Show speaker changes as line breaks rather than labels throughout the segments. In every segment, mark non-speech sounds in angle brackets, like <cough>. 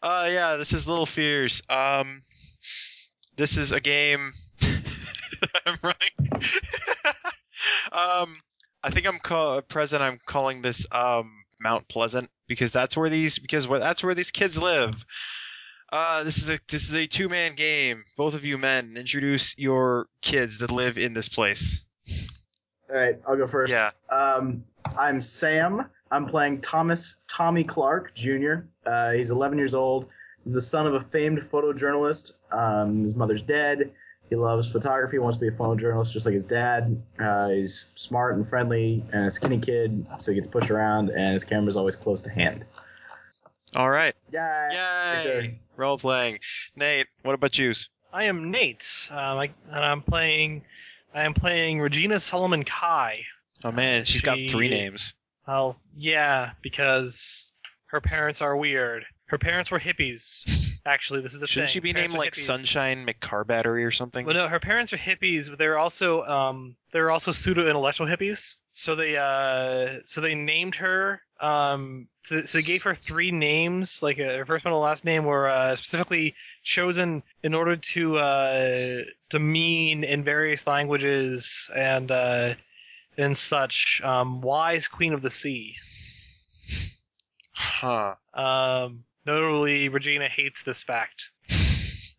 Uh, yeah, this is Little Fears. Um, this is a game <laughs> I'm running. <laughs> um, I think I'm call- present. I'm calling this um Mount Pleasant because that's where these because wh- that's where these kids live. Uh, this is a this is a two man game. Both of you men introduce your kids that live in this place.
All right, I'll go first.
Yeah.
Um, I'm Sam. I'm playing Thomas Tommy Clark Jr. Uh, he's 11 years old. He's the son of a famed photojournalist. Um, his mother's dead. He loves photography. Wants to be a photojournalist, just like his dad. Uh, he's smart and friendly, and a skinny kid, so he gets pushed around, and his camera's always close to hand.
All right.
Yeah.
Yay! Role playing. Nate, what about you?
I am Nate, um, I, and I'm playing. I am playing Regina Solomon Kai.
Oh man, she's got three
She-
names.
Well, yeah, because her parents are weird. Her parents
<laughs>
were hippies. Actually, this is the
Shouldn't
thing.
she be
Parents
named
are
like
hippies.
Sunshine McCarbattery or something?
Well, no, her parents are hippies, but they're also um, they're also pseudo intellectual hippies. So they uh, so they named her. Um, so, so they gave her three names. Like uh, her first one and last name were uh, specifically chosen in order to uh, to mean in various languages and uh, and such. Um, wise queen of the sea.
Huh.
Um, notably, Regina hates this fact.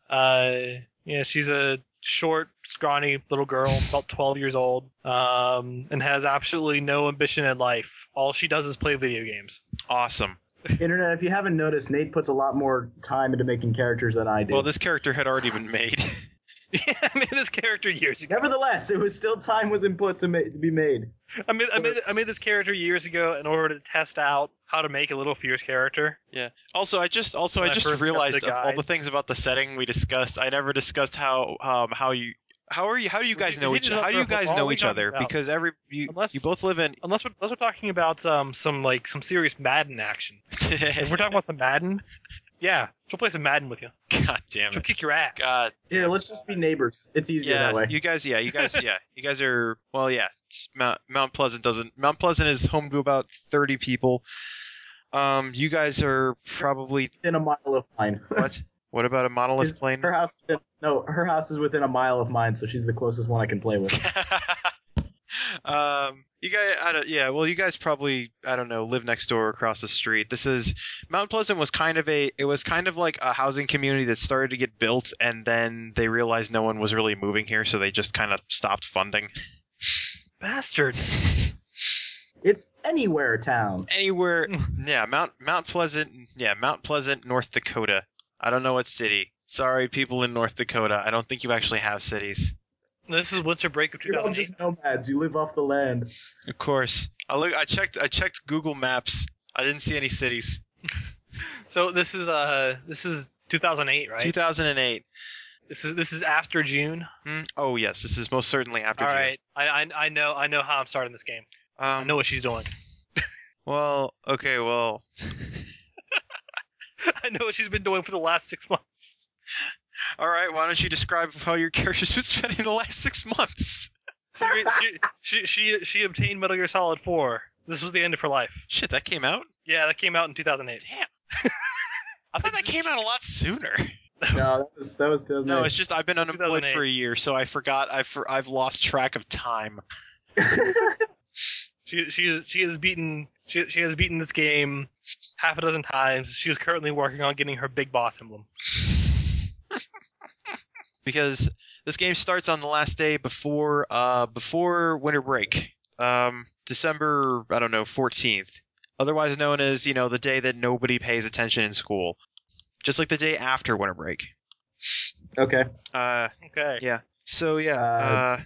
Uh, yeah, she's a short, scrawny little girl, about 12 years old, um, and has absolutely no ambition in life. All she does is play video games. <laughs>
Awesome.
Internet. If you haven't noticed, Nate puts a lot more time into making characters than I do.
Well, this character had already been made. <laughs>
Yeah, I made this character years ago.
Nevertheless, it was still time was input to, ma- to be made.
I made, I, made, I made this character years ago in order to test out how to make a little fierce character.
also, I just also
When
I
I
just
first got the
realized of all
guide.
the things about the setting we discussed. I never discussed how um how you how are you how do you
We-
guys
we
know
didn't
each
know
how do
for
you guys
all
know
we
each
talked
other
about.
because every you
Unless-
you both live in
Unless we're, unless we're talking about um, some like some serious Madden action. <laughs> If we're talking about some Madden, yeah, she'll play some Madden with you.
<laughs> God damn
She'll
it.
kick your ass.
God
Yeah, let's just be neighbors. It's easier
yeah,
that way.
you guys yeah, you guys yeah. You guys are well yeah, it's Mount, Mount Pleasant doesn't Mount Pleasant is home to about 30 people. Um you guys are probably
within a mile of mine.
what? What about a monolith
Is-
plane?
<laughs> Her house, no, her house is within a mile of mine, so she's the closest one I can play with.
um, you guys, I don't, yeah, well, you guys probably, I don't know, live next door or across the street. This is Mount Pleasant was kind of a, it was kind of like a housing community that started to get built, and then they realized no one was really moving here, so they just kind of stopped funding.
Bastards.
It's anywhere town.
Anywhere, yeah, Mount Mount Pleasant, yeah, Mount Pleasant, North Dakota. I don't know what city. Sorry, people in North Dakota. I don't think you actually have cities.
This is winter break of
You're all
2008.
just nomads. You live off the land.
<laughs> Of course, I look. I checked. I checked Google Maps. I didn't see any cities.
So this is uh this is 2008, right?
2008.
This is this is after June.
Hmm? Oh yes, this is most certainly after.
All
June.
right, I, I I know I know how I'm starting this game. I
Um,
know what she's doing. <laughs>
Well, okay. Well,
I know what she's been doing for the last six months.
all right. Why don't you describe how your <laughs> character's been spending the last six months?
She she, she she she obtained Metal Gear Solid 4. This was the end of her life.
Shit, that came out.
Yeah, that came out in 2008.
Damn. I thought that came out a lot sooner.
No, that was that was 2008.
No, it's just I've been unemployed
2008.
for a year, so I forgot. I for, I've lost track of time.
She she is she has beaten she she has beaten this game half a dozen times. She is currently working on getting her big boss emblem.
because this game starts on the last day before uh, before winter break, um, December I don't know fourteenth, otherwise known as you know the day that nobody pays attention in school, just like the day after winter break.
okay,
Uh,
Okay.
so yeah, uh,
Uh,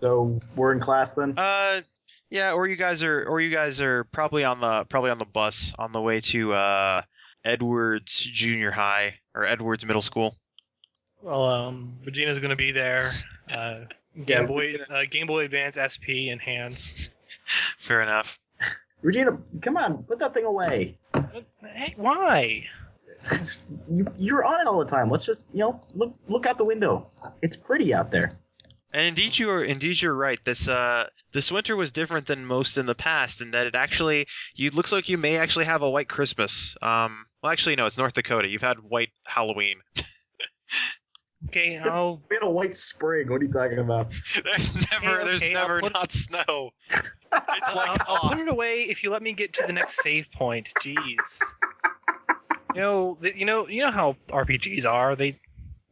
so we're in class then.
uh, yeah, or you guys are or you guys are probably on the probably on the bus on the way to uh, Edwards Junior High or Edwards Middle School.
Well, um, Regina's going to be there. Uh,
Yeah,
Game Boy, uh, Game Boy Advance SP in hand.
Fair enough.
Regina, come on, put that thing away.
Hey, why?
you, you're on it all the time. Let's just you know look look out the window. It's pretty out there.
And indeed, you are indeed you're right. This uh, this winter was different than most in the past, in that it actually you looks like you may actually have a white Christmas. Um, well, actually, no, it's North Dakota. You've had white Halloween. <laughs>
Okay, I'll
We had a white spring. What are you talking about?
There's never
okay,
there's
I'll
never
put-
not snow. It's like
<laughs> I'll, I'll put
off.
it away if you let me get to the next save point. Jeez. You know, th- you know, you know how RPGs are. They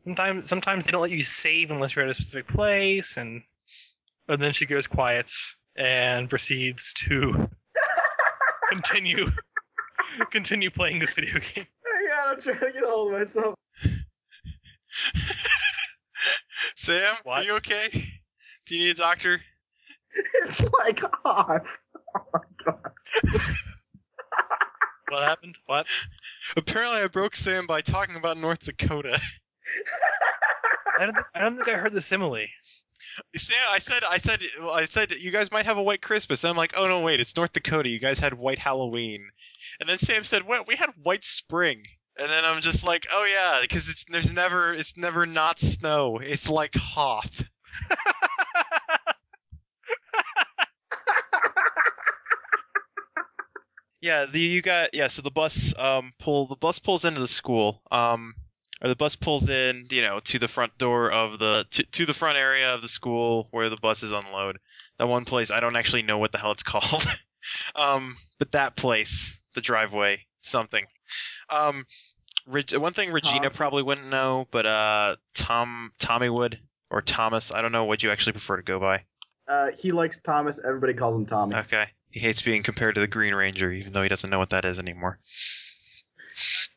sometimes sometimes they don't let you save unless you're at a specific place, and and then she goes quiet and proceeds
<laughs>
to continue continue playing this video game.
Hang on, I'm trying to get a hold of myself. <laughs>
Sam, are
What?
you okay? Do you need a doctor?
It's like ah. off.
What happened? What?
Apparently, I broke Sam by talking about North Dakota.
I don't think, I don't think I heard the simile. <laughs>
Sam, I said, I said, well, I said you guys might have a white Christmas. And I'm like, oh no, wait, it's North Dakota. You guys had white Halloween, and then Sam said, what? We had white spring. And then I'm just like, oh yeah, because it's there's never it's never not snow. It's like Hoth. Yeah, the you got yeah. So the bus um pull the bus pulls into the school um or the bus pulls in you know to the front door of the to, to the front area of the school where the buses unload. That one place I don't actually know what the hell it's <laughs> called, um but that place the driveway something. Um, Reg- one thing Regina
Tom.
probably wouldn't know, but uh Tom Tommy would or Thomas I don't know what you actually prefer to go by.
Uh, he likes Thomas. Everybody calls him Tommy.
Okay. He hates being compared to the Green Ranger, even though he doesn't know what that is anymore.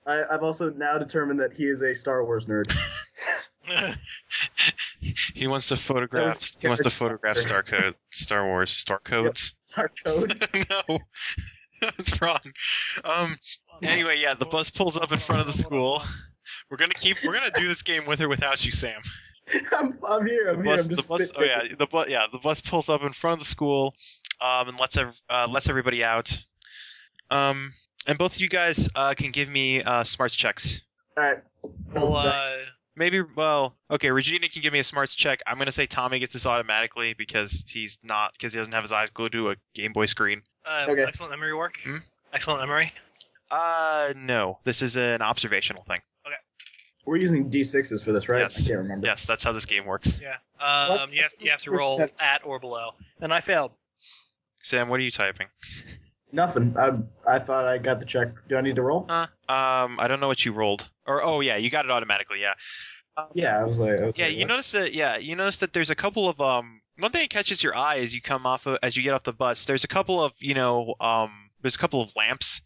I, I've also now determined that he is a Star
<laughs>
Wars nerd.
He wants to photograph.
That was-
he wants to photograph Star Code, Star Wars, Star Codes. <laughs>
Star Code.
no, that's wrong. Um. Anyway, yeah, the bus pulls up in front of the school. We're gonna keep. We're gonna do this game with or without you,
<laughs>
Sam.
I'm, I'm here. I'm
The
here.
bus.
I'm just
the bus.
spit
Oh yeah.
taking-
The bus. Yeah. The bus pulls up in front of the school, um, and lets ev- uh, lets everybody out. Um, and both of you guys uh, can give me uh, smarts checks.
All right.
Well, uh,
Maybe well, okay. Regina can give me a smarts check. I'm gonna say Tommy gets this automatically because he's not because he doesn't have his eyes glued to a Game Boy screen.
uh,
Okay.
excellent memory work.
Hmm?
Excellent memory.
Uh, no. This is an observational thing.
We're using D6s for this, right?
Yes.
I can't remember.
Yes, that's how this game works.
Yeah. Um, you have you have to roll at or below, and I failed.
Sam, what are you typing?
Nothing. I, I thought I got the check. Do I need to roll?
Huh? Um, I don't know what you rolled. Or oh yeah, you got it automatically. Yeah.
yeah, I was like, I was
Yeah,
like,
you
what?
notice that. Yeah, you notice that there's a couple of um. One thing that catches your eye as you come off of, as you get off the bus. There's a couple of you know um. There's a couple of lamps,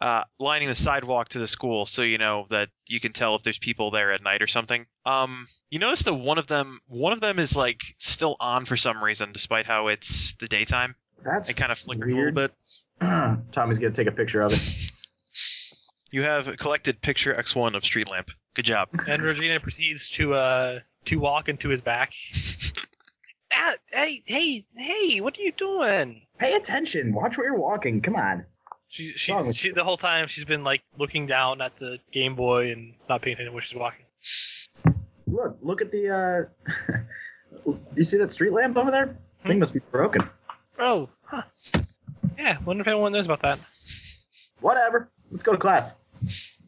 uh, lining the sidewalk to the school, so you know that you can tell if there's people there at night or something. Um, you notice that one of them, one of them is like still on for some reason, despite how it's the daytime.
That's
It kind of flickers a
weird.
little bit.
<clears throat> Tommy's gonna take a picture
<laughs>
of it.
You have collected picture X1 of street lamp. Good job.
And Regina proceeds to uh to walk into
<laughs>
his back. ah, hey, hey, hey! What are you doing?
Pay attention. Watch where you're walking. Come on.
She,
Wrong
she's
with
she,
you?
the whole time she's been like looking down at the Game Boy and not paying attention when she's walking.
Look. Look at the. uh <laughs> You see that street lamp over there?
Hmm?
Thing must be broken.
Oh, huh. Yeah, wonder if anyone knows about that.
Whatever. Let's go to class.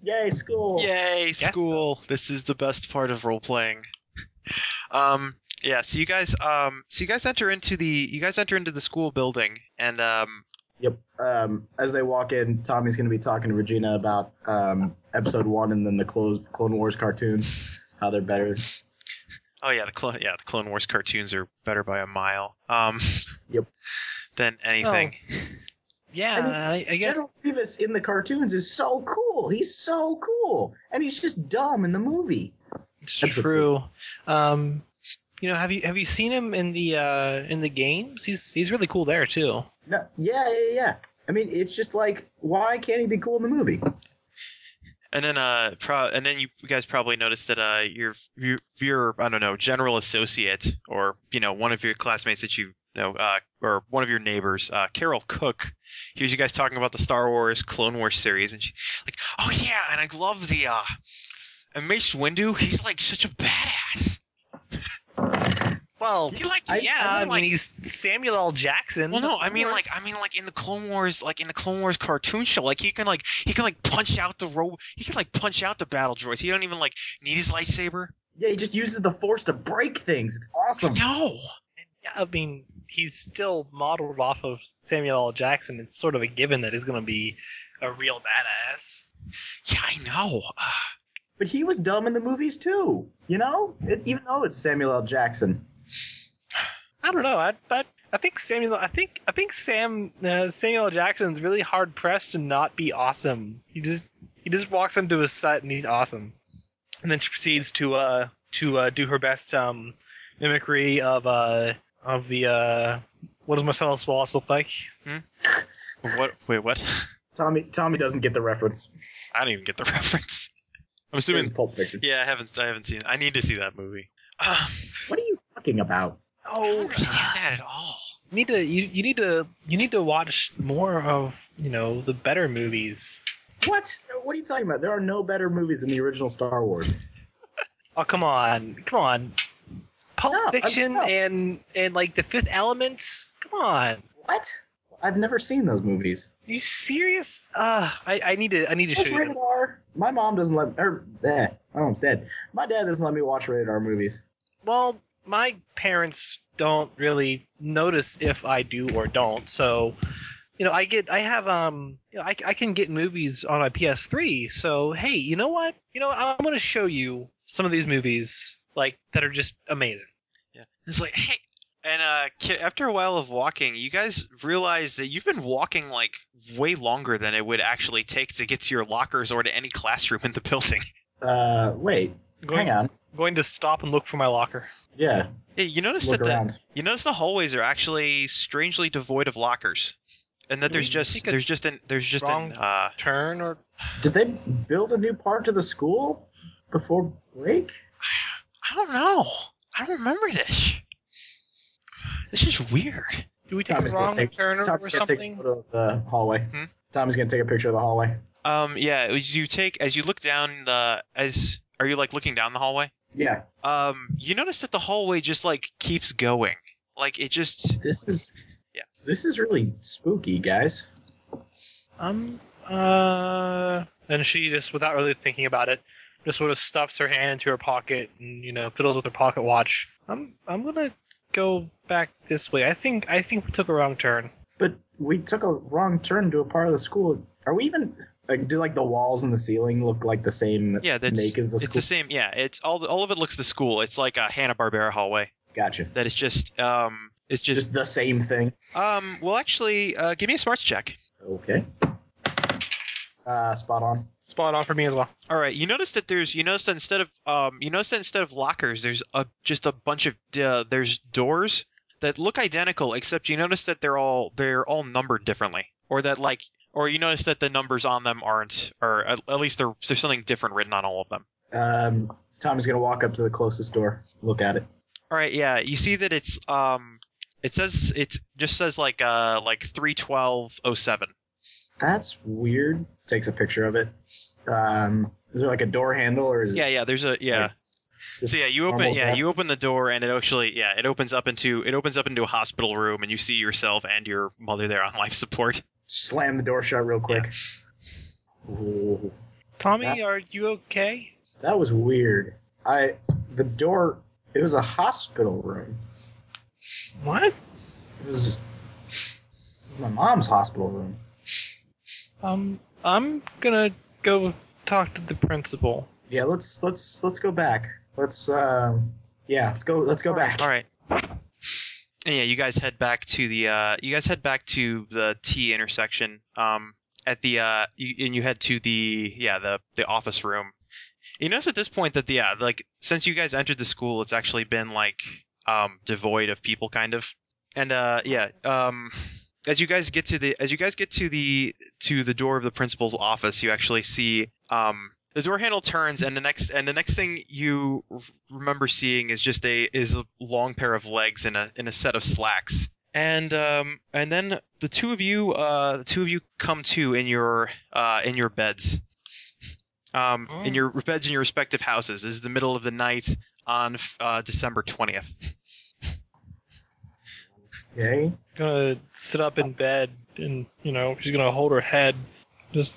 Yay, school.
Yay,
so.
school! This is the best part of role playing. <laughs> Um, yeah. So you guys, um, so you guys enter into the you guys enter into the school building, and um,
Yep. Um, as they walk in, Tommy's going to be talking to Regina about um, episode one and then the close, Clone Wars cartoons, how they're better.
oh yeah, the Clone yeah the Clone Wars cartoons are better by a mile. Um,
Yep.
<laughs> Than anything.
Oh. Yeah, I,
I mean,
I, guess.
General Grievous in the cartoons is so cool. He's so cool, and he's just dumb in the movie.
It's
That's a-
true. Um, you know, have you have you seen him in the uh, in the games? He's he's really cool there too.
No, yeah, yeah, yeah. I mean, it's just like, why can't he be cool in the movie?
And then uh, pro- and then you guys probably noticed that uh, your your your I don't know general associate or you know one of your classmates that you know uh, or one of your neighbors, uh, Carol Cook, hears you guys talking about the Star Wars Clone Wars series, and she's like, "Oh yeah, and I love the uh, and Mace Windu. He's like such a badass."
Well,
He liked.
I-
yeah,
I
I,
mean,
mean,
like-
he's Samuel L. Jackson.
well, no,
of
I mean like
course.
I mean like in the Clone Wars, like in the Clone Wars cartoon show, like he can like he can like punch out the rope. He can like punch out the battle droids. He don't even like need his lightsaber.
Yeah, he just uses the force to break things. It's awesome.
No.
yeah, I mean, he's still modeled off of Samuel L. Jackson. It's sort of a given that he's going to be a real badass.
Yeah, I know. Ah,
But he was dumb in the movies too. You know, it, even though it's Samuel L. Jackson.
I don't know. I but I think Samuel. I think I think Sam uh, Samuel L. Jackson's really hard pressed to not be awesome. He just he just walks into his set and he's awesome, and then she proceeds to uh to uh, do her best um mimicry of uh of the uh what does Marcellus Wallace look like?
what? Wait, what? <laughs>
Tommy Tommy doesn't get the reference.
I don't even get the <laughs> reference. I'm
It
assuming.
was Pulp Fiction.
Yeah, I haven't. I haven't seen. I need to see that movie. Um,
What are you talking about?
I don't
Oh,
understand that at all.
you need to you, you need to you need to watch more of you know the better movies.
What? What are you talking about? There are no better movies than the original Star Wars.
Oh come on, come on. Pulp
No, I-
Fiction
no.
and and like the Fifth Element. Come on,
What? I've never seen those movies.
Are you serious? Uh, I I need to I need to
It's
show you.
rated
them.
R. My mom doesn't let or eh, my mom's dead. My dad doesn't let me watch rated R movies.
Well, my parents don't really notice if I do or don't, so. You know, I get, I have, um, you know, I, I can get movies on my PS3. So, hey, you know what? You know, what? I'm going to show you some of these movies, like, that are just amazing.
Yeah. It's like, hey, and uh, ki- after a while of walking, you guys realize that you've been walking like way longer than it would actually take to get to your lockers or to any classroom in the <laughs> building.
Uh, wait,
Going,
hang on.
going to stop and look for my locker.
Yeah,
Hey, you notice
look
that the,
around.
you notice the hallways are actually strangely devoid of lockers, and that
Hmm.
there's
Mm,
just
take a
there's just an there's just
wrong-
an uh,
Turn or
Did they build a new part to the school before break?
I don't know. I don't remember this. This is weird.
do we take
Thomas
a
gonna
wrong
take-
turn or, or
Tom's gonna take a
something?
photo of the hallway.
Hmm?
Tom's gonna take a picture of the hallway.
Um, yeah. As you take as you look down the as are you like looking down the hallway?
Yeah,
um, you notice that the hallway just like keeps going. Like it just
this is.
Yeah.
this is really spooky, guys.
Um, uh, and she just, without really thinking about it, just sort of stuffs her hand into her pocket and you know fiddles with her pocket watch. I'm I'm gonna go back this way. I think I think we took a wrong turn.
But we took a wrong turn to a part of the school. Are we even? Like, do like the walls and the ceiling look like the same?
yeah, that's
make as the
it's
school.
the same. Yeah, it's all all of it looks the school. It's like a Hanna Barbera hallway
Gotcha.
that is just um it's just
Just the same thing.
um well actually uh, give me a smarts check.
Okay. Uh, spot on.
Spot on for me as well.
All right, you notice that there's you notice that instead of um you notice that instead of lockers there's a just a bunch of uh, there's doors that look identical except you notice that they're all they're all numbered differently or that like or you notice that the numbers on them aren't or at, at least there, there's something different written on all of them.
Um, Tom is gonna walk up to the closest door, look at it.
All right, yeah. You see that it's um, it says it just says like uh like three twelve oh seven.
That's weird. Takes a picture of it. Um, is there like a door handle or is
Yeah,
it
yeah. There's a yeah.
just
So yeah, you open
normal
yeah
death?
you open the door and it actually yeah it opens up into it opens up into a hospital room and you see yourself and your mother there on <laughs> life support.
slam the door shut real quick? Ooh,
Tommy,
Yeah.
are you okay?
that was weird. I the door. It was a hospital room.
What?
It was, it was my mom's hospital room.
Um, I'm gonna go talk to the principal.
Yeah, let's let's let's go back. Let's um, yeah, let's go let's go
All right,
back.
all right. And yeah, you guys head back to the uh, you guys head back to the T intersection. Um, at the uh, you, and you head to the yeah the the office room. You notice at this point that the yeah like since you guys entered the school, it's actually been like um devoid of people kind of. And uh, yeah um. As you guys get to the as you guys get to the to the door of the principal's office, you actually see um, the door handle turns, and the next and the next thing you remember seeing is just a is a long pair of legs in a in a set of slacks. And um and then the two of you uh the two of you come to in your uh in your beds. Um, in your beds in your respective houses This is the middle of the night on uh, December twentieth.
Okay.
gonna sit up in bed and you know she's gonna hold her head just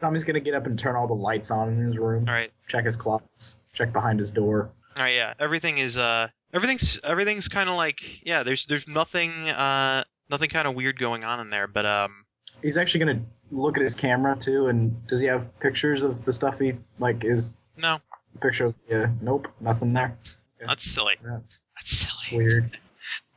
Tommy's gonna get up and turn all the lights on in his room.
All right.
Check his clocks. Check behind his door.
All right. Oh, Yeah. Everything is. Uh. Everything's. Everything's kind of like. Yeah. There's. There's nothing. Uh. Nothing kind of weird going on in there. But um.
He's actually gonna look at his camera too. And does he have pictures of the stuff he like? Is
No.
picture of yeah? Nope, nothing there.
That's silly.
Yeah.
That's silly.
Weird.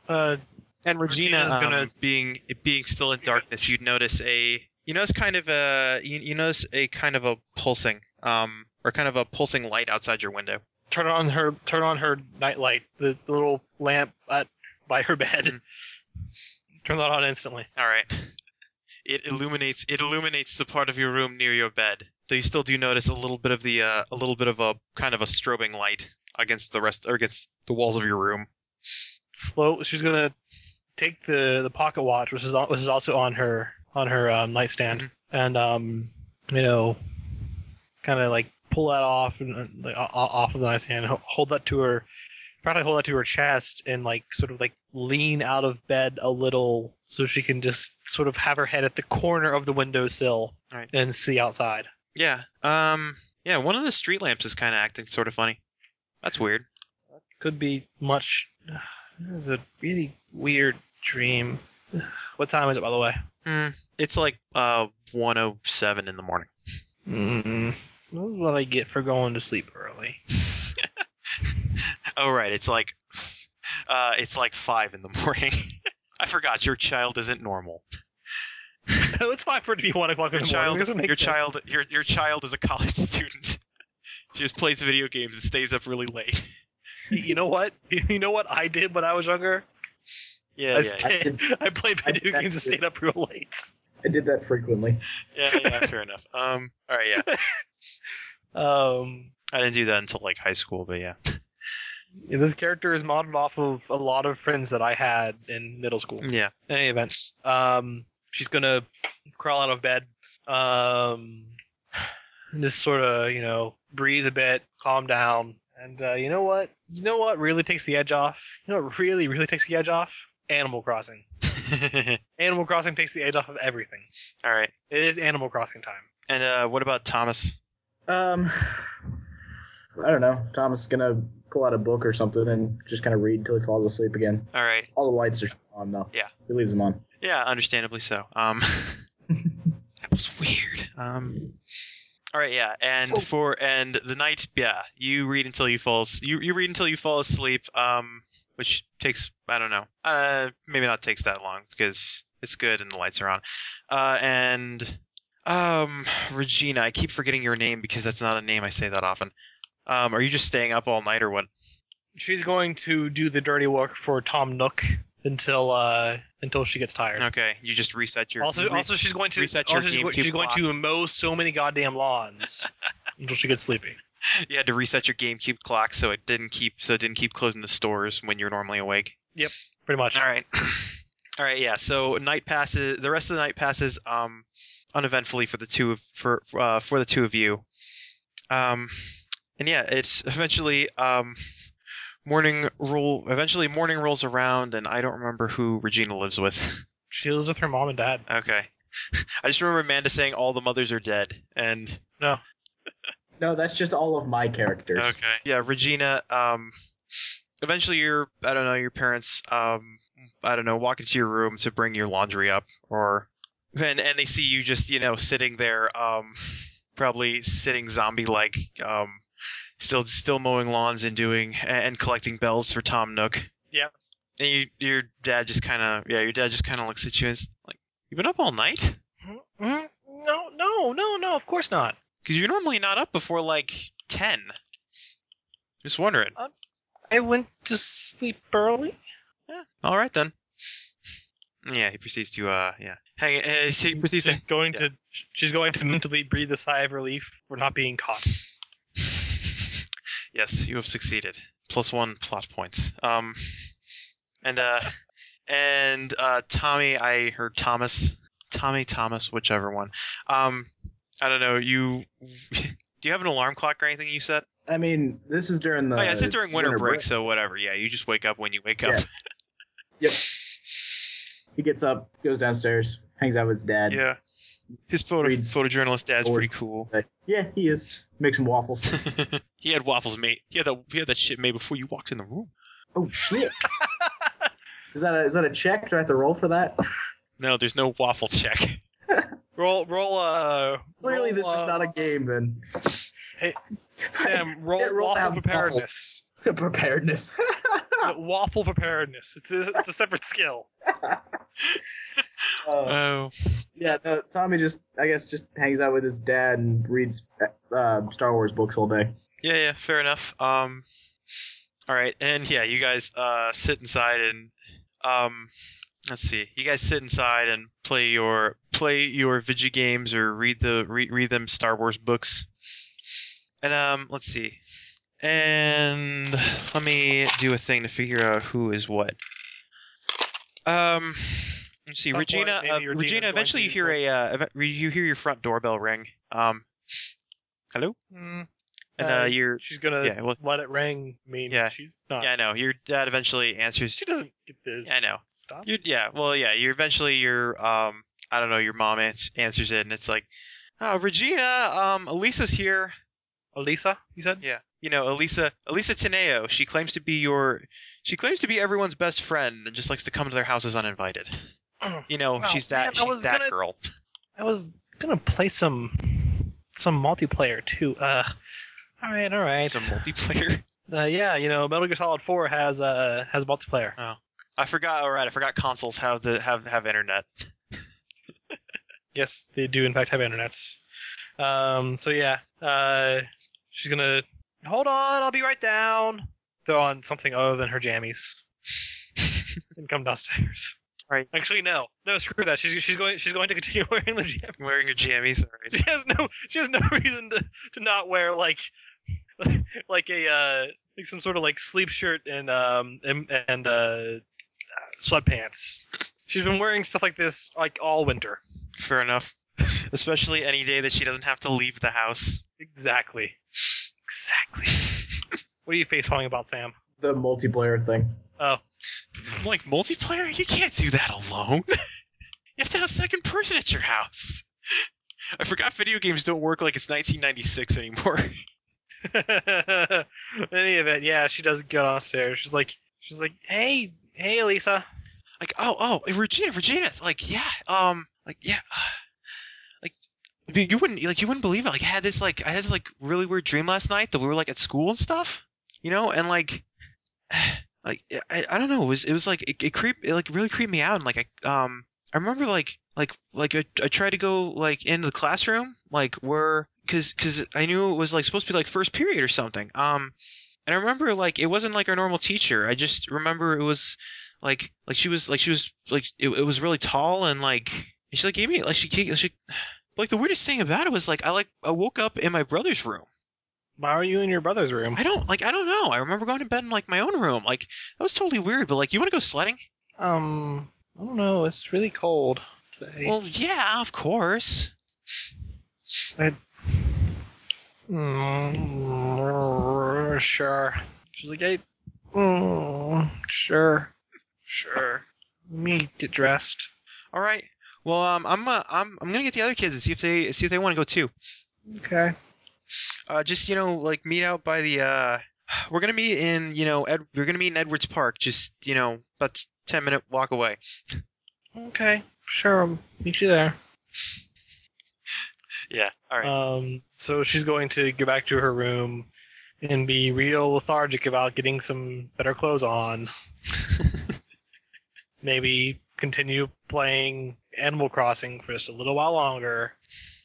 uh
And Regina
Regina's
um,
gonna-
being it being still in darkness, you notice a you notice kind of a you, you notice a kind of a pulsing um or kind of a pulsing light outside your window.
turn on her turn on her nightlight the, the little lamp at, by her bed
Mhm.
turn that on instantly
All right. It illuminates it illuminates the part of your room near your bed. Though you still do notice a little bit of the uh, a little bit of a kind of a strobing light against the rest or against the walls of your room.
slow she's gonna take the the pocket watch which is al- which is also on her on her um, nightstand
Mhm.
and um you know kind of like pull that off and uh, like, o- o- off of the nightstand ho- hold that to her probably hold that to her chest and like sort of like lean out of bed a little so she can just sort of have her head at the corner of the windowsill
Right.
and see outside
Yeah. Um yeah, one of the street lamps is kind of acting sort of funny. That's weird.
could be much this is a really weird dream what time is it by the way
Hmm. It's like uh 107 in the morning. Mm-hmm.
Mm-mm. This is what I get for going to sleep
<laughs>
early.
Oh right, it's like uh it's like 5 in the <laughs> morning. I forgot your child isn't normal.
no, it's fine for it to be one o'clock in
Your
the
child,
morning. This would make
your
sense.
child, your your child is a college <laughs> student. she just plays video games and stays up really late.
<laughs> You know what? You know what I did when I was younger?
Yeah,
I,
yeah,
stayed, <laughs> I, played
I
video
did
games and
that
stayed up real late.
I did that frequently.
yeah, yeah, Fair enough. Um, all right, <laughs> yeah.
Um,
I didn't do that until like high school, but yeah.
yeah, this character is modeled off of a lot of friends that I had in middle school.
Yeah.
In any event, um, she's gonna crawl out of bed, um, and just sort of you know breathe a bit, calm down, and uh, you know what? You know what really takes the edge off? You know what really really takes the edge off? Animal Crossing. Animal Crossing takes the edge off of everything.
<laughs> all right.
It is Animal Crossing time.
And uh, what about Thomas?
Um, I don't know. Thomas is gonna pull out a book or something and just kind of read till he falls asleep again.
All right.
All the lights are on though.
Yeah.
he leaves them on.
Yeah, understandably so. Um, <laughs> that was weird. Um, all right, yeah, and
Oh.
for and the night, yeah, you read until you fall. as- You you read until you fall asleep. Um, which takes I don't know, uh, maybe not takes that long because it's good and the lights are on. Uh, and um, Regina, I keep forgetting your name because that's not a name I say that often. Um, are you just staying up all night or what?
She's going to do the dirty work for Tom Nook until uh, until she gets tired.
Okay, you just reset your
also,
you re-
also she's going to
reset your
also she's, go-
GameCube
she's going
clock.
to mow so many
<laughs>
goddamn lawns until she gets sleepy.
you had to reset your GameCube clock so it didn't keep so it didn't keep closing the stores when you're normally awake.
Pretty much.
All right. <clears throat> All right, yeah. So night passes. The rest of the night passes um, uneventfully for the two of for uh, for the two of you. Um, and yeah, it's eventually um, morning roll. Eventually, morning rolls around, and I don't remember who Regina lives with. <laughs>
She lives with her mom and dad.
okay, I just remember Amanda saying all the mothers are dead, and
No, that's just all of my characters.
Okay. Yeah, Regina. Um, eventually, your I don't know your parents. Um, I don't know, walk into your room to bring your laundry up, or and and they see you just you know sitting there, um, probably sitting zombie like, um, still still mowing lawns and doing and collecting bells for Tom Nook.
Yeah.
And you, your dad just kind of yeah, your dad just kind of looks at you and is like, "You've been up all night."
Mm-hmm. No, no, no, no. Of course not.
Because you're normally not up before like ten. Just wondering.
I went to sleep early.
Yeah. All right then. Yeah, he proceeds to uh yeah hang. Uh, he proceeds to
<laughs> She's going
Yeah.
to she's going to mentally breathe a sigh of relief for not being caught.
yes, you have succeeded. Plus one plot points. Um, and uh, and uh, Tommy, I heard Thomas, Tommy, Thomas, whichever one. Um, I don't know. You <laughs> do you have an alarm clock or anything you set?
I mean, this is during the. Uh,
oh yeah, it's just during winter break, so whatever. Yeah, you just wake up when you wake up.
He gets up, goes downstairs, hangs out with his dad.
Yeah. His photo
Reads-
photojournalist dad's
Or-
pretty cool.
Like, yeah, he is. Make some waffles.
he had waffles made. He had that. He had that shit made before you walked in the room.
oh shit. Is that a, is that a check? Do I have to roll for that?
No, there's no waffle check. <laughs>
Roll, roll. Uh,
Clearly,
roll,
this is
uh,
not a game. Then <laughs>
Sam, roll,
Get rolled out waffle. <laughs>
waffle preparedness.
preparedness.
waffle preparedness. It's a, it's a separate skill.
Uh,
Oh,
Yeah, no, Tommy just, I guess, just hangs out with his dad and reads uh, Star Wars books all day.
yeah, yeah, fair enough. Um, all right, and yeah, you guys uh sit inside and um, let's see, you guys sit inside and play your play your video games or read the read read them Star Wars books. And um, let's see, and let me do a thing to figure out who is what. Um. Let's see,
Some point,
Regina.
maybe
uh,
Regina's
Regina.
going
Eventually,
to
you hear a uh, ev- you hear your front doorbell ring. Um, hello,
Mm,
and
Uh,
uh, you're
she's gonna
yeah, well,
let it ring. I mean,
Yeah.
she's not.
yeah, I know. Your dad eventually answers.
She doesn't get this.
Yeah, I know.
Stop.
You, yeah, well, yeah. You eventually your um, I don't know. Your mom ans- answers it, and it's like, oh, Regina, um, Elisa's here.
Elisa, you said.
Yeah, you know, Elisa, Elisa Teneo. She claims to be your, she claims to be everyone's best friend, and just likes to come to their houses
<clears throat>
uninvited. You know,
Wow,
she's that,
man, I
she's
was
that
gonna-
girl.
I was gonna play some some multiplayer too. Uh, all right, all right.
Some multiplayer.
Uh, yeah, you know, Metal Gear Solid Four has uh has multiplayer.
I forgot. All right, I forgot consoles have the have have internet.
Yes, they do in fact have internets. Um, so yeah, uh, she's gonna hold on. I'll be right down. Throw on something other than
<laughs>
her jammies and come downstairs.
Right.
Actually, no, no, screw that. She's she's going she's going to continue <laughs> wearing the jammies.
Wearing your jammies. All right.
<laughs> She has no she has no <laughs> reason to to not wear like <laughs> like a uh like some sort of like sleep shirt and um and, and uh sweatpants. She's been wearing stuff like this like all winter.
Fair enough. <laughs> Especially any day that she doesn't have to leave the house.
Exactly. Exactly. <laughs> what are you face palming about, Sam?
The multiplayer thing.
Oh, <laughs>
I'm like multiplayer, you can't do that alone. <laughs> you have to have a second person at your house. I forgot video games don't work like it's 1996 anymore.
In any event, yeah, she does go downstairs. She's like, she's like, hey, hey, Lisa.
like, oh, oh, eh, Regina, Regina, like, yeah, um, like, yeah, <sighs> uh, like, you you wouldn't, like, you wouldn't believe it. Like, I had this, like, I had this, like, really weird dream last night that we were like at school and stuff, you know, and like, <sighs> like, eh, I, I don't know, it was, it was like, it, it creep, it like really creeped me out, and like, I, um, I remember like, like, like I, I tried to go like into the classroom, like, where, cause, cause I knew it was like supposed to be like first period or something, um. And I remember, like, it wasn't like our normal teacher. I just remember it was, like like she was like she was like it, it was really tall and like and she like gave me like she gave- she like the weirdest thing about it was like I like I woke up in my brother's room.
Why are you in your brother's room?
I don't like I don't know. I remember going to bed in like my own room. Like that was totally weird. But like you want to go sledding?
Um, I don't know. It's really cold today.
Well, yeah, of course.
Mm, sure. She's like, hey, mm, sure, sure. Let me get dressed.
All right. Well, um, I'm uh, I'm I'm gonna get the other kids and see if they see if they want to go too.
Okay.
Uh, just you know, like meet out by the. uh We're gonna meet in you know Ed. We're gonna meet in Edwards Park. Just you know, about ten minute walk away.
Okay. Sure. I'll meet you there.
Yeah. All right.
Um, so she's going to go back to her room and be real lethargic about getting some better
<laughs>
clothes on. Maybe continue playing Animal Crossing for just a little while longer.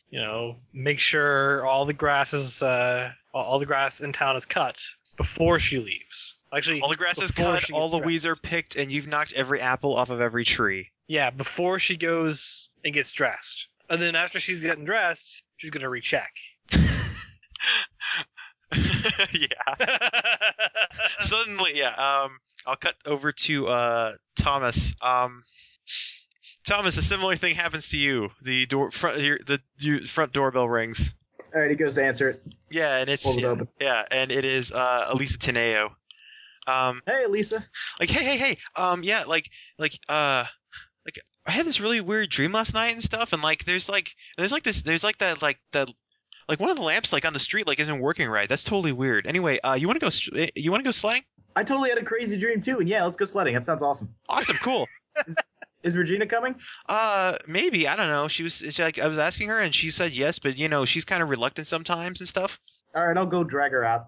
You know, make sure all the grass is uh, all- all the grass in town is cut before she leaves. Actually,
All the grass is
before
cut,
she
all
gets
the weeds are
dressed.
picked, and you've knocked every apple off of every tree.
Yeah, before she goes and gets dressed, and then after she's gotten dressed, she's gonna recheck. <laughs>
yeah. Suddenly, yeah. Um, I'll cut over to uh Thomas. Um, Thomas, a similar thing happens to you. The door front your the your front doorbell rings.
All right, he goes to answer it.
Yeah, and it's
Hold it
yeah,
open.
yeah, and it is uh Elisa Teneo. Um,
Hey, Lisa.
like hey hey hey um yeah like like uh like i had this really weird dream last night and stuff and like there's like there's like this there's like that like that like one of the lamps like on the street like isn't working right that's totally weird anyway uh you want to go str- you want to go sledding
I totally had a crazy dream too, and yeah, let's go sledding. That sounds awesome.
awesome cool
Is Regina coming? uh,
uh maybe i don't know she was she, like i was asking her and she said yes but you know she's kind of reluctant sometimes and stuff
All right, I'll go drag her out.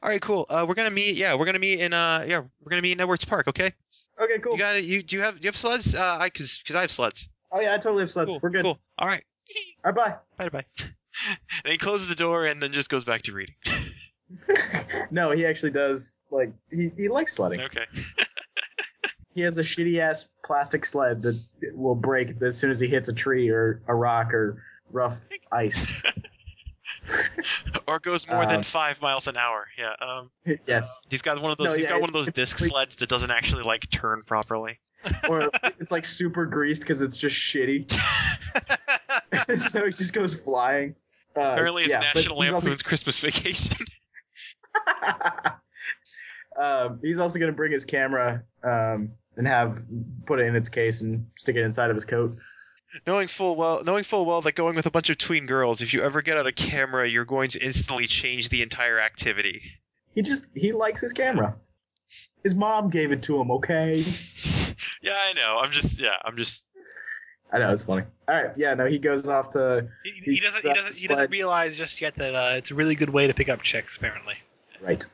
all right cool uh we're gonna meet yeah we're gonna meet in uh yeah we're gonna meet in edwards park okay
Okay, cool.
you got it you do you have do you have sleds uh i because because i have sleds
oh yeah, I totally have sleds.
cool,
We're good.
cool all right
All right,
Bye <laughs> bye. and he closes the door and then just goes back to reading.
bye. no, he actually does. Like he, he likes sledding.
Okay.
He has a shitty ass plastic sled that will break as soon as he hits a tree or a rock or rough
<laughs>
ice.
Or goes more than
Um,
five miles an hour. Yeah. Um.
yes,
He's got one of those.
No,
he's
yeah,
got one of
it's-
those disc
it's-
sleds that doesn't actually like turn properly. <laughs>
or it's like super greased because it's just shitty, <laughs> so he just goes flying. Uh,
Apparently, it's
yeah, but
National
he's
Lampoon's
also-
Christmas Vacation. <laughs>
<laughs> um, he's also going to bring his camera um, and have put it in its case and stick it inside of his coat.
knowing full well, knowing full well that going with a bunch of tween girls, if you ever get out a camera, you're going to instantly change the entire activity.
He just he likes his camera. His mom gave it to him. Okay,
<laughs> yeah, I know. I'm just. Yeah, I'm just.
I know it's funny. All right, yeah, no, he goes off to
he, he doesn't. He doesn't. He doesn't
Sled.
realize just yet that uh, it's a really good way to pick up chicks. Apparently, <laughs>
right.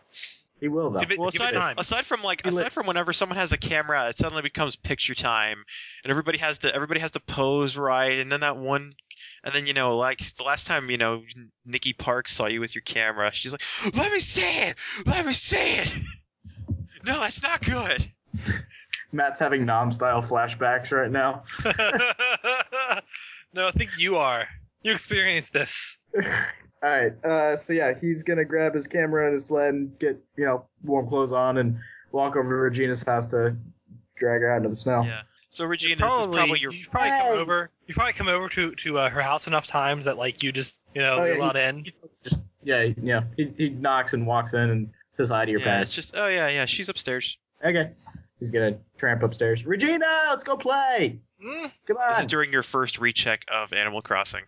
He will though.
give it,
Well,
give it
aside,
time.
aside from like
He lit-
aside from whenever someone has a camera, it suddenly becomes picture time, and everybody has to everybody has to pose right, and then that one, and then you know like the last time you know Nikki Park saw you with your camera, she's like, "Let me see it, let me see it." <laughs> No, that's not good.
Matt's having nom style flashbacks right now.
no, I think you are. You experienced this.
All right. Uh, so yeah, he's gonna grab his camera and his sled and get you know warm clothes on and walk over to Regina's house to drag her out into the snow.
Yeah. So Regina, this
probably,
is probably your.
you probably come
Hey!
over. You probably come over to to uh, her house enough times that like you just you know
Oh, yeah,
you're not in.
Just yeah, yeah. He, he knocks and walks in and says hi to your
Yeah, it's
parents.
just oh yeah yeah she's upstairs.
Okay. He's gonna tramp upstairs. Regina, let's go play.
Mm?
Come
This
on.
is during your first recheck of Animal Crossing.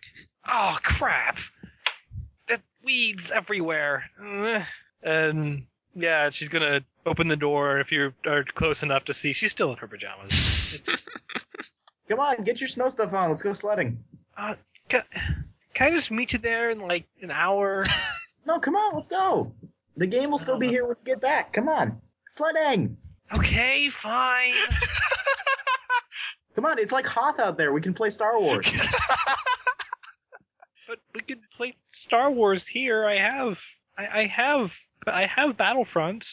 Oh crap! The weeds everywhere. Mm. And yeah, she's gonna open the door if you are close enough to see. She's still in her pajamas. <laughs>
Come on, get your snow stuff on. Let's go sledding.
Can, can I just meet you there in like an hour?
No, come on, let's go. The game will still be here when you get back. Come on, sledding.
okay, fine.
Come on, it's like hot out there. We can play Star Wars.
<laughs>
But we could play Star Wars here. I have, I, I have, I have Battlefront.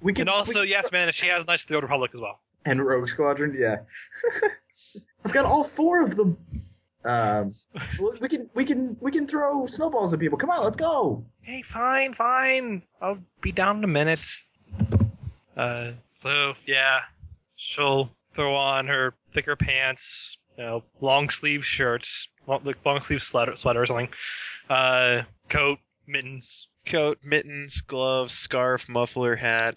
We can.
And also,
we-
yes, man, she has Knights of the Old Republic as well.
And Rogue Squadron, yeah. <laughs> I've got all four of them.
<laughs>
Um, well, we can we can we can throw snowballs at people. Come on, let's go.
Hey, fine, fine. I'll be down in a minute. Uh, so yeah, she'll throw on her thicker pants, you know, long sleeve shirts, long, long sleeve sweater, sweater or something, uh, coat, mittens.
coat, mittens, gloves, scarf, muffler, <laughs> hat.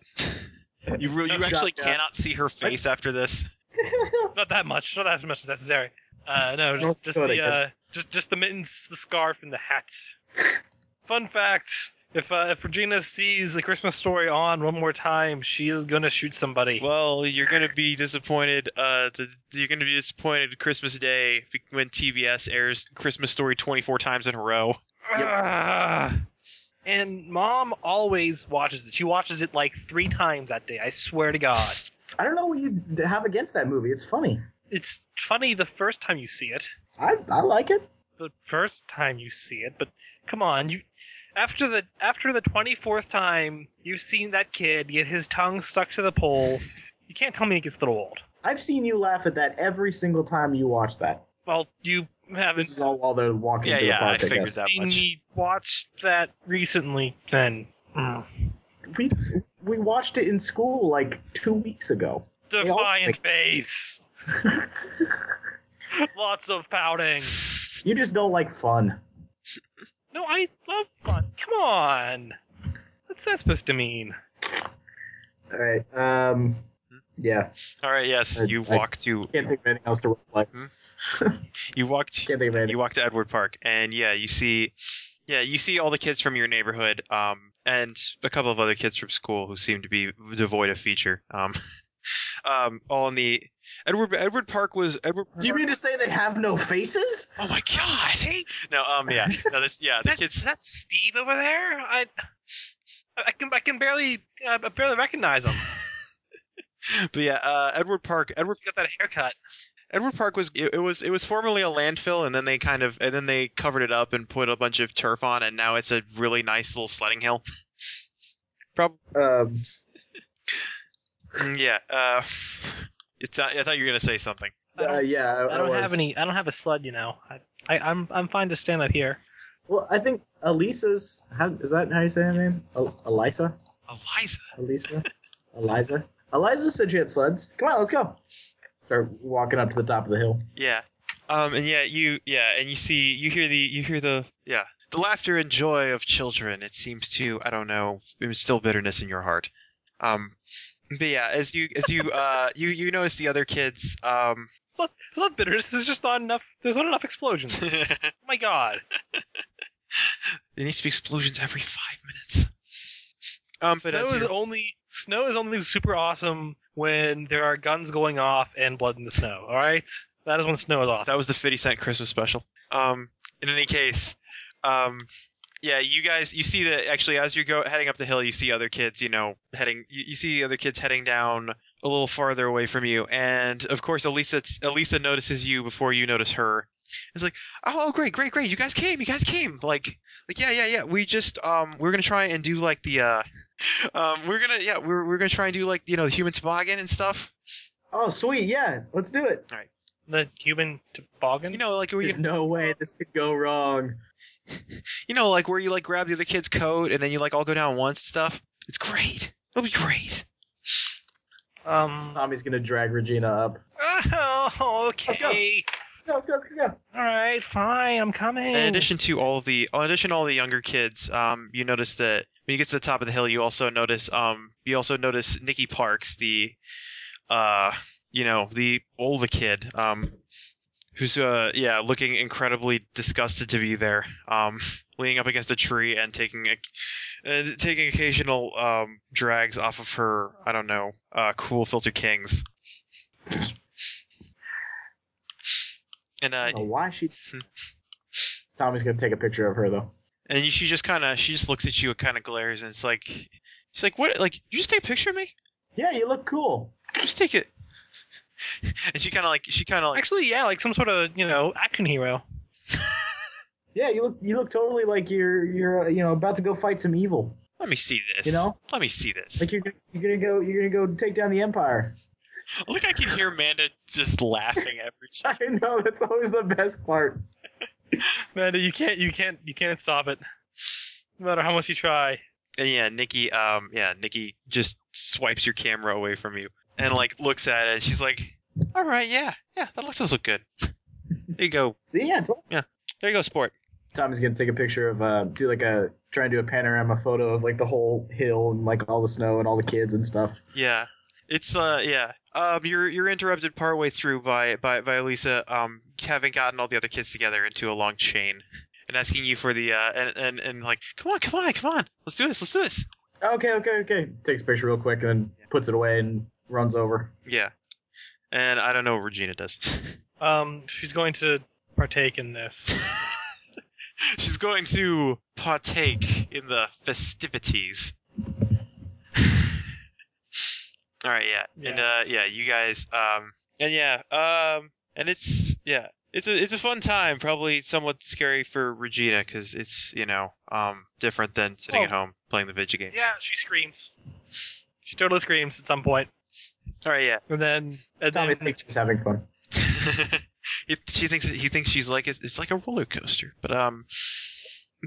You re- you
Shut
actually
up.
cannot see her face after this.
Not that much. Not that much is necessary. Uh, no,
It's
just,
not
just
sorry,
the
'cause-
uh, just just the mittens, the scarf, and the hat. Fun fact: If uh, if Regina sees the Christmas story on one more time, she is gonna shoot somebody.
<laughs> Well, you're gonna be disappointed. Uh, th- you're gonna be disappointed Christmas Day be- when TBS airs Christmas Story 24 times in a row.
Yep.
Ah. and mom always watches it. She watches it like three times that day. I swear to God,
<laughs> I don't know what you have against that movie. It's funny.
it's funny the first time you see it.
I I like it.
the first time you see it, but come on, you after the after the twenty fourth time you've seen that kid get his tongue stuck to
<laughs>
the pole, you can't tell me it gets a little old.
I've seen you laugh at that every single time you watch that.
Well, you haven't
This is all while they're walking
Yeah,
through
yeah,
the park.
I
I,
figured
guess.
that
seen
much.
me watch that recently. Then Mm.
We we watched it in school like two weeks ago. all
defiant face, <laughs> lots of pouting.
You just don't like fun.
No, I love fun. Come on, what's that supposed to mean?
All right. Um, yeah.
All right. Yes,
I-
you
I-
walk to
Can't think of anything else to roll like.
you walk to
Can't think of
you
anything.
walk to Edward Park, and yeah, you see, yeah, you see all the kids from your neighborhood, um, and a couple of other kids from school who seem to be devoid of feature. Um, <laughs> um, all in the Edward Edward Park was Edward. Park,
Do you mean to say they have no faces?
oh my god!
Hey,
No, um, yeah, no, that's yeah, the
that's,
kids.
that's Steve over there. I, I can, I can barely, I barely recognize him.
But yeah, uh, Edward Park, Edward
He's got that haircut.
Edward Park was it, it was it was formerly a landfill, and then they kind of and then they covered it up and put a bunch of turf on, and now it's a really nice little sledding hill. <clears throat> Probably,
Um,
yeah. Uh, it's not, I thought you were gonna say something.
I don't,
uh, yeah. I,
I don't
was.
have any. I don't have a sled, you know. I, I, I'm, I'm fine to stand up here.
Well, I think Elisa's. How is that? How you say her name? El- Elisa.
Eliza.
<laughs>
Elisa. Eliza. Eliza said she had sleds. Come on, let's go. Start walking up to the top of the hill.
Yeah. Um. And yeah, you yeah, and you see you hear the you hear the yeah the laughter and joy of children. It seems to I don't know instill bitterness in your heart. Um. But yeah, as you as you uh you you notice the other kids um
It's not, it's not bitterness. There's just not enough. There's not enough explosions. oh my god.
There needs to be explosions every five minutes. Um, but
snow
as
is
you're-
only snow is only super awesome when there are guns going off and blood in the snow. All right, that is when snow is awesome.
that was the fifty cent Christmas special. Um, in any case, um, yeah, you guys, you see that actually as you go heading up the hill, you see other kids, you know, heading. You, you see the other kids heading down a little farther away from you, and of course, Elisa Elisa notices you before you notice her. It's like, oh, great, great, great! You guys came, you guys came. Like, like, yeah, yeah, yeah. We just, um, we're gonna try and do like the, uh, <laughs> um, we're gonna, yeah, we're we're gonna try and do like you know the human toboggan and stuff.
Oh, sweet. Yeah, let's do it.
The human toboggan.
You know, like where you
There's no way this could go wrong.
you know, like where you like grab the other kid's coat and then you like all go down once and stuff. It's great. It'll be great.
um. <laughs>
Tommy's gonna drag Regina up.
Oh,
Let's go.
okay.
No, let's go. Let's go.
All right, fine. I'm coming.
In addition to all of the, in addition to all the younger kids, um, you notice that when you get to the top of the hill, you also notice, um, you also notice Nikki Parks, the, uh, you know, the older kid, um, who's, uh, yeah, looking incredibly disgusted to be there, um, <laughs> leaning up against a tree and taking, a, and taking occasional, um, drags off of her, I don't know, uh, cool filter kings. And
I
uh,
don't know why
<laughs>
she. Tommy's gonna take a picture of her though.
and she just kind of she just looks at you and kind of glares and it's like she's like what like you just take a picture of me
Yeah, you look cool.
just take it <laughs> and she kind of like she kind of like
Actually, yeah, like some sort of you know action hero.
Yeah, you look. You look totally like you're you're uh, you know about to go fight some evil.
let me see this
You know?
let me see this
Like you're gonna- you're gonna go you're gonna go take down the empire.
<laughs> look i can hear amanda just laughing every time
<laughs> I know that's always the best part.
Man, you can't, you can't, you can't stop it. No matter how much you try.
and yeah nikki um yeah nikki just swipes your camera away from you and like looks at it and she's like all right yeah yeah that looks does look good <laughs> there you go
See, yeah, totally.
there you go sport
Tommy's gonna take a picture of uh do like a try and do a panorama photo of like the whole hill and like all the snow and all the kids and stuff.
Yeah. It's uh yeah. Um you're you're interrupted partway through by by by Elisa um having gotten all the other kids together into a long chain and asking you for the uh and and, and like come on come on come on let's do this let's do this.
Okay, okay, okay. Takes a picture real quick and then puts it away and runs over.
Yeah. And I don't know what Regina does. <laughs>
Um, she's going to partake in this.
<laughs> She's going to partake in the festivities. <laughs> All right, yeah, and uh,
Yes.
yeah, you guys, um, and yeah, um, and it's yeah, it's a it's a fun time. Probably somewhat scary for Regina because it's you know um different than sitting at
Oh.
home playing the video games.
yeah, she screams. She totally screams at some point,
All right, yeah. <laughs>
and then and
Tommy
then
thinks she's having fun.
He- she thinks he thinks she's like it's, it's like a roller coaster, but um,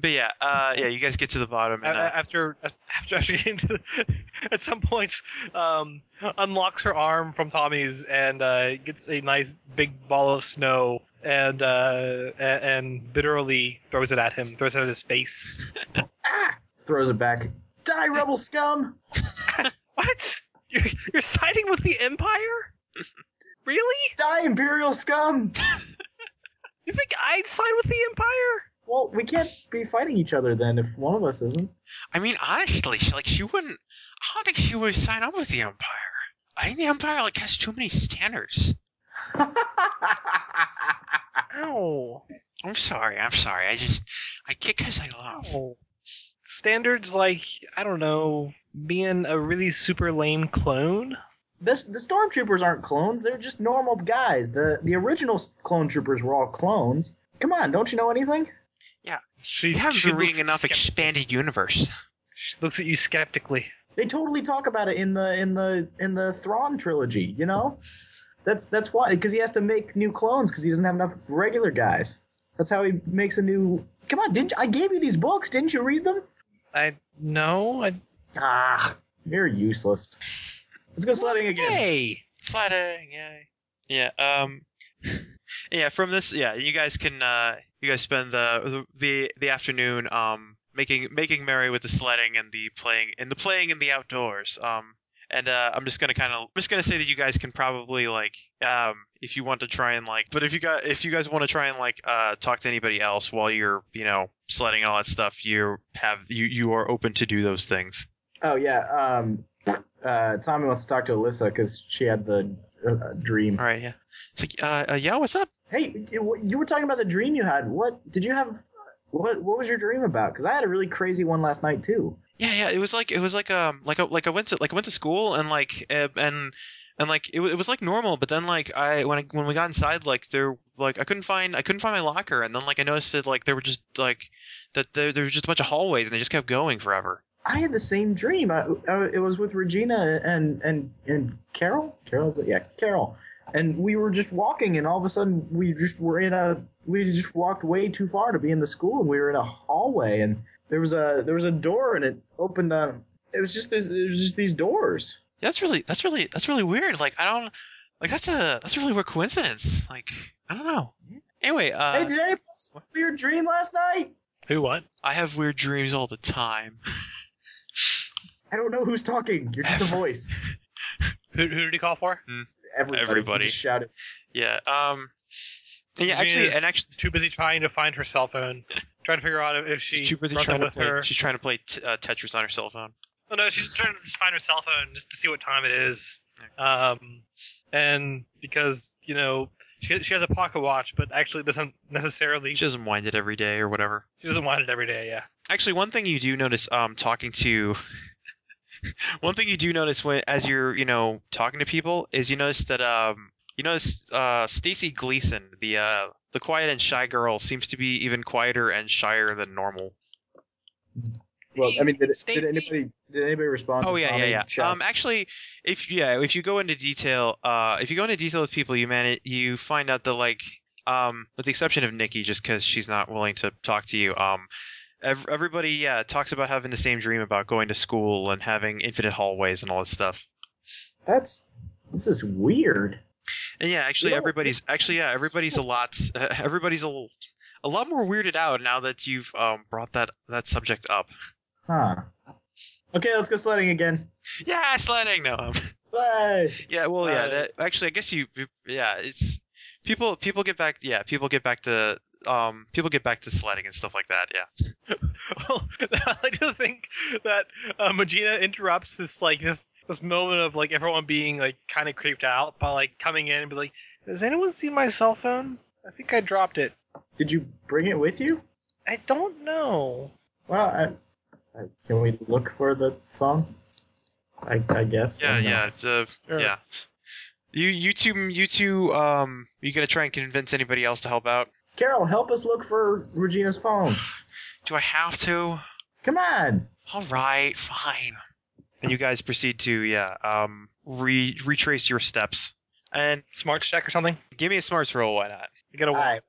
but yeah, uh, yeah, you guys get to the bottom.
a-
And, uh,
a- after <laughs> after after getting to the, <laughs> at some points um, unlocks her arm from Tommy's and uh, gets a nice big ball of snow and uh, a- and bitterly throws it at him, throws it at his face. <laughs>
Ah! Throws it back. Die, rebel scum!
What? You're, you're siding with the <laughs> Empire? really?
Die, Imperial scum!
You think I'd side with the Empire?
Well, we can't be fighting each other then if one of us isn't. <laughs>
I mean, honestly, she- like she wouldn't. I don't think she would sign up with the Empire. I think the Empire like has too many standards.
Ow.
I'm sorry. I'm sorry. I just I kick because I love.
Ow. Standards like, I don't know, being a really super lame clone?
this, the stormtroopers aren't clones; they're just normal guys. the The original s- clone troopers were all clones. Come on, don't you know anything?
She,
You haven't
she
been
looks
reading
at you
enough
skept-
expanded universe.
she looks at you skeptically.
They totally talk about it in the in the in the Thrawn trilogy. You know, that's that's why because he has to make new clones because he doesn't have enough regular guys. That's how he makes a new. Come on, didn't I gave you these books? Didn't you read them?
I no, I
Ah, you're useless. Let's go sledding again.
hey.
Sliding, yay. Yeah, um <laughs> Yeah, from this yeah, you guys can uh you guys spend the the the afternoon um making making merry with the sledding and the playing and the playing in the outdoors. Um and uh, I'm just gonna kind of just gonna say that you guys can probably like um, if you want to try and like but if you got if you guys want to try and like uh, talk to anybody else while you're you know sledding and all that stuff you have you you are open to do those things.
Oh yeah. Um, uh, Tommy wants to talk to Alyssa because she had the uh, dream.
All right, yeah. So uh, uh, yeah, what's up?
Hey, you you were talking about the dream you had. What did you have? What what was your dream about? Because I had a really crazy one last night too.
Yeah, yeah. It was like it was like um like a, like I went to like I went to school and like eh, and and like it, wa- it was like normal, but then like I when I, when we got inside like there like I couldn't find I couldn't find my locker, and then like I noticed that like there were just like that there, there was just a bunch of hallways and they just kept going forever.
I had the same dream. I, I, it was with Regina and and and Carol. Carol's yeah, Carol. And we were just walking, and all of a sudden we just were in a we just walked way too far to be in the school, and we were in a hallway, and there was a there was a door, and it opened on. It was just this. It was just these doors.
That's really that's really that's really weird. Like I don't like that's a that's a really weird coincidence. Like I don't know. Anyway,
hey,
uh,
did anyone else have a weird dream last night?
Who what?
I have weird dreams all the time. <laughs>
I don't know who's talking. You're just a voice.
Who, who did he call for?
Everybody,
Everybody.
just shouted.
Yeah. Um. and yeah.
Regina
Actually,
is
and actually,
too busy trying to find her cell phone, trying to figure out if she
she's too busy
brought them
trying to
with
play.
her.
She's trying to play t- uh, Tetris on her cell phone.
Oh no, she's trying to just find her cell phone just to see what time it is. Um, and because you know she she has a pocket watch, but actually doesn't necessarily
She doesn't wind it every day or whatever.
she doesn't want it every day. Yeah,
Actually, one thing you do notice, um, talking to, <laughs> one thing you do notice when as you're you know talking to people is you notice that um you notice uh Stacy Gleason the uh the quiet and shy girl seems to be even quieter and shyer than normal.
Well, I mean, did, did
Stacey.
anybody did anybody respond?
Oh
to
yeah,
Tommy
yeah,
Chat?
yeah. Um, actually, if yeah, if you go into detail, uh, if you go into detail with people, you man, you find out that like, um, with the exception of Nikki, just because she's not willing to talk to you, um, ev- everybody yeah talks about having the same dream about going to school and having infinite hallways and all this stuff.
That's this is weird.
And yeah, actually,
Yeah.
everybody's actually yeah, everybody's a lot, <laughs> everybody's a, l- a lot more weirded out now that you've um brought that that subject up.
Huh. Okay, let's go sledding again.
Yeah, sledding. No, um,
Sled.
Yeah, well,
Uh,
yeah. That, actually, I guess you. you- Yeah, it's people. People get back. Yeah, people get back to. Um, people get back to sledding and stuff like that. Yeah.
Well, <laughs> I do think that um, Regina interrupts this like this this moment of like everyone being like kind of creeped out by like coming in and be like, "Does anyone see my cell phone? I think I dropped it.
Did you bring it with you?
I don't know."
Well, I, I, can we look for the phone? I, I guess.
Yeah,
I'm not-
yeah. It's uh,
Sure.
yeah. You, you two, you two. Um, you gonna try and convince anybody else to help out?
Carol, help us look for Regina's phone.
Do I have to?
Come on.
All right, fine. And you guys proceed to yeah. Um, re- retrace your steps and
Smarts check or something.
give me a smarts roll. Why not?
You gotta walk.
I.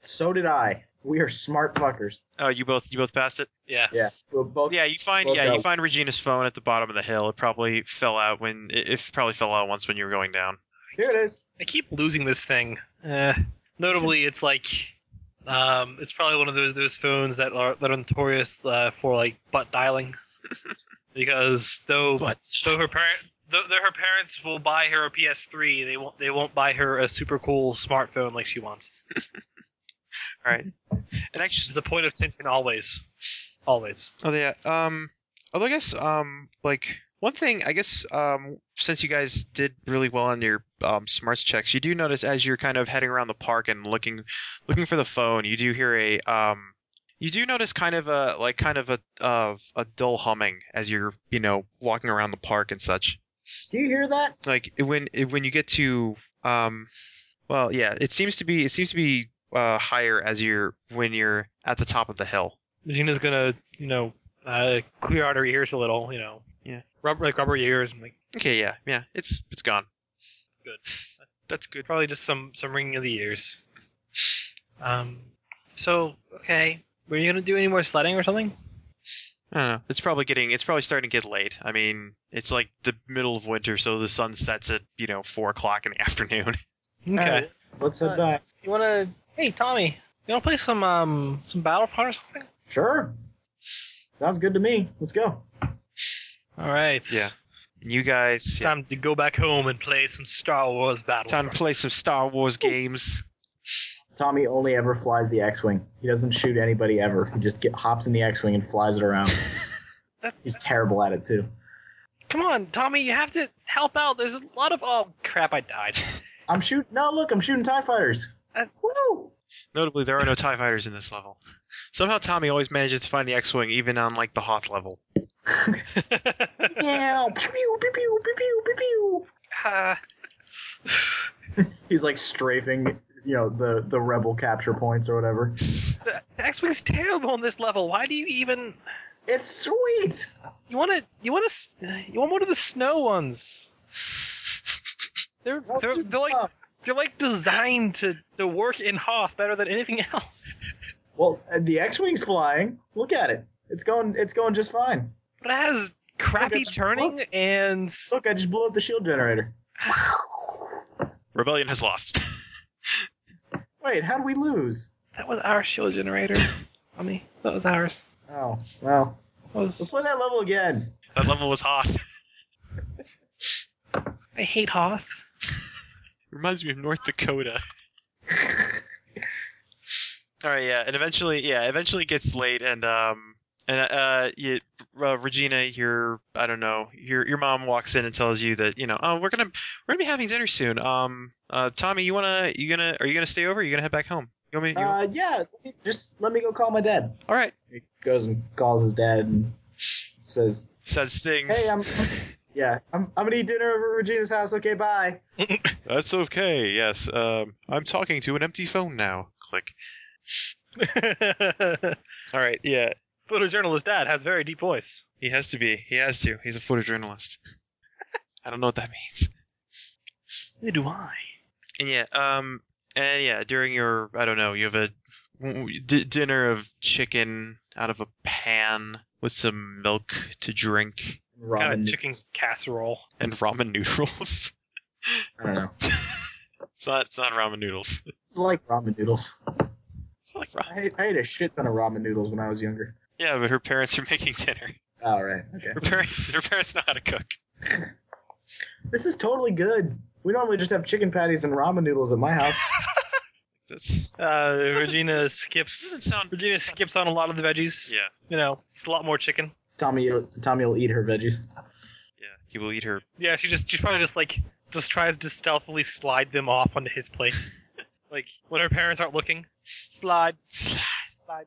So did I. We are smart fuckers.
Oh, you both, you both passed it.
Yeah.
Yeah. We're both.
Yeah, you find
Well,
yeah,
no.
you find Regina's phone at the bottom of the hill. It probably fell out when it, it probably fell out once when you were going down.
Here it is.
I keep losing this thing. Uh, notably, it's like um, it's probably one of those those phones that are that are notorious uh, for like butt dialing, <laughs> because though
But
though her parent Though though her parents will buy her a PS3, they won't. They won't buy her a super cool smartphone like she
<laughs>
wants.
And actually,
It's the point of tension always, always.
Oh yeah. Um. Although I guess um like one thing I guess um since you guys did really well on your um smarts checks, you do notice as you're kind of heading around the park and looking looking for the phone, you do hear a um you do notice kind of a like kind of a of a dull humming as you're you know walking around the park and such.
Do you hear that?
Like when when you get to um well yeah it seems to be it seems to be uh, higher as you're when you're at the top of the hill.
Gina's gonna, you know, uh, clear out her ears a little, you know.
Yeah.
Rub like rubber ears and like
Okay, yeah, yeah, it's it's gone.
Good.
That's good.
probably just some some ringing of the ears. Um. So okay, were you gonna do any more sledding or something?
I don't know. It's probably getting. It's probably starting to get late. I mean, it's like the middle of winter, so the sun sets at you know four o'clock in the <laughs> afternoon.
All
Okay.
right, let's head
Uh,
back.
You wanna? Hey Tommy, you wanna play some um some Battlefront or something?
Sure. Sounds good to me. Let's go.
All right.
Yeah. You guys,
It's
yeah,
time to go back home and play some Star Wars Battlefront.
time to play some Star Wars games.
Tommy only ever flies the X-wing. He doesn't shoot anybody ever. He just get, hops in the X-wing and flies it
<laughs>
around. He's terrible at it too.
Come on, Tommy, you have to help out. There's a lot of oh crap,
<laughs>
I died.
I'm shooting. No, look, I'm shooting Tie Fighters.
Uh,
Woo!
Notably, there are no Tie Fighters in this level. Somehow, Tommy always manages to find the X-wing, even on like the Hoth level.
Yeah. <laughs> Pew, pew, pew, pew, pew, pew, pew.
Ah.
He's like strafing, you know, the the rebel capture points or whatever.
The X Wing's terrible on this level. Why do you even
It's sweet.
you want to you want to you want one of the snow ones? They're they're, they're like they're like designed to, to work in Hoth better than anything else.
well, uh, the X-wing's flying. Look at it. It's going. It's going just fine.
But it has crappy turning and
Look, I just blew up the shield generator.
Rebellion has lost. <laughs>
Wait, how do we lose?
that was our
<laughs>
shield generator. I mean, that was ours.
Oh, well.
That
Let's
was,
play that level again.
that level was Hoth.
I hate Hoth.
<laughs> Reminds me of North Dakota. <laughs> All right, yeah, and eventually, yeah, eventually it gets late, and um, and uh, you, uh, Regina, your I don't know, your your mom walks in and tells you that you know, oh, we're gonna we're gonna be having dinner soon. Um, uh, Tommy, you wanna you gonna are you gonna stay over? Or you gonna head back home? You want me? You,
Uh, yeah, just let me go call my dad.
all right,
He goes and calls his dad and says,
says things.
"Hey, <laughs> I'm yeah, I'm I'm gonna eat dinner over at Regina's house. Okay, bye."
That's okay. Yes, um, I'm talking to an empty phone now. Click. All right, yeah,
<laughs> Photojournalist dad has very deep voice.
he has to be. He has to. He's a photojournalist. I don't know what that means.
Neither do I.
And yeah, um, and yeah, during your, I don't know, you have a d- dinner of chicken out of a pan with some milk to drink
Got a
Ramen.
chicken casserole.
and <laughs> ramen noodles.
I don't know.
it's not, it's not ramen noodles.
It's like ramen noodles.
It's not like ramen.
I ate, I ate a shit ton of ramen noodles when I was younger.
Yeah, but her parents are making dinner.
All right. Okay.
Her parents, her parents know how to cook.
This is totally good. We normally just have chicken patties and ramen noodles at my <laughs> house.
That's
Uh,
Doesn't-
Regina
doesn't
skips.
sound.
Regina skips on a lot of the veggies.
Yeah,
You know, it's a lot more chicken.
Tommy, Tommy will eat her veggies.
yeah. He will eat her.
Yeah, she just she's probably just like just tries to stealthily slide them off onto
<laughs>
his plate, like when her parents aren't looking. Slide.
Slide.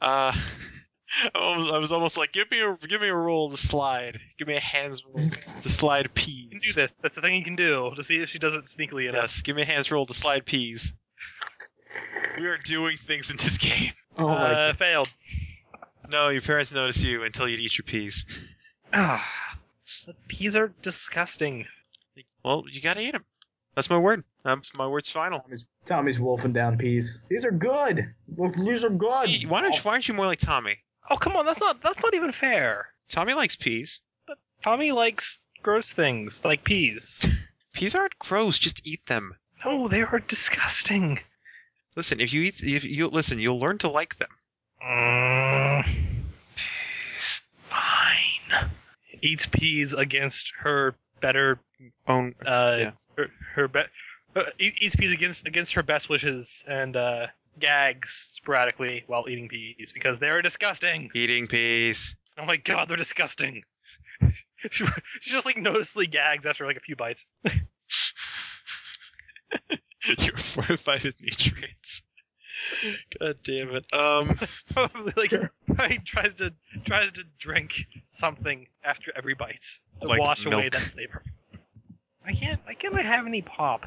Uh, <laughs> I was, I was almost like, give me a, give me a roll to slide. Give me a hands roll to slide peas.
You can do this. That's the thing you can do to see if she does it sneakily enough.
Yes, give me a hands roll to slide peas. We are doing things in this game.
Oh my
uh, failed.
No, your parents notice you until you eat your peas.
Ah, the peas are disgusting.
Well, you gotta eat them. That's my word. Um, my word's final.
Tommy's, Tommy's wolfing down peas. These are good. Look, These are good.
See, why, don't you, why aren't you more like Tommy?
Oh come on, that's not that's not even fair.
Tommy likes peas.
Tommy likes gross things like <laughs> peas.
Peas aren't gross. Just eat them.
no, Oh, they are disgusting.
Listen, if you eat, if you listen, you'll learn to like them.
Mm. Fine. Eats peas against her better
Bone.
uh,
Yeah.
her, her be- uh, eats peas against against her best wishes and uh, gags sporadically while eating peas because they're disgusting.
Eating peas.
Oh my god, they're disgusting. <laughs> she, she just like noticeably gags after like a few bites.
<laughs> You're fortified with nutrients. <laughs> God damn it. Um,
<laughs> Probably like probably tries to tries to drink something after every bite to
Like
wash away
milk.
that flavor. I can't. I can't. I have any pop.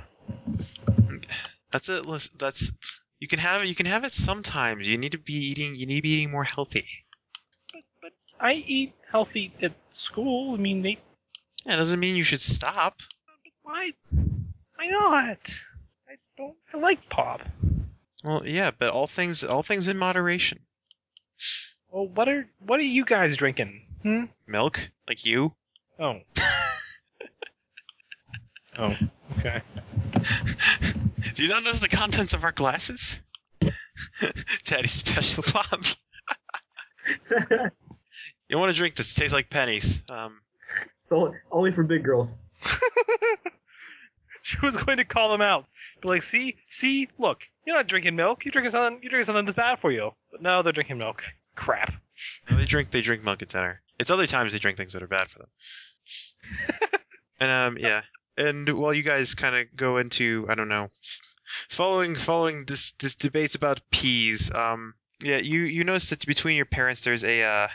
that's it. Listen, that's you can have you can have it sometimes. You need to be eating. You need to be eating more healthy.
I eat healthy at school. I mean, they
Yeah, it doesn't mean you should stop.
Why? Why not? I don't. I like pop.
Well, yeah, but all things all things in moderation.
Well, what are what are you guys drinking? Hmm.
Milk, like you. <laughs>
Oh. oh. Okay.
Do you not notice the contents of our glasses? <laughs> Daddy's special <laughs> pop. You want a drink that tastes like pennies. Um,
it's only, only for big girls.
<laughs> She was going to call them out. Be like, see, see, look, you're not drinking milk. You're drinking something. You're drinking something that's bad for you. But no, they're drinking milk. Crap.
no, they drink they drink milk at dinner. It's other times they drink things that are bad for them. and um, yeah. And while you guys kind of go into I don't know, following following this this debates about peas. Um, yeah, you you notice that between your parents there's a uh,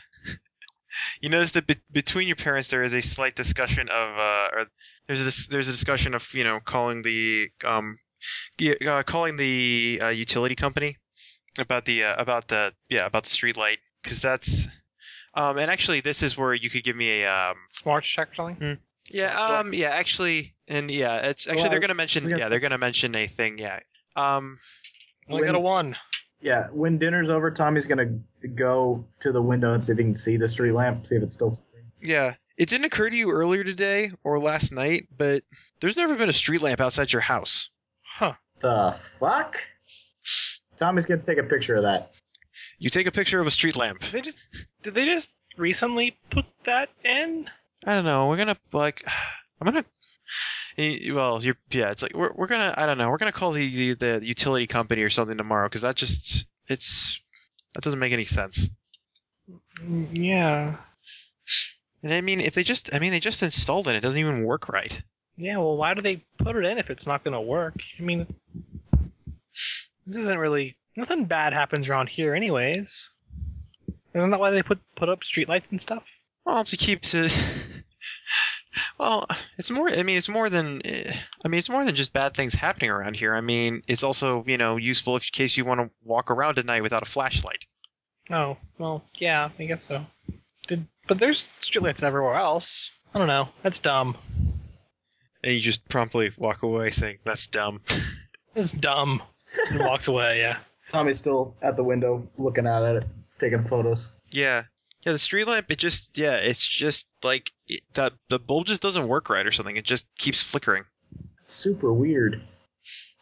<laughs> you notice that be- between your parents there is a slight discussion of uh, or there's a dis- there's a discussion of you know calling the um, yeah, uh, calling the uh, utility company about the uh, about the yeah about the street light because that's um and actually this is where you could give me a um
Smart check or something.
yeah
Sounds
um yeah actually and yeah it's actually
Well,
they're
I-
gonna
I
mention
was gonna
yeah
say-
they're gonna mention a thing yeah um
Well, I got a one.
Yeah, when dinner's over, Tommy's gonna go to the window and see if he can see the street lamp, see if it's still.
yeah it didn't occur to you earlier today or last night but there's never been a street lamp outside your house
Huh.
The fuck? Tommy's gonna take a picture of that.
you take a picture of a street lamp
Did they just did they just recently put that in?
I don't know. We're gonna like, <sighs> I'm gonna. eh, Well, you're, yeah, it's like we're, we're gonna. I don't know. We're gonna call the the, the utility company or something tomorrow because that just it's that doesn't make any sense.
Yeah.
And I mean, if they just, I mean, they just installed it. It doesn't even work right.
Yeah, well, why do they put it in if it's not going to work? I mean, this isn't really nothing bad happens around here, anyways. Isn't that why they put put up streetlights and stuff?
Well, to keep to. <laughs> Well, it's more. I mean, it's more than. eh, I mean, it's more than just bad things happening around here. I mean, it's also you know useful if, in case you want to walk around at night without a flashlight.
Oh, well, yeah, I guess so. Did but there's streetlights everywhere else. I don't know. That's dumb.
And you just promptly walk away saying, "That's dumb."
It's dumb. And walks away. Yeah.
Tommy's still at the window looking out at it, taking photos.
Yeah. Yeah, the street lamp, it just, yeah, it's just like it, that the bulb just doesn't work right or something. It just keeps flickering.
super weird.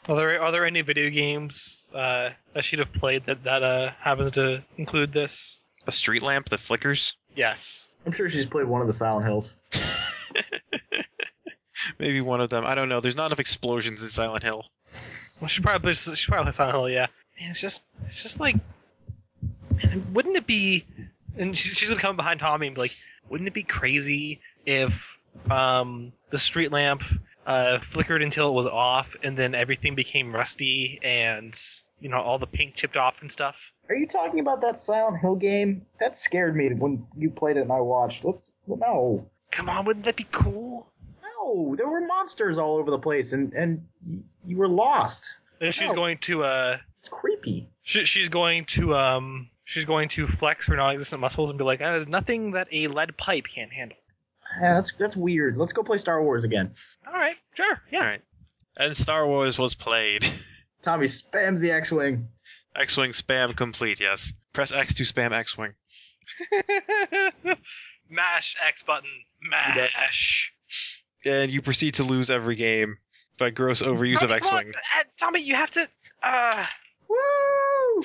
Are there are there any video games uh, that she'd have played that that uh, happens to include this?
A street lamp that flickers?
Yes.
I'm sure she's played one of the Silent Hills.
Maybe one of them. I don't know. There's not enough explosions in Silent Hill.
Well, she probably <laughs> she probably lives on Hill, yeah. Man, it's just it's just like, man, wouldn't it be? And she's, she's gonna come behind Tommy and be like, wouldn't it be crazy if um the street lamp uh flickered until it was off, and then everything became rusty, and you know all the paint chipped off and stuff.
Are you talking about that Silent Hill game? That scared me when you played it and I watched. What? No.
Come on, wouldn't that be cool?
No, there were monsters all over the place and, and y- you were lost.
And she's
No.
going to uh
It's creepy.
She, she's going to um she's going to flex her non-existent muscles and be like, "Ah, "There's nothing that a lead pipe can't handle."
Yeah, that's that's weird. Let's go play Star Wars again.
All right, sure,
All
yeah.
right. And Star Wars was played. <laughs>
Tommy spams the X-wing.
X Wing spam complete, yes. Press X to spam X Wing.
<laughs> Mash X button. Mash.
And you proceed to lose every game by gross overuse of
Tommy,
X
come on,
Wing.
uh, Tommy, you have to uh,
Woo!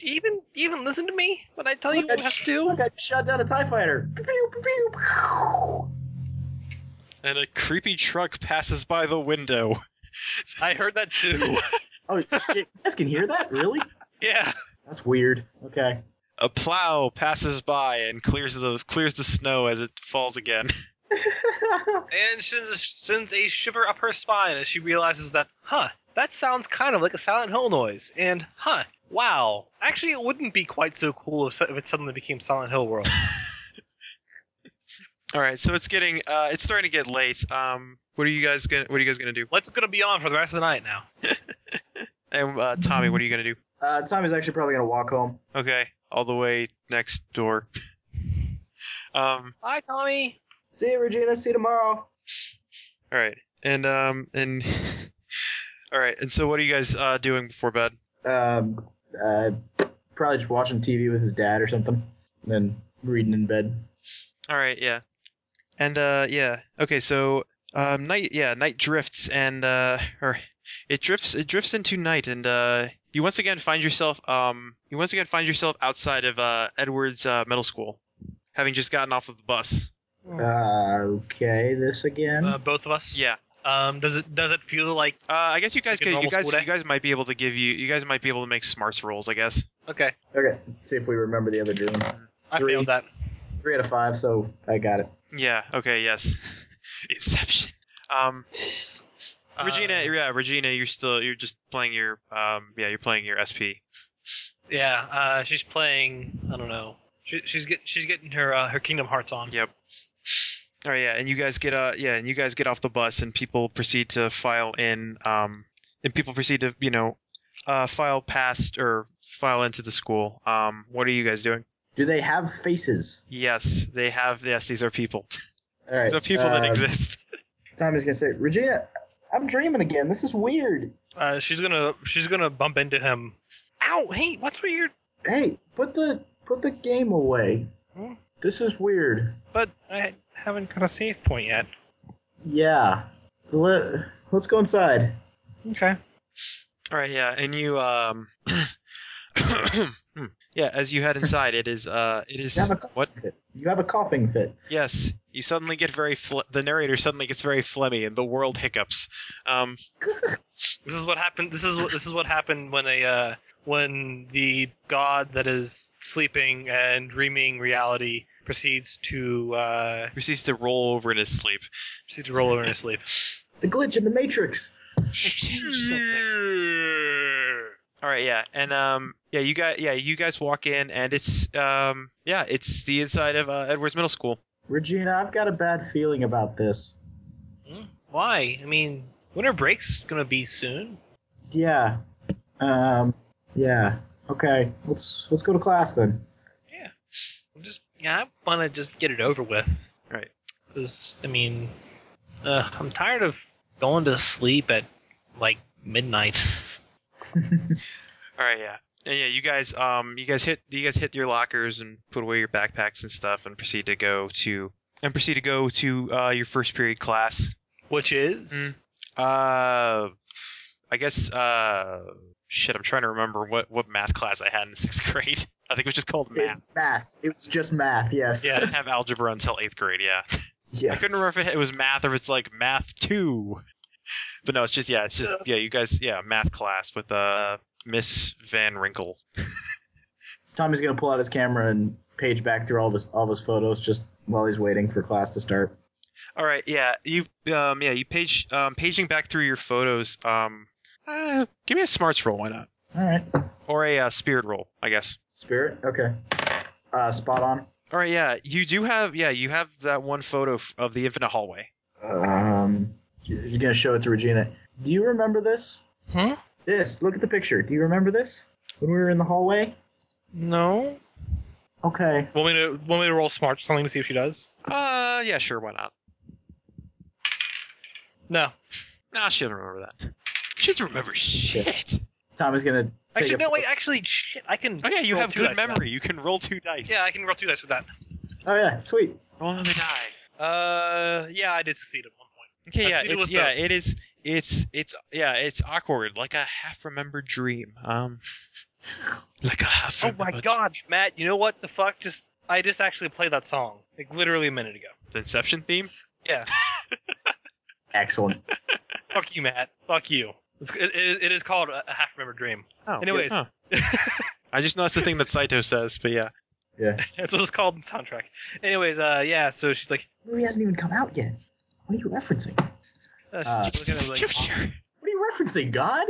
even even listen to me when I tell you
Look, I
what you have
just-
to do.
Look, I just shot down a Tie Fighter. Pew, pew, pew, pew.
and a creepy truck passes by the window.
I heard that too.
Oh, shit. You guys can hear that? Really?
<laughs> yeah.
That's weird. Okay.
A plow passes by and clears the clears the snow as it falls again. <laughs>
And sends a, sends a shiver up her spine as she realizes that, huh, that sounds kind of like a Silent Hill noise. And, huh, wow. Actually, it wouldn't be quite so cool if, if it suddenly became Silent Hill <laughs> World.
All right, so it's getting uh, it's starting to get late. Um, what are you guys gonna What are you guys gonna do?
Let's gonna be on for the rest of the night now.
And uh, Tommy, what are you gonna do?
uh, Tommy's actually probably going to walk home.
Okay, all the way next door. <laughs> um,
Hi, Tommy.
See you, Regina. See you tomorrow.
all right, and um, and <laughs> all right, and so what are you guys uh, doing before bed?
Um, uh, probably just watching TV with his dad or something, and then reading in bed.
All right, yeah. And uh yeah. Okay, so um night yeah, night drifts and uh or it drifts it drifts into night and uh you once again find yourself um you once again find yourself outside of uh Edward's uh, middle school having just gotten off of the bus.
Uh, okay, this again.
Uh, both of us.
Yeah.
Um. Does it does it feel like
Uh I guess you guys
Like a
could you
normal
guys
school day?
you guys might be able to give you you guys might be able to make smarts rolls, I guess.
okay?
okay, see if we remember the other June.
I
Three.
failed that.
Three out of five, so I got it.
Yeah, okay, yes. <laughs> Inception. Um
Uh,
Regina, yeah, Regina, you're still you're just playing your um yeah, you're playing your SP.
Yeah. Uh. She's playing. I don't know. She, she's get she's getting her uh, her Kingdom Hearts on.
Yep. Oh yeah, and you guys get uh yeah, and you guys get off the bus and people proceed to file in um and people proceed to, you know, uh file past or file into the school. Um what are you guys doing?
Do they have faces?
Yes, they have yes, these are people.
All right.
These are people that
uh,
exist. <laughs>
Tommy's gonna say, Regina, I'm dreaming again. This is weird.
Uh. She's gonna she's gonna bump into him. Ow! Hey, what's with your
Hey, put the put the game away.
Hmm?
This is weird.
But I haven't got a save point yet.
Yeah. Let, let's go inside.
Okay.
All right, yeah, and you um <coughs> Hmm. yeah, as you head inside, it is uh it is
You have a coughing
what?
fit. You have a coughing fit.
Yes, you suddenly get very fle- the narrator suddenly gets very phlegmy and the world hiccups. Um
This is what happened. This is what this is what happened when a uh, when the god that is sleeping and dreaming reality proceeds to uh,
proceeds to roll over in his sleep.
proceeds to roll over in his sleep.
The glitch in the matrix.
All right, yeah, and um, yeah, you guys, yeah, you guys walk in, and it's um, yeah, it's the inside of uh, Edwards Middle School.
Regina, I've got a bad feeling about this.
Hmm? Why? I mean, winter break's gonna be soon.
Yeah. Um. Yeah. Okay. Let's let's go to class then.
I'm just yeah, I want to just get it over with.
Right.
Because I mean, uh, I'm tired of going to sleep at like midnight.
All right, yeah, and yeah, you guys, um, you guys hit, you guys hit your lockers and put away your backpacks and stuff, and proceed to go to, and proceed to go to uh, your first period class.
Which is
Hmm. Uh, I guess uh, shit, I'm trying to remember what what math class I had in <laughs> sixth grade. I think it was just called math.
It- math. It was just math. Yes.
I
yeah.
didn't have algebra until eighth grade. Yeah. I
Yeah.
couldn't remember if it, it was math or if it's like math two. But no, it's just yeah, it's just yeah, you guys yeah, math class with uh Miss Van Wrinkle.
Tommy's gonna pull out his camera and page back through all of his all of his photos just while he's waiting for class to start.
All right, yeah, you um yeah, you page um paging back through your photos. Um, uh, give me a smarts roll, why not?
All right.
Or a uh, spirit roll, I guess.
Spirit. Okay. Uh, spot on.
All right, yeah, you do have yeah, you have that one photo f- of the infinite hallway.
Um, he's gonna show it to Regina. Do you remember this?
Hmm?
This. Look at the picture. Do you remember this? When we were in the hallway.
No.
Okay.
Want me to want me to roll smart something to see if she does?
Uh, yeah, sure, why not?
No.
Nah, she doesn't remember that. She doesn't remember shit.
Tommy's gonna. Take
Actually,
a-
no. Wait. Actually, shit. I can.
Oh yeah, you
roll
have
two
good
dice for that.
memory. You can roll two dice.
Yeah, I can roll two dice with that.
Oh yeah. Sweet.
roll another die.
Uh, yeah, I did succeed at one point.
Okay, yeah,
Let's do it
it's,
with
yeah, it is. It's it's yeah, it's awkward, like a half-remembered dream. Um, <laughs> like a half.
Oh my god, Matt. You know what the fuck? Just I just actually played that song like literally a minute ago.
The Inception theme.
Yeah.
<laughs> Excellent.
Fuck you, Matt. Fuck you. It's, it, it it is called a a half-remembered dream. <laughs>
Oh,
Anyways.
huh. <laughs> I just know it's the thing that Saito says, but yeah.
That's what it's called in the soundtrack. Anyways, uh, yeah. So she's like,
The movie hasn't even come out yet. What are you referencing?
uh,
Uh,
she's looking at it like,
What are you referencing, God?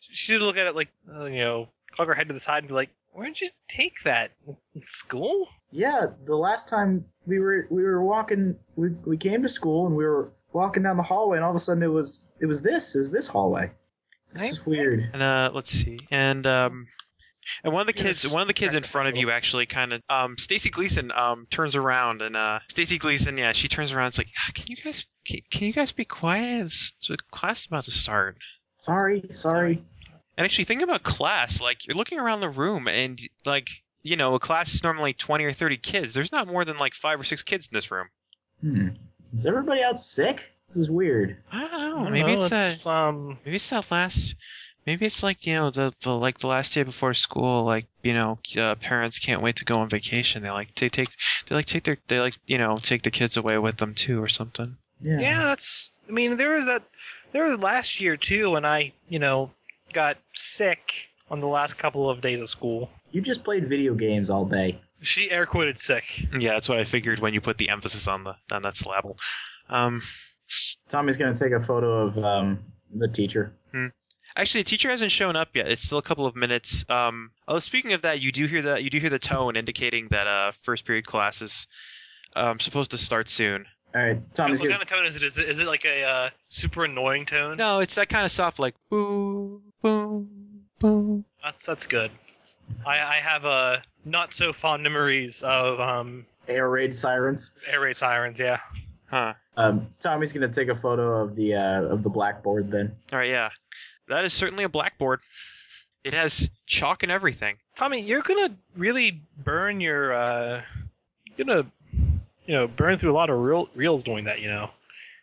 she should look at it like, uh, you know, cock her head to the side and be like, "Where'd you take that? In School?
Yeah, the last time we were we were walking, we, we came to school and we were walking down the hallway, and all of a sudden it was it was this it was this hallway. This
Right.
is weird.
And uh, let's see. And um, and one of the
Yeah,
kids,
just
one of the kids in
crack
front of you actually kind of um, Stacy Gleason um turns around and uh, Stacy Gleason, yeah, she turns around. It's like, "Ah, can you guys, can, can you guys be quiet? It's- The class is about to start.
Sorry, sorry.
And actually, think about class. Like you're looking around the room, and like you know, a class is normally twenty or thirty kids. There's not more than like five or six kids in this room.
Hmm. Is everybody out sick? This is weird.
I don't know.
I don't
Oh, maybe
know,
it's a
um,
Maybe it's that last. Maybe it's like you know the, the like the last day before school. Like you know, uh, parents can't wait to go on vacation. They like they take they like take their they like you know take the kids away with them too or something.
Yeah.
yeah. That's. I mean, there was that. There was last year too when I, you know, got sick on the last couple of days of school.
You just played video games all day.
She air quoted sick.
Yeah, that's what I figured when you put the emphasis on the on that syllable. Um,
Tommy's gonna take a photo of um, the teacher.
actually, the teacher hasn't shown up yet. It's still a couple of minutes. Um, oh, speaking of that, you do hear the you do hear the tone indicating that uh first period class is um supposed to start soon.
All right, Tommy's
what
gonna.
kind of tone is it? Is it, is it like a uh, super annoying tone?
No, it's that kind of soft like boo boo boo.
That's that's good. I, I have uh, not so fond memories of um,
air raid sirens.
air raid sirens. Yeah.
Huh.
Um, Tommy's gonna take a photo of the uh, of the blackboard. Then
All right, yeah. That is certainly a blackboard. It has chalk and everything.
Tommy, you're gonna really burn your. Uh, you're gonna, you know, burn through a lot of reel- reels doing that. You know.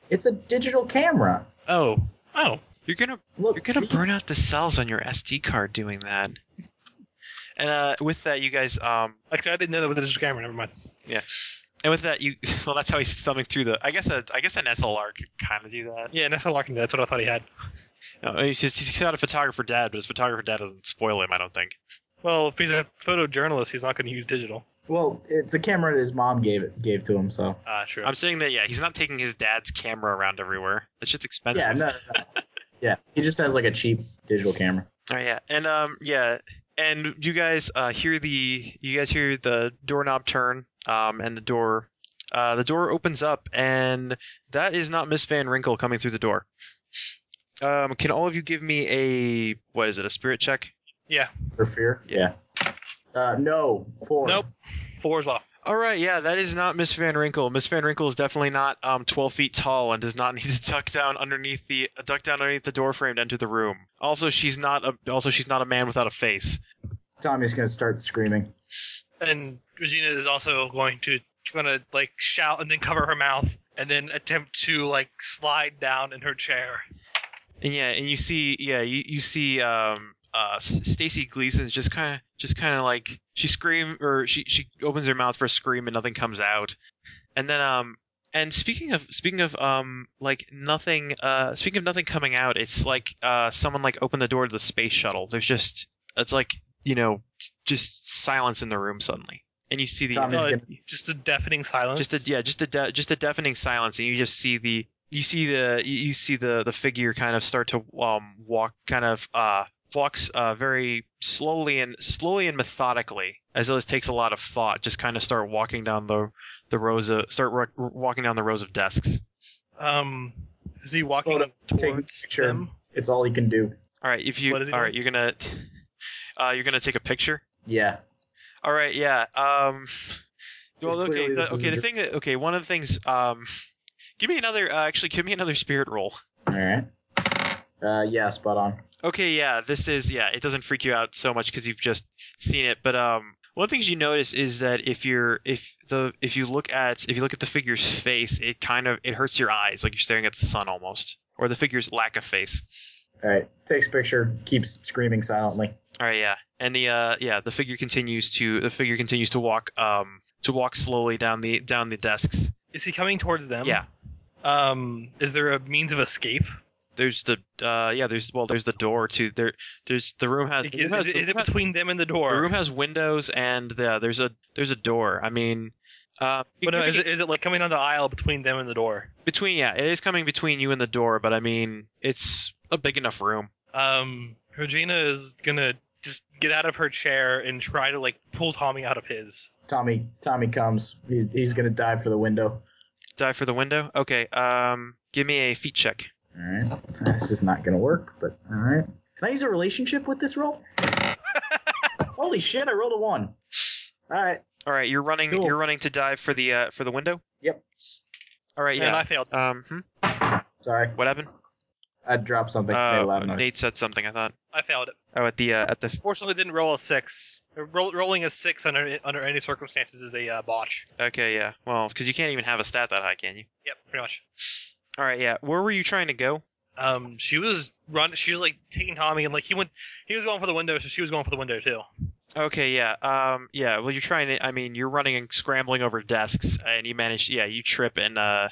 it's a digital camera.
Oh. Oh.
You're gonna
Look,
you're gonna
see?
burn out the cells on your SD card doing that. And uh, with that, you guys um,
Actually, I didn't know that was a digital camera. Never mind.
and with that, you <laughs> well, that's how he's thumbing through the. I guess a I guess an SLR could kind of do that.
Yeah, that's not locking. That's what I thought he had.
No, he's just he's got a photographer dad, but his photographer dad doesn't spoil him. I don't think.
Well, if he's a photojournalist, he's not going to use digital.
Well, it's a camera that his mom gave it gave to him. So
Ah, uh, true.
I'm saying that yeah, he's not taking his dad's camera around everywhere. That shit's expensive.
yeah, no, no, no. yeah, he just has like a cheap digital camera.
Oh yeah, and um yeah, and you guys uh hear the you guys hear the doorknob turn um and the door uh the door opens up and that is not Miss Van Winkle coming through the door. Um, can all of you give me a what is it a spirit check?
For fear. Yeah. Uh, no four.
Nope. Four as well.
All right, yeah, that is not Miss Van Winkle. Miss Van Winkle is definitely not um 12 feet tall and does not <laughs> need to duck down underneath the duck down underneath the door frame to enter the room. Also, she's not a also she's not a man without a face.
Tommy's gonna start screaming.
And Regina is also going to going to like shout and then cover her mouth and then attempt to like slide down in her chair.
And yeah, and you see, yeah, you, you see, um, uh, Stacy Gleason's just kind of, just kind of like she scream or she she opens her mouth for a scream and nothing comes out, and then um, and speaking of speaking of um, like nothing, uh, speaking of nothing coming out, it's like uh, someone like opened the door to the space shuttle. There's just it's like you know t- just silence in the room suddenly, and you see the
Tommy's
Uh,
gonna.
Just a deafening silence.
just a yeah just a de- just a deafening silence and you just see the you see the you you see the the figure kind of start to um walk kind of uh walks uh very slowly and slowly and methodically as though this takes a lot of thought just kind of start walking down the the rows of start wa- walking down the rows of desks
Um, is he walking
Hold up, take a
towards
picture.
them?
It's all he can do.
all right if you all
What is he
right you're gonna uh you're gonna take a picture
Yeah.
All right, yeah. Um, well, okay,
clearly
the,
this is
okay.
a
The
dir-
thing that okay, one of the things. Um, give me another. Uh, actually, give me another spirit roll.
All right. Uh, yeah, spot on.
Okay, yeah. This is yeah. It doesn't freak you out so much because you've just seen it. But um, one of the things you notice is that if you're if the if you look at if you look at the figure's face, it kind of it hurts your eyes like you're staring at the sun almost, or the figure's lack of face.
All right. Takes picture. Keeps screaming silently.
All right, yeah, and the uh, yeah, the figure continues to the figure continues to walk um to walk slowly down the down the desks.
Is he coming towards them?
Yeah.
Um, is there a means of escape?
There's the uh, yeah. There's well. There's the door to there. There's the room <laughs> has.
Is,
the room has-
is- is it between them and the
The
door?
room has windows and the, there's a there's a door. I mean, uh,
But no, is, it, is it like coming down the aisle between them and the door?
between yeah, it is coming between you and the door, but I mean, it's a big enough room.
Um, Regina is gonna just get out of her chair and try to like pull Tommy out of his.
Tommy Tommy comes. He, he's gonna dive for the window.
Dive for the window. Okay. Um, give me a feet check.
All right. This is not gonna work, but all right. Can I use a relationship with this
<laughs>
roll? Holy shit! I rolled a one. All right.
All right, you're running.
Cool.
You're running to dive for the uh, for the window.
Yep.
All right.
And
Yeah.
I failed.
um. hmm?
Sorry,
What happened?
I dropped something. made a loud
Uh,
noise.
Nate said something. I thought.
I failed it.
Oh, at the uh, at the.
Fortunately, didn't roll a six. Roll, rolling a six under under any circumstances is a uh, botch.
Okay. Yeah. Well, because you can't even have a stat that high, can you?
Yep, pretty much.
All right. Yeah. Where were you trying to go?
Um, she was run. She was like taking Tommy and like he went. He was going for the window, so she was going for the window too.
Okay, yeah. Um yeah, well you're trying to I mean, you're running and scrambling over desks and you manage yeah, you trip and uh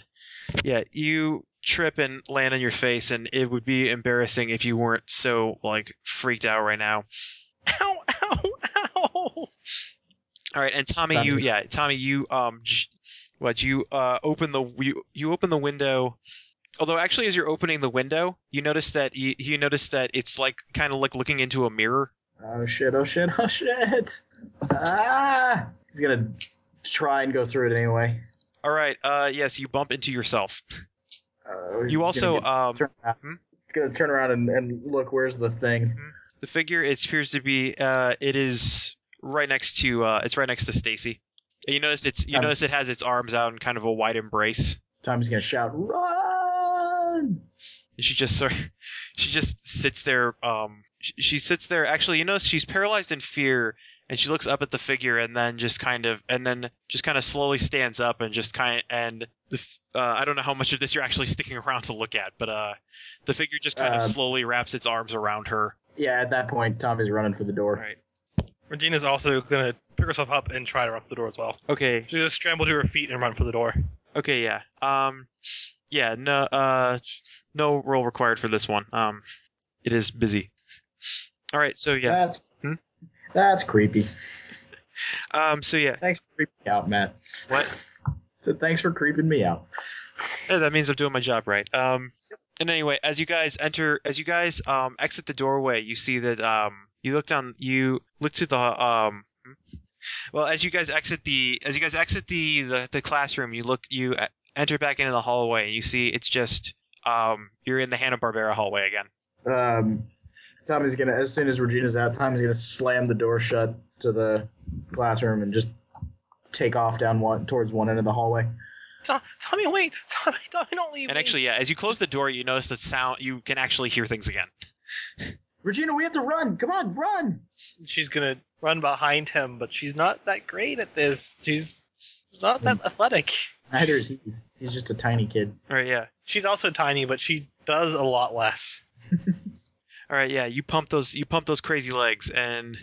yeah, you trip and land on your face and it would be embarrassing if you weren't so like freaked out right now.
<laughs> Ow! Ow! Ow!
All right, and Tommy you
Tommy's-
yeah, Tommy you um j- what you uh open the you, you open the window Although actually as you're opening the window, you notice that you, you notice that it's like kind of like looking into a mirror.
Oh shit, oh shit, oh shit. Ah! He's gonna try and go through it anyway.
All right. Uh yes, you bump into yourself.
Uh, he's
You also
gonna,
um
get, turn around,
hmm?
gonna turn around and, and look where's the thing.
the figure it appears to be uh, it is right next to uh, it's right next to Stacy. And You notice it's you
Um,
notice it has its arms out in kind of a wide embrace.
Tommy's gonna shout, "Run!"
And she just sort <laughs> she just sits there um sh- she sits there actually you notice she's paralyzed in fear and she looks up at the figure and then just kind of and then just kind of slowly stands up and just kind and the f- uh, I don't know how much of this you're actually sticking around to look at but uh the figure just kind
Uh,
of slowly wraps its arms around her.
Yeah, at that point, Tommy's running for the door.
Right.
Regina's also gonna pick herself up and try to run for the door as well.
Okay.
She just scrambled to her feet and run for the door.
Okay, yeah. Um yeah, no uh no roll required for this one. Um it is busy. All right, so yeah.
That's
Hmm?
that's creepy.
Um so yeah.
Thanks for creeping me out, Matt.
What?
So thanks for creeping me out.
Yeah, that means I'm doing my job right. Um and anyway, as you guys enter as you guys um exit the doorway, you see that um you look down you look to the um well, as you guys exit the as you guys exit the the, the classroom, you look you uh, enter back into the hallway and you see it's just um you're in the Hanna-Barbera hallway again.
Um, Tommy's gonna, as soon as Regina's out, Tommy's gonna slam the door shut to the classroom and just take off down one towards one end of the hallway.
To- Tommy, wait! Tommy, Tommy, don't leave!
And
me.
actually, yeah, as you close the door, you notice the sound. You can actually hear things again.
Regina, we have to run! Come on, run!
she's gonna run behind him, but she's not that great at this. She's not that athletic.
Neither is he. He's just a tiny kid.
All right, yeah.
She's also tiny, but she does a lot less.
All right, yeah. You pump those. You pump those crazy legs, and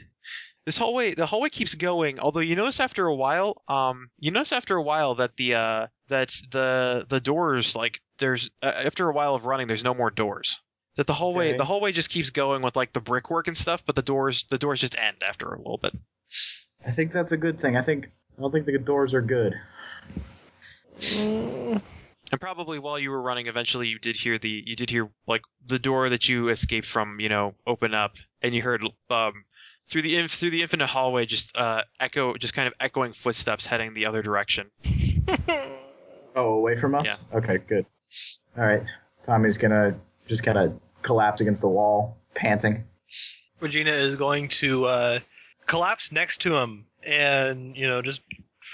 this hallway. The hallway keeps going. Although you notice after a while, um, you notice after a while that the uh that the the doors like there's uh, after a while of running, there's no more doors. That the hallway
Okay.
the hallway just keeps going with like the brickwork and stuff, but the doors the doors just end after a little bit.
I think that's a good thing. I think I don't think the doors are good.
And probably while you were running, eventually you did hear the you did hear like the door that you escaped from, you know, open up, and you heard um through the inf- through the infinite hallway just uh echo just kind of echoing footsteps heading the other direction.
Oh, away from us? Okay, good. All right. Tommy's gonna just kind of collapse against the wall, panting.
Regina is going to uh, collapse next to him, and you know, just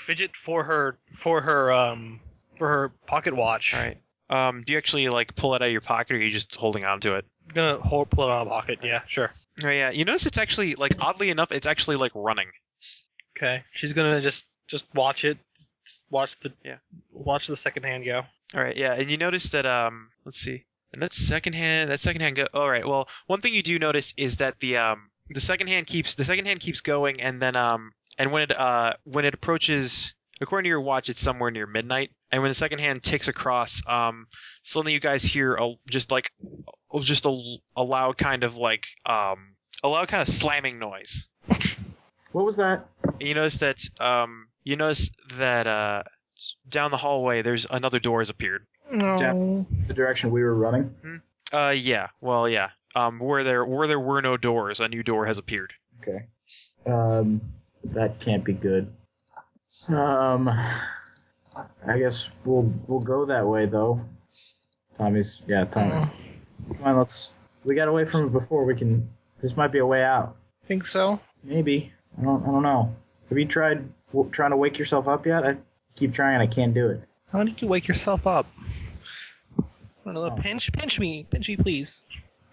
fidget for her for her um for her pocket watch.
All right. Um, do you actually like pull it out of your pocket, or are you just holding on to it?
gonna hold, pull it out of my pocket. Yeah, sure.
Oh yeah, you notice it's actually like oddly enough, it's actually like running.
Okay, she's gonna just just watch it. Just watch the
Yeah.
Watch the second hand go.
All right, yeah, and you notice that um, let's see, and that second hand, that second hand go. All right, well, one thing you do notice is that the um, the second hand keeps the second hand keeps going, and then um, and when it uh, when it approaches According to your watch, it's somewhere near midnight. And when the second hand ticks across, um, suddenly you guys hear a, just like just a, a loud kind of like um, a loud kind of slamming noise.
What was that?
And you notice that um, you notice that uh, down the hallway, there's another door has appeared.
No.
The direction we were running.
Uh, yeah. Well, yeah. Um, where there where there were no doors, a new door has appeared.
Okay. Um, that can't be good. Um, I guess we'll we'll go that way though. Tommy's yeah, Tommy.
Mm.
Come on, let's. We got away from it before. We can. This might be a way out.
Think so?
Maybe. I don't. I don't know. Have you tried w- trying to wake yourself up yet? I keep trying. I can't do it.
How did you wake yourself up? Another
Oh.
pinch? Pinch me. Pinch me, please.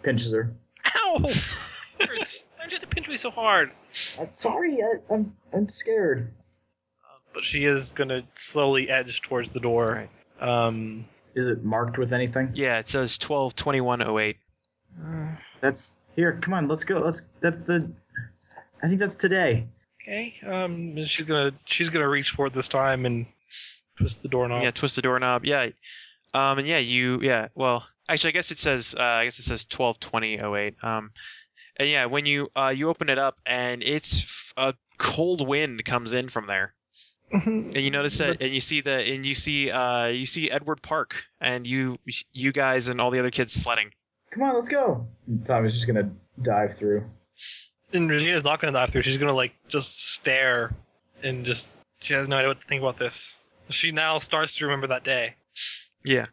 Pinches her.
<laughs>
Ow! Hurts. Why did you have to pinch me so hard?
I'm sorry. I, I'm. I'm scared.
But she is gonna slowly edge towards the door. Um,
Is it marked with anything?
Yeah, it says twelve twenty one oh eight.
That's here. Come on. Let's go. Let's. That's the. I think that's today.
okay. Um, and she's gonna she's gonna reach for it this time and twist the doorknob.
Yeah, twist the doorknob. Yeah. Um, and yeah, you yeah. Well, actually, I guess it says uh, I guess it says twelve twenty oh eight. Um, and yeah, when you uh, you open it up, and it's f- a cold wind comes in from there,
Mhm.
and you notice that,
That's-
and you see the, and you see uh, you see Edward Park, and you you guys and all the other kids sledding.
Come on. Let's go. And Tommy's just gonna dive through.
<laughs> and Regina's not gonna dive through. She's gonna like just stare and just she has no idea what to think about this. She now starts to remember that day.
Yeah.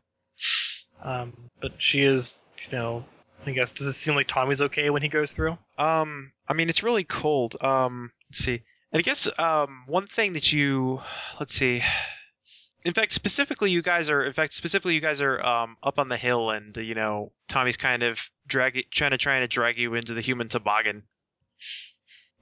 Um, but she is, you know, I guess does it seem like Tommy's okay when he goes through?
Um, I mean, it's really cold. Um, let's see. And I guess um, one thing that you let's see. In fact, specifically, you guys are. In fact, specifically, you guys are um, up on the hill, and you know Tommy's kind of drag trying to trying to drag you into the human toboggan.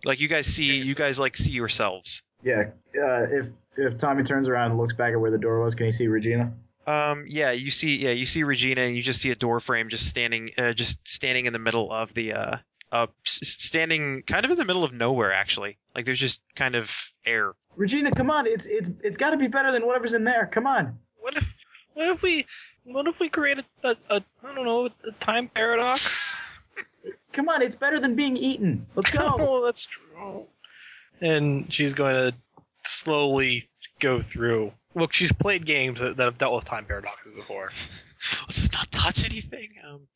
Like you guys see, you guys like see yourselves.
Yeah. Uh, if if Tommy turns around and looks back at where the door was, can he see Regina?
Um, yeah, you see, yeah, you see Regina, and you just see a door frame just standing, uh, just standing in the middle of the, uh, uh, s- s- standing kind of in the middle of nowhere actually. Like there's just kind of air.
Regina, come on. It's it's it's got to be better than whatever's in there. Come on.
What if what if we what if we create a, a, a I don't know a time paradox?
Come on. It's better than being eaten.
<laughs>
Let's go.
oh, that's true. And she's going to slowly go through. Look, she's played games that, that have dealt with time paradoxes before.
let's just not touch anything. Um,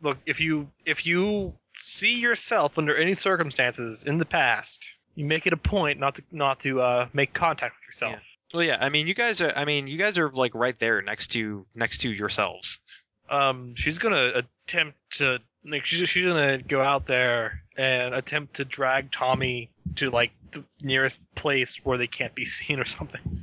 Look, if you if you see yourself under any circumstances in the past, you make it a point not to not to uh, make contact with yourself.
well, yeah, I mean, you guys are. I mean, you guys are like right there next to next to yourselves.
um, she's gonna attempt to like she's she's gonna go out there and attempt to drag Tommy to like the nearest place where they can't be seen or something.
<laughs>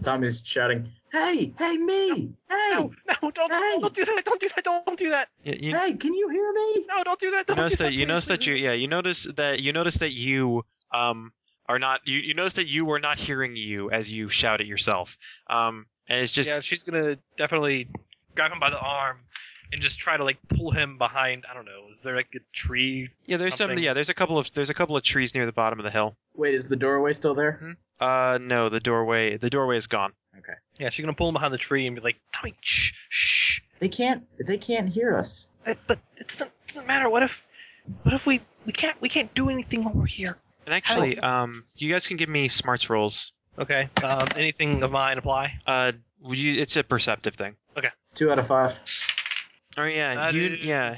Tommy's shouting. Hey, hey, me. Hey,
No, no, don't
Hey!
don't do that! Don't do that! Don't do that!
You, you
hey. Can you hear me?
No, don't do that! Don't
notice
do
that. You
please,
notice that
please.
you. Yeah, you notice that you notice that you um are not. You you notice that you were not hearing you as you shout at yourself. Um, and it's just
yeah, she's gonna definitely grab him by the arm and just try to like pull him behind. I don't know. Is there like a tree?
Yeah, there's some.
something.
Yeah, there's a couple of there's a couple of trees near the bottom of the hill.
Wait, is the doorway still there?
Uh, no, the doorway the doorway is gone.
Yeah, she's gonna pull him behind the tree and be like, Tommy, shh, shh.
They can't. They can't hear us.
It, but it doesn't, doesn't matter. What if, what if we we can't we can't do anything while we're here?
And
Oh.
actually, um, you guys can give me smarts rolls.
Okay. Um, anything of mine apply?
Uh, would you, it's a perceptive thing.
Two out of five.
Oh yeah, you yeah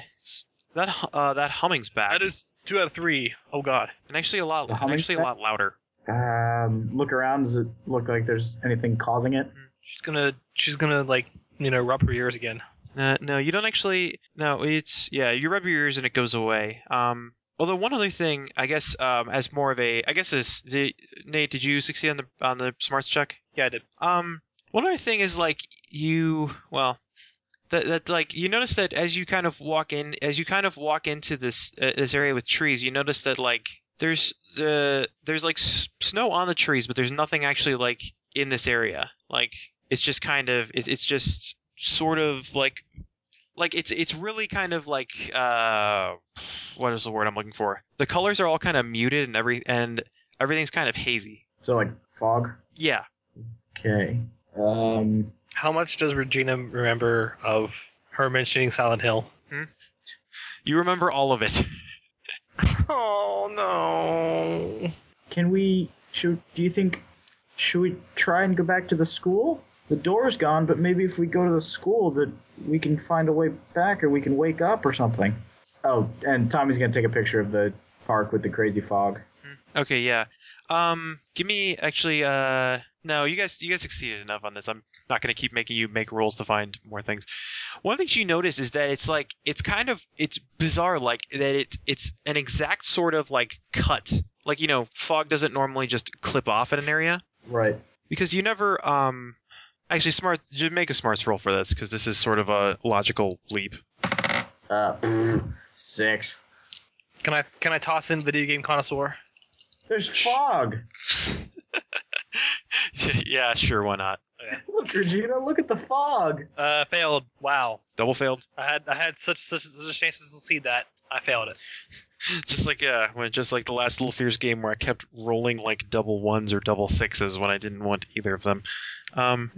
that hu- uh that humming's back
That is two out of three. Oh God.
and actually a lot
The
and
humming's
actually
back?
a lot louder.
Um, look around. Does it look like there's anything causing it?
She's gonna she's gonna like you know rub her ears again.
Uh, no, you don't actually. No, it's yeah. You rub your ears and it goes away. Um, although one other thing, I guess, um, as more of a, I guess, is the Nate, did you succeed on the on the smarts check?
Yeah, I did.
Um, one other thing is like you, well, that that like you notice that as you kind of walk in, as you kind of walk into this uh, this area with trees, you notice that like there's the there's like s- snow on the trees, but there's nothing actually like in this area. Like it's just kind of it, it's just sort of like like it's it's really kind of like uh what is the word I'm looking for? The colors are all kind of muted and every and everything's kind of hazy.
So like fog.
Yeah.
Okay. Um,
How much does Regina remember of her mentioning Silent Hill?
You remember all of it. <laughs>
Oh no.
can we? Should do you think? Should we try and go back to the school? The door's gone, but maybe if we go to the school, that we can find a way back, or we can wake up or something. Oh, and Tommy's gonna take a picture of the park with the crazy fog.
Okay, yeah. Um, give me actually. Uh, no, you guys, you guys succeeded enough on this. I'm not gonna keep making you make rules to find more things. One thing you notice is that it's like it's kind of it's bizarre, like that it it's an exact sort of like cut. Like you know, fog doesn't normally just clip off at an area
Right.
because you never. Um, actually, smart. Just make a smarts roll for this because this is sort of a logical leap. <laughs>
Uh, <sniffs> pfft, six.
Can I can I toss in video game connoisseur?
There's fog.
yeah, sure, why not?
Look, Regina, look at the fog.
Uh, failed. Wow.
Double failed.
I had I had such such, such chances to succeed that I failed it. <laughs>
Just like uh, when just like the last Little Fears game where I kept rolling like double ones or double sixes when I didn't want either of them. Um,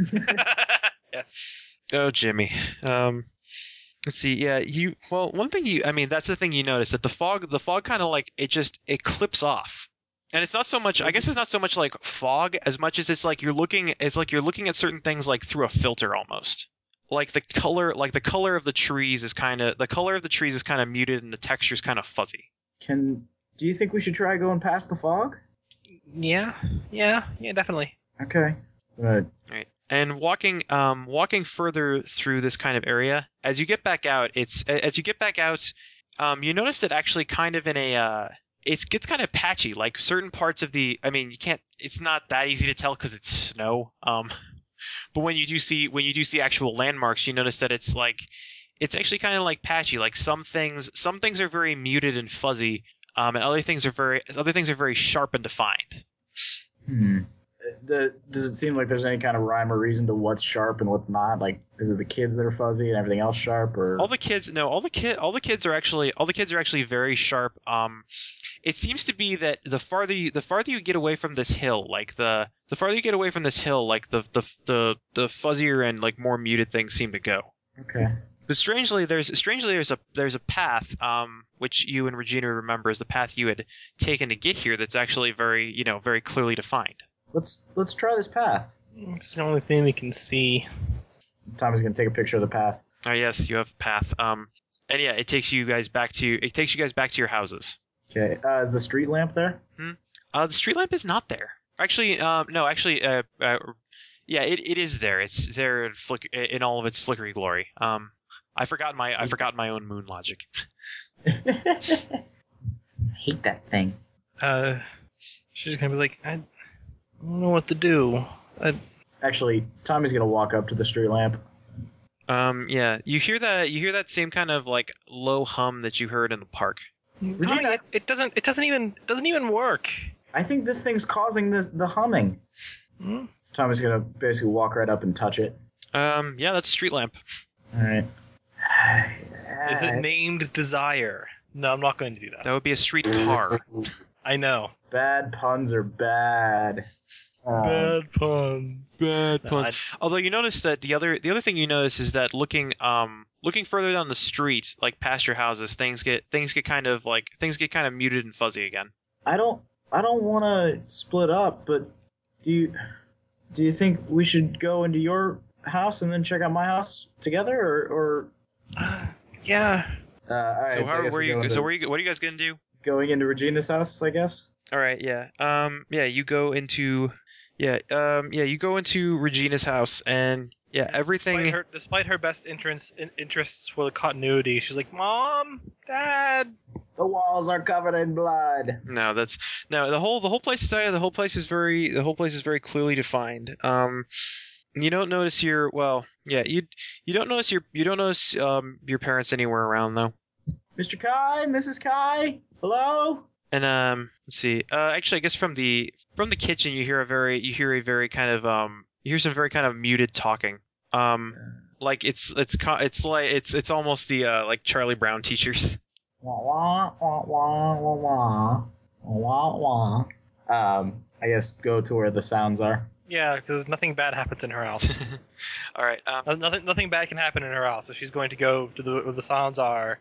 oh Jimmy. Um, let's see. Yeah, you. Well, one thing you. I mean, that's the thing you notice that the fog. The fog kind of like it just it clips off. And it's not so much. I guess it's not so much like fog as much as it's like you're looking. It's like you're looking at certain things like through a filter almost. Like the color, like the color of the trees is kind of the color of the trees is kind of muted and the texture is kind of fuzzy.
Can do you think we should try going past the fog?
yeah. Yeah. Yeah. Definitely.
Okay. Right.
Right. And walking, um, walking further through this kind of area, as you get back out, it's a- as you get back out, um, you notice that actually kind of in a, uh, it gets kind of patchy. Like certain parts of the, I mean, you can't. It's not that easy to tell because it's snow. Um, <laughs> but when you do see when you do see actual landmarks, you notice that it's like, it's actually kind of like patchy. Like some things, some things are very muted and fuzzy, um, and other things are very other things are very sharp and defined.
Hmm. Uh, the- does it seem like there's any kind of rhyme or reason to what's sharp and what's not? Like, is it the kids that are fuzzy and everything else sharp, or
all the kids no all the kid all the kids are actually all the kids are actually very sharp um it seems to be that the farther you the farther you get away from this hill like the the farther you get away from this hill like the the the, the fuzzier and like more muted things seem to go
okay?
but strangely there's strangely there's a there's a path um which you and regina remember is the path you had taken to get here that's actually very you know very clearly defined
Let's let's try this path.
It's the only thing we can see.
Tommy's gonna take a picture of the path.
oh yes you have a path um and yeah it takes you guys back to it takes you guys back to your houses
Okay. Uh, is the street lamp <laughs> there?
Uh, the street lamp is not there. Actually, um, no, actually, uh, uh, yeah, it, it is there. It's there in, flick- in all of its flickery glory. Um, I forgot my I forgot my own moon logic.
Hate that thing.
Uh, she's gonna be like, I don't know what to do. I,
Actually, Tommy's gonna walk up to the street lamp.
Um, yeah, you hear that you hear that same kind of like low hum that you heard in the park.
Tommy, it, it doesn't. It doesn't even. it Doesn't even work.
I think this thing's causing this the humming.
Hmm?
Tommy's gonna basically walk right up and touch it.
Um, yeah, that's a street lamp.
All <sighs> right.
Is it named Desire? Uh, No, I'm not going to do that.
That would be a street car.
I know.
Bad puns are bad. Um,
puns.
Bad
No,
puns. Although you notice that the other the other thing you notice is that looking um looking further down the street, like past your houses, things get things get kind of like things get kind of muted and fuzzy again.
I don't. I don't want to split up, but do you? Do you think we should go into your house and then check out my house together, or?
I- <sighs> yeah.
or uh, all right,
so how,
I
where
guess we're
you
going
so
to-
where you what are you guys gonna do?
going into Regina's house? I guess.
All right, yeah, um, yeah, you go into, yeah, um, yeah, you go into Regina's house and yeah, everything.
Despite her, despite her best entrance in, interests for the continuity, she's like, "Mom, Dad."
The walls are covered in blood.
No, that's no the whole the whole place is the whole place is very the whole place is very clearly defined. Um, you don't notice your well, yeah, you you don't notice your you don't notice um your parents anywhere around though.
Mr. Kai, Mrs. Kai, hello.
And um, let's see. Uh, actually, I guess from the from the kitchen, you hear a very you hear a very kind of um you hear some very kind of muted talking. Um, like it's it's co- it's like it's it's almost the uh like Charlie Brown teachers. <laughs>
Wah wah wah wah wah wah wah wah. wah. Um, I guess go to where the sounds are.
Yeah, because nothing bad happens in her house.
<laughs> All right. Um,
No- nothing, nothing bad can happen in her house. So she's going to go to the where the sounds are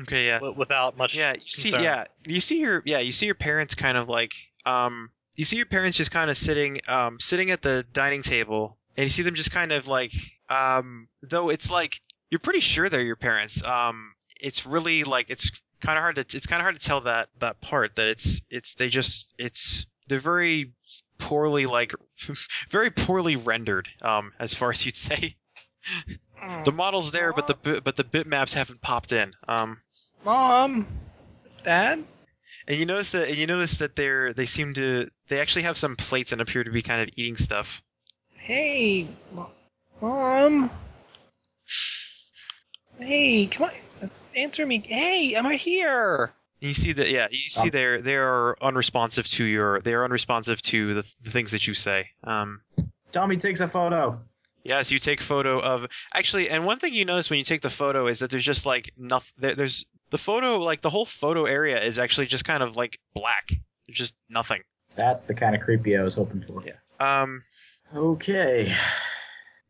okay. Yeah.
wi- without much.
Yeah. You see.
concern.
Yeah. You see your. Yeah. You see your parents kind of like. Um. You see your parents just kind of sitting. Um. Sitting at the dining table, and you see them just kind of like. Um. Though it's like you're pretty sure they're your parents. Um. It's really like it's kind of hard to. It's kind of hard to tell that that part that it's it's they just it's they're very poorly like <laughs> very poorly rendered um as far as you'd say
Mm.
the model's there but the bi- but the bitmaps haven't popped in um
Mom, Dad.
And you notice that and you notice that they're they seem to they actually have some plates and appear to be kind of eating stuff.
Hey, Mo- mom. Hey, come on, answer me. Hey, I'm right here.
And you see that yeah, you see
Um,
they're they are unresponsive to your they are unresponsive to the, the things that you say. Um
Tommy takes a photo.
yes, you take photo of actually and one thing you notice when you take the photo is that there's just like nothing there, there's the photo like the whole photo area is actually just kind of like black. There's just nothing.
That's the kind of creepy I was hoping for.
Yeah. Um
Okay.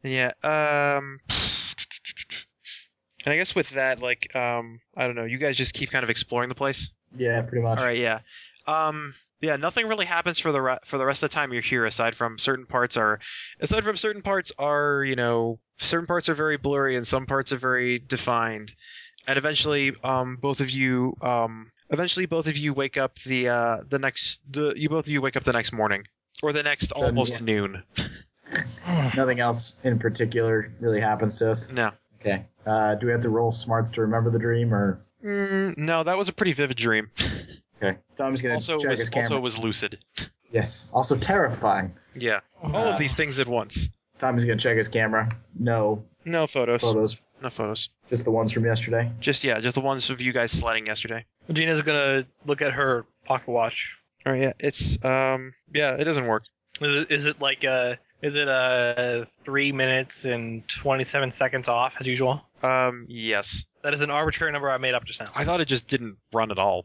Yeah. Um. And I guess with that, like, um, I don't know. You guys just keep kind of exploring the place.
Yeah, pretty much.
All right. Yeah. Um. Yeah. Nothing really happens for the re- for the rest of the time you're here. Aside from certain parts are, aside from certain parts are you know certain parts are very blurry and some parts are very defined, and eventually, um, both of you, um, eventually both of you wake up the uh the next the you both of you wake up the next morning or the next
Sudden-
almost noon.
Nothing else in particular really happens to us.
No.
Okay. Uh, do we have to roll smarts to remember the dream, or
Mm, no, that was a pretty vivid dream.
okay? Tom's gonna
also it
check
was
his camera.
also it was lucid.
yes. Also terrifying.
Yeah, all
Uh,
of these things at once.
Tommy's gonna check his camera. No
No photos.
photos,
No photos.
just the ones from yesterday.
Just yeah, just the ones of you guys sledding yesterday.
Gina's gonna look at her pocket watch.
All right. Yeah, it's um yeah, it doesn't work.
Is it, is it like uh Is it uh three minutes and twenty seven seconds off as usual?
Um yes,
That is an arbitrary number I made up just now.
I thought it just didn't run at all.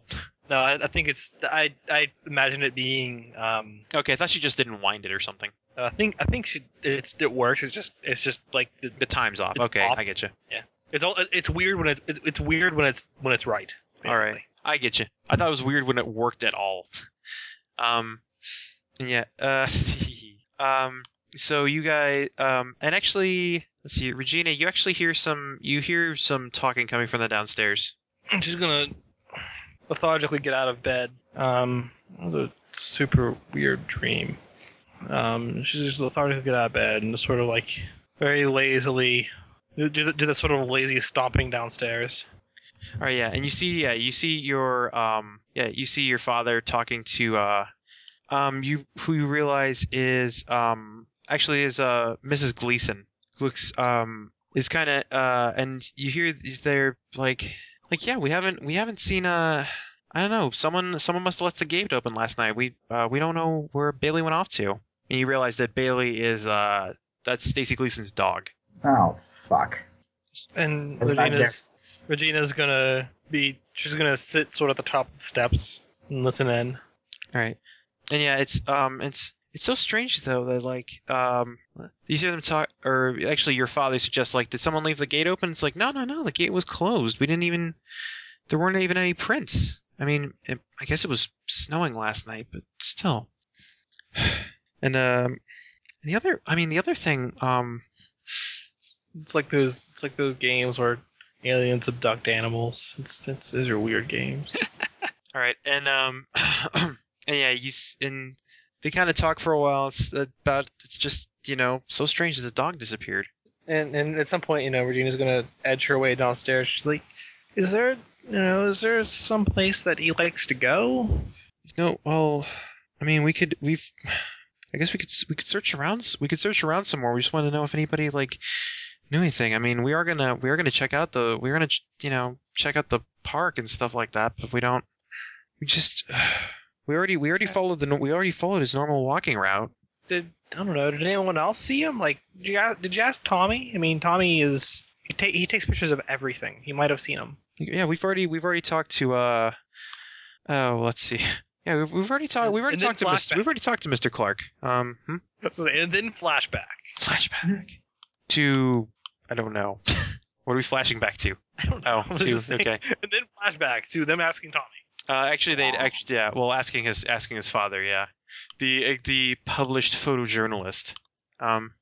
No, I, I think it's I I imagine it being um
Okay, I thought she just didn't wind it or something.
I think I think she, it's it works. It's just it's just like the,
The time's off.
It's
okay,
off.
I get you.
it's all it's weird when it, it's it's weird when it's when it's right. Basically.
All right. I get you. I thought it was weird when it worked at all. um, yeah. Uh, <laughs> um. So you guys, um, and actually, let's see, Regina, you actually hear some, you hear some talking coming from the downstairs.
I'm just gonna lethargically get out of bed. Um, that was a super weird dream. Um, she's just lethargically get out of bed and just sort of like very lazily do do the, do the sort of lazy stomping downstairs.
All right. Yeah. And you see, yeah, you see your, um, yeah, you see your father talking to, uh, um, you who you realize is, um, actually is, uh, Mrs. Gleason. Looks, um, is kind of, uh, and you hear they're like, like yeah we haven't we haven't seen uh i don't know someone someone must have left the gate open last night we uh we don't know where bailey went off to and you realize that bailey is uh that's stacy gleason's dog
Oh fuck.
And
That's not
Regina's Regina's gonna be she's gonna sit sort of at the top of the steps and listen in.
all right and yeah it's um it's it's so strange though that like um you hear them talk or actually your father suggests like did someone leave the gate open it's like no no no the gate was closed we didn't even there weren't even any prints i mean it, i guess it was snowing last night but still <sighs> and um the other i mean the other thing um
It's like those it's like those games where aliens abduct animals. It's, it's those are weird games. <laughs>
All right, and um, <clears throat> and yeah, you s- and they kind of talk for a while. It's uh, about it's just you know so strange that the dog disappeared.
And and at some point, you know, Regina's gonna edge her way downstairs. She's like, "Is there, you know, is there some place that he likes to go?"
No, well, I mean we could we've, I guess we could s- we could search around s- we could search around some more. We just want to know if anybody like knew anything. I mean we are gonna we are gonna check out the we're gonna ch- you know check out the park and stuff like that, but we don't we just. <sighs> we already we already followed the no- we already followed his normal walking route.
Did I don't know? Did anyone else see him? Like, did you ask, did you ask Tommy? I mean, Tommy is he, ta- he takes pictures of everything. He might have seen him.
Yeah, we've already we've already talked to uh oh let's see <laughs> Yeah, we've, we've already talked. We've already
And then
talked to Mr.
flashback.
We've already talked to Mr. Clark. Um, hmm?
and then flashback. <laughs>
flashback to I don't know. what are we flashing back to?
I don't know.
Oh,
<laughs> I was
to
just saying.
okay.
And then flashback to them asking Tommy.
Uh, actually, they'd
Wow.
actually yeah. Well, asking his asking his father. Yeah, the the published photojournalist, um,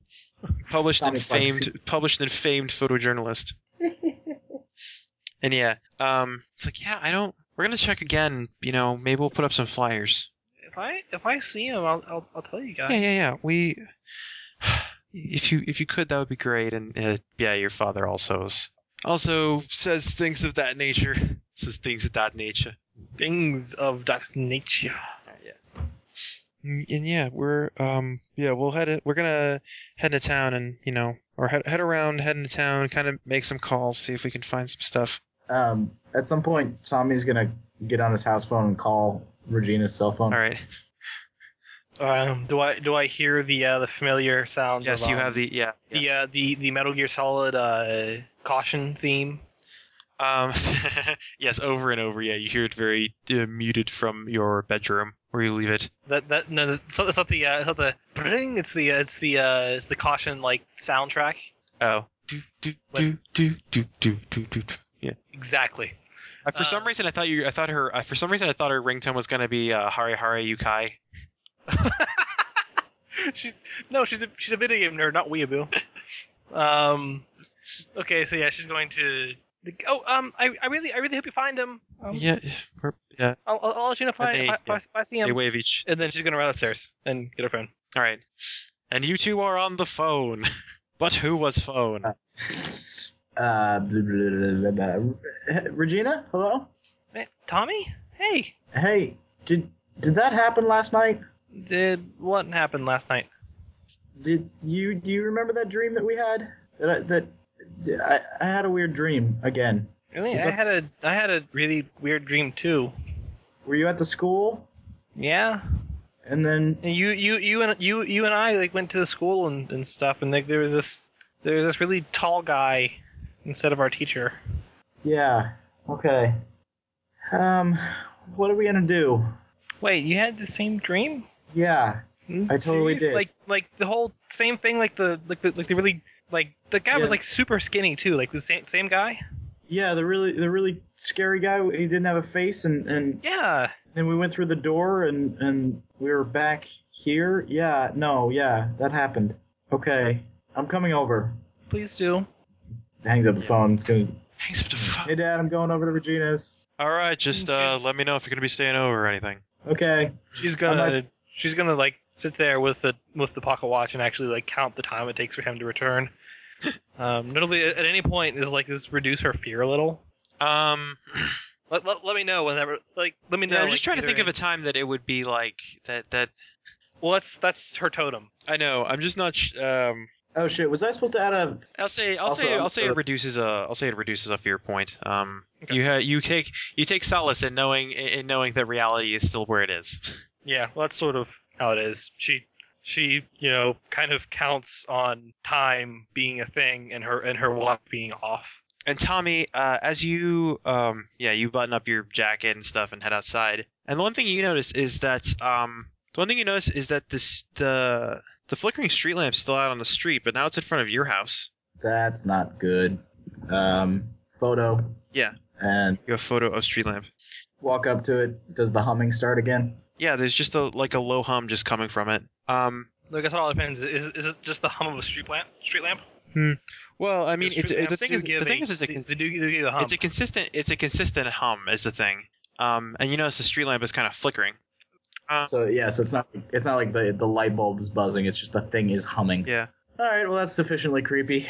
published and
Tommy Clark's-
famed published and famed photojournalist. and yeah, um, it's like yeah, I don't. We're gonna check again. You know, maybe we'll put up some flyers.
If I if I see him, I'll I'll, I'll tell you guys.
Yeah, yeah, yeah. We, <sighs> if you if you could, that would be great. And uh, yeah, your father also is, also says things of that nature. Says things of that nature.
Things of that nature.
Mm, And yeah, we're um yeah we'll head in, we're gonna head into town and you know or head head around head into town kind of make some calls see if we can find some stuff.
Um, at some point, Tommy's gonna get on his house phone and call Regina's cell phone.
All right.
Um, do I do I hear the uh, the familiar sound?
Yes,
of,
you
um,
have the yeah.
the uh, the the Metal Gear Solid uh, caution theme.
Um, <laughs> yes, over and over. Yeah, you hear it very uh, muted from your bedroom where you leave it.
That that no, it's not, it's not the uh, it's not the pring. It's the uh, it's the uh, it's the caution like soundtrack.
Oh. Do do
What?
do do do do do do. Yeah.
Exactly. <laughs>
I, for some
Uh,
reason, I thought you. I thought her. I, for some reason, I thought her ringtone was gonna be uh, "Hari Hari Yukai."
she's no, she's a she's a video game nerd, not weeaboo. um, okay, so yeah, she's going to. Oh, um, I, I really I really hope you find him. Um,
Yeah. we're- Yeah.
I'll, I'll, I'll let you know if I,
They-
if I, if I- if I see him.
They wave each.
And then she's gonna run upstairs and get her phone.
All right. And you two are on the phone. <laughs> But who was phone?
<laughs> Uh, <laughs> blah, blah, blah, blah, blah. Hey, Regina, hello.
Eh, Tommy, hey,
Hey, did did that happen last night?
did what happened last night?
Did you do you remember that dream that we had? That I, that I, I had a weird dream again.
Really,
Yeah,
I had a I had a really weird dream too.
Were you at the school?
Yeah,
And then
And you you you and you you and I like went to the school and, and stuff, and like there was this there was this really tall guy instead of our teacher.
yeah, okay. Um, what are we gonna do?
Wait, you had the same dream?
Yeah,
Hmm,
I totally did.
Like like the whole same thing. Like the like the like the really like the guy
Yeah.
was like super skinny too. Like the same same guy.
yeah. The really the really scary guy. He didn't have a face, and and
Yeah.
then we went through the door and and we were back here yeah no yeah that happened okay i'm coming over
Please do.
hangs up the phone It's gonna-
Hangs up the
hey
phone.
dad i'm going over to regina's
All right, just uh,
Just-
let me know if you're gonna be staying over or anything.
okay
She's gonna
I'm
she's gonna like sit there with the with the pocket watch and actually like count the time it takes for him
<laughs>
to return. um, notably, at at any point, is like this reduce her fear a little.
Um,
Let, let, let me know whenever. Like, let me know.
yeah, I'm
like,
just trying to
either
think of
in-
a time that it would be like that. That
Well, that's that's her totem.
I know. I'm just not. Sh- um,
oh shit was i supposed to add a
I'll say I'll
Also,
say
I'm
I'll say
sure-
it reduces a I'll say it reduces a fear point. Um,
Okay.
you ha- you take you take solace in knowing in knowing that reality is still where it is.
Yeah, well, that's sort of how it is. She she you know kind of counts on time being a thing and her and her watch being off.
And Tommy, uh, as you um, yeah you button up your jacket and stuff and head outside. And the one thing you notice is that um, the one thing you notice is that this the the flickering street lamp's still out on the street, but now it's in front of your house.
that's not good um photo
Yeah.
and
You have a photo of street lamp.
walk up to it does the humming start again
Yeah, there's just a like a low hum just coming from it. Um,
Like that's all it depends. Is is it just the hum of a street lamp? Street lamp.
well, I mean,
Because
it's,
street
the
lamps
thing
do
is the
give
thing
a-
is it's a
they-
cons-
they do, they do give a hum.
it's a consistent it's a consistent hum is the thing um and you notice the street lamp is kind of flickering
so yeah so it's not it's not like the the light bulb is buzzing it's just the thing is humming
yeah
all right well that's sufficiently creepy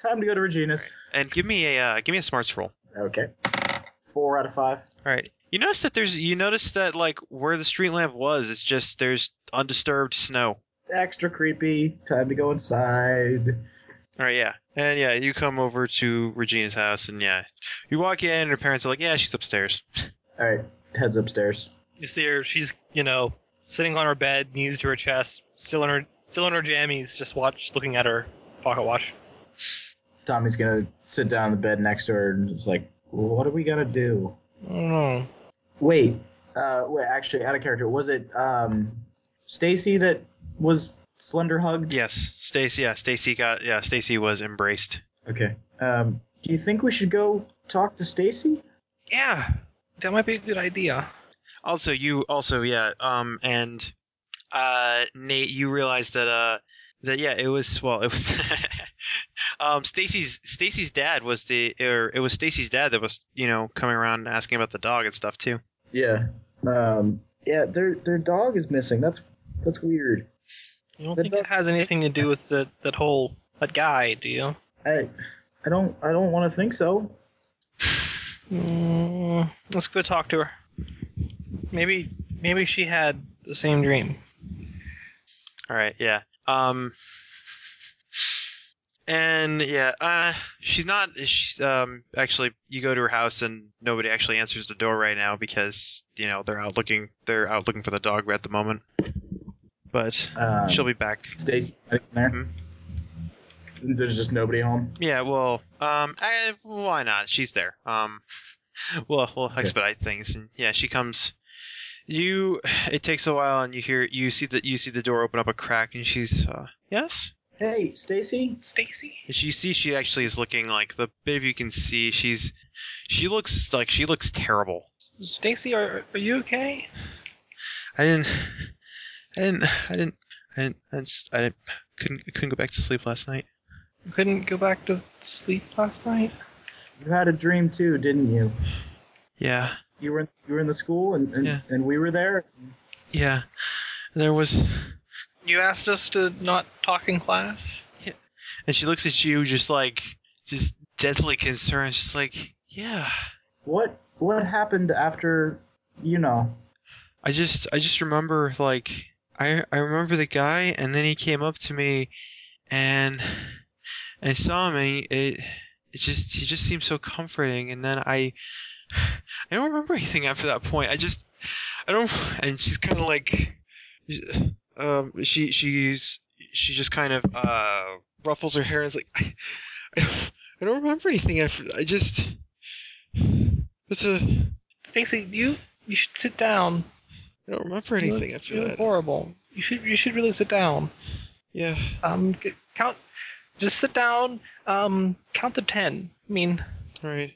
time to go to regina's
and give me a uh, give me a smarts roll
okay four out of five
all right you notice that there's you notice that like where the street lamp was it's just there's undisturbed snow
extra creepy. Time to go inside.
all right yeah and yeah you come over to regina's house and yeah you walk in and her parents are like yeah she's upstairs
All right, heads upstairs.
You see her. She's you know sitting on her bed, knees to her chest, still in her still in her jammies, just watch looking at her pocket watch.
Tommy's gonna sit down on the bed next to her and it's like, "What are we gonna do?"
I don't know.
Wait, Uh, wait, actually, out of character. Was it um, Stacy that was slender hugged?
Yes, Stacy. Yeah, Stacy got. Yeah, Stacy was embraced.
Okay. Um, do you think we should go talk to Stacy?
Yeah, that might be a good idea.
Also, you also yeah. Um, and uh, Nate, you realized that uh, that yeah, it was well, it was. <laughs> um, Stacy's Stacy's dad was the or it was Stacy's dad that was you know coming around and asking about the dog and stuff too.
Yeah. Um, yeah, their their dog is missing. That's that's weird.
You don't
The
think
dog-
it has anything to do with that that whole that guy, do you?
I I don't I don't want to think so.
Mm, let's go talk to her. Maybe maybe she had the same dream.
All right, yeah. Um, and yeah, uh, she's not. She's um actually, you go to her house and nobody actually answers the door right now because you know they're out looking. They're out looking for the dog at the moment. But
Um,
she'll be back.
Stacy in there.
Hmm?
There's just nobody home.
Yeah. Well. Um. I, why not? She's there. Um. <laughs> Well, we'll expedite things, and yeah, she comes. You. It takes a while, and you hear. You see that. You see the door open up a crack, and she's. Uh, yes.
Hey, Stacy.
Stacy.
She see she actually is looking like the bit of you can see she's she looks like she looks terrible.
Stacy, are are you okay?
I didn't I didn't I didn't I didn't I, just, I didn't couldn't I couldn't go back to sleep last night.
Couldn't go back to sleep last night.
You had a dream too, didn't you?
Yeah.
You were in, you were in the school and and,
Yeah.
and we were there.
Yeah. There was
You asked us to not talk in class.
and she looks at you just like just deathly concerned just like yeah.
What what happened after? You know.
I just I just remember like I I remember the guy and then he came up to me and I saw him and he, it it just he just seemed so comforting and then I I don't remember anything after that point. I just I don't and she's kind of like um she she's she just kind of uh ruffles her hair and is like I, I, don't, I don't remember anything after I just it's a I
Stacy, you you should sit down.
don't remember
You
anything
look-
after
you look
that.
horrible. You should you should really sit down.
Yeah.
Um, g- count. Just sit down. Um, count to ten. I mean,
All right.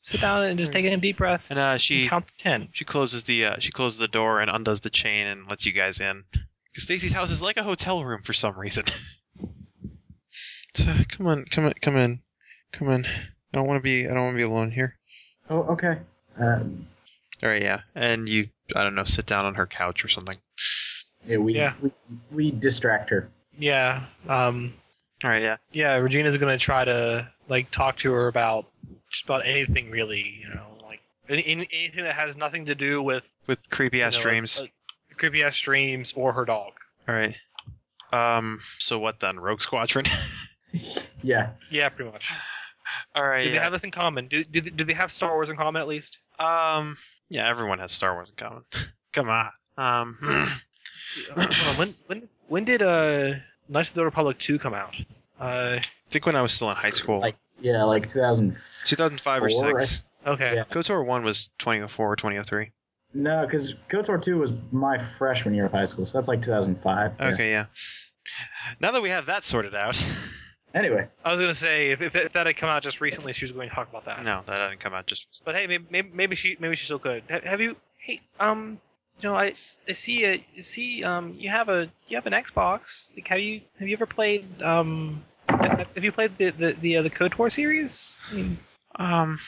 sit down and just
Right.
take in a deep breath.
And uh,
And
she
count to ten.
she closes the uh, she closes the door and undoes the chain and lets you guys in. 'Cause Stacy's house is like a hotel room for some reason. <laughs> so come on, come on, come in, come in. I don't want to be I don't want to be alone here.
Oh, okay. Um,
All right, yeah. And you I don't know, sit down on her couch or something.
yeah, we,
Yeah.
we we distract her.
Yeah. Um.
All right, yeah.
Yeah. Regina's gonna try to like talk to her about just about anything really. You know, like any, any- anything that has nothing to do with
With creepy ass
you know, Uh,
dreams.
like, uh, creepy ass dreams or her dog.
All right. Um. So what then? Rogue Squadron. <laughs>
Yeah.
Yeah, pretty much.
All right.
Do they
Yeah.
have this in common? Do, do, they- do they have Star Wars in common at least?
um. Yeah. Everyone has Star Wars in common. <laughs> come on. Um. <clears throat>
Uh, Hold on, when when when did uh Knights of the Old Republic two come out? Uh,
I think when I was still in high school,
Like yeah, like 2000.
2005 or
four, I
six.
okay.
Yeah.
KOTOR 1 was 2004 or 2003.
No, because KOTOR 2 was my freshman year of high school, so that's like 2005. Yeah.
Okay, yeah. Now that we have that sorted out. <laughs>
Anyway,
I was gonna say if, if, if that had come out just recently, she was going to talk about that.
no, that didn't come out just.
But hey, maybe maybe, maybe she maybe she's still good. Have, have you? Hey, um, you know, I I see a, I see um you have a you have an Xbox. Like, have you have you ever played um have have you played the the the, uh, the KOTOR series? I mean,
Um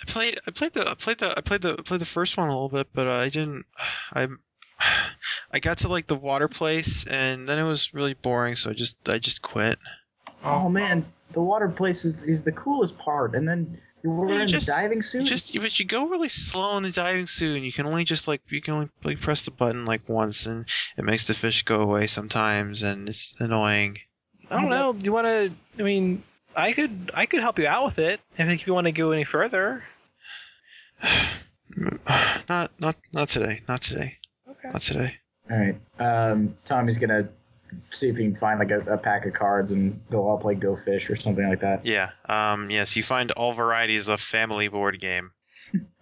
I played I played the I played the I played the I played the first one a little bit, but uh, I didn't I I got to like the water place and then it was really boring, so I just I just quit.
oh man, the water place is, is the coolest part, and then you're wearing
just-
the diving suit.
You just you- but you go really slow in the diving suit and you can only just like you can only like press the button like once and it makes the fish go away sometimes and it's annoying.
I don't know. Do you want to? I mean, I could I could help you out with it. I think if you want to go any further.
not not not today. Not today.
Okay.
Not today.
All right, um, Tommy's gonna see if he can find like a, a pack of cards and go all play Go Fish or something like that.
Yeah. Um. Yes. You find all varieties of family board game.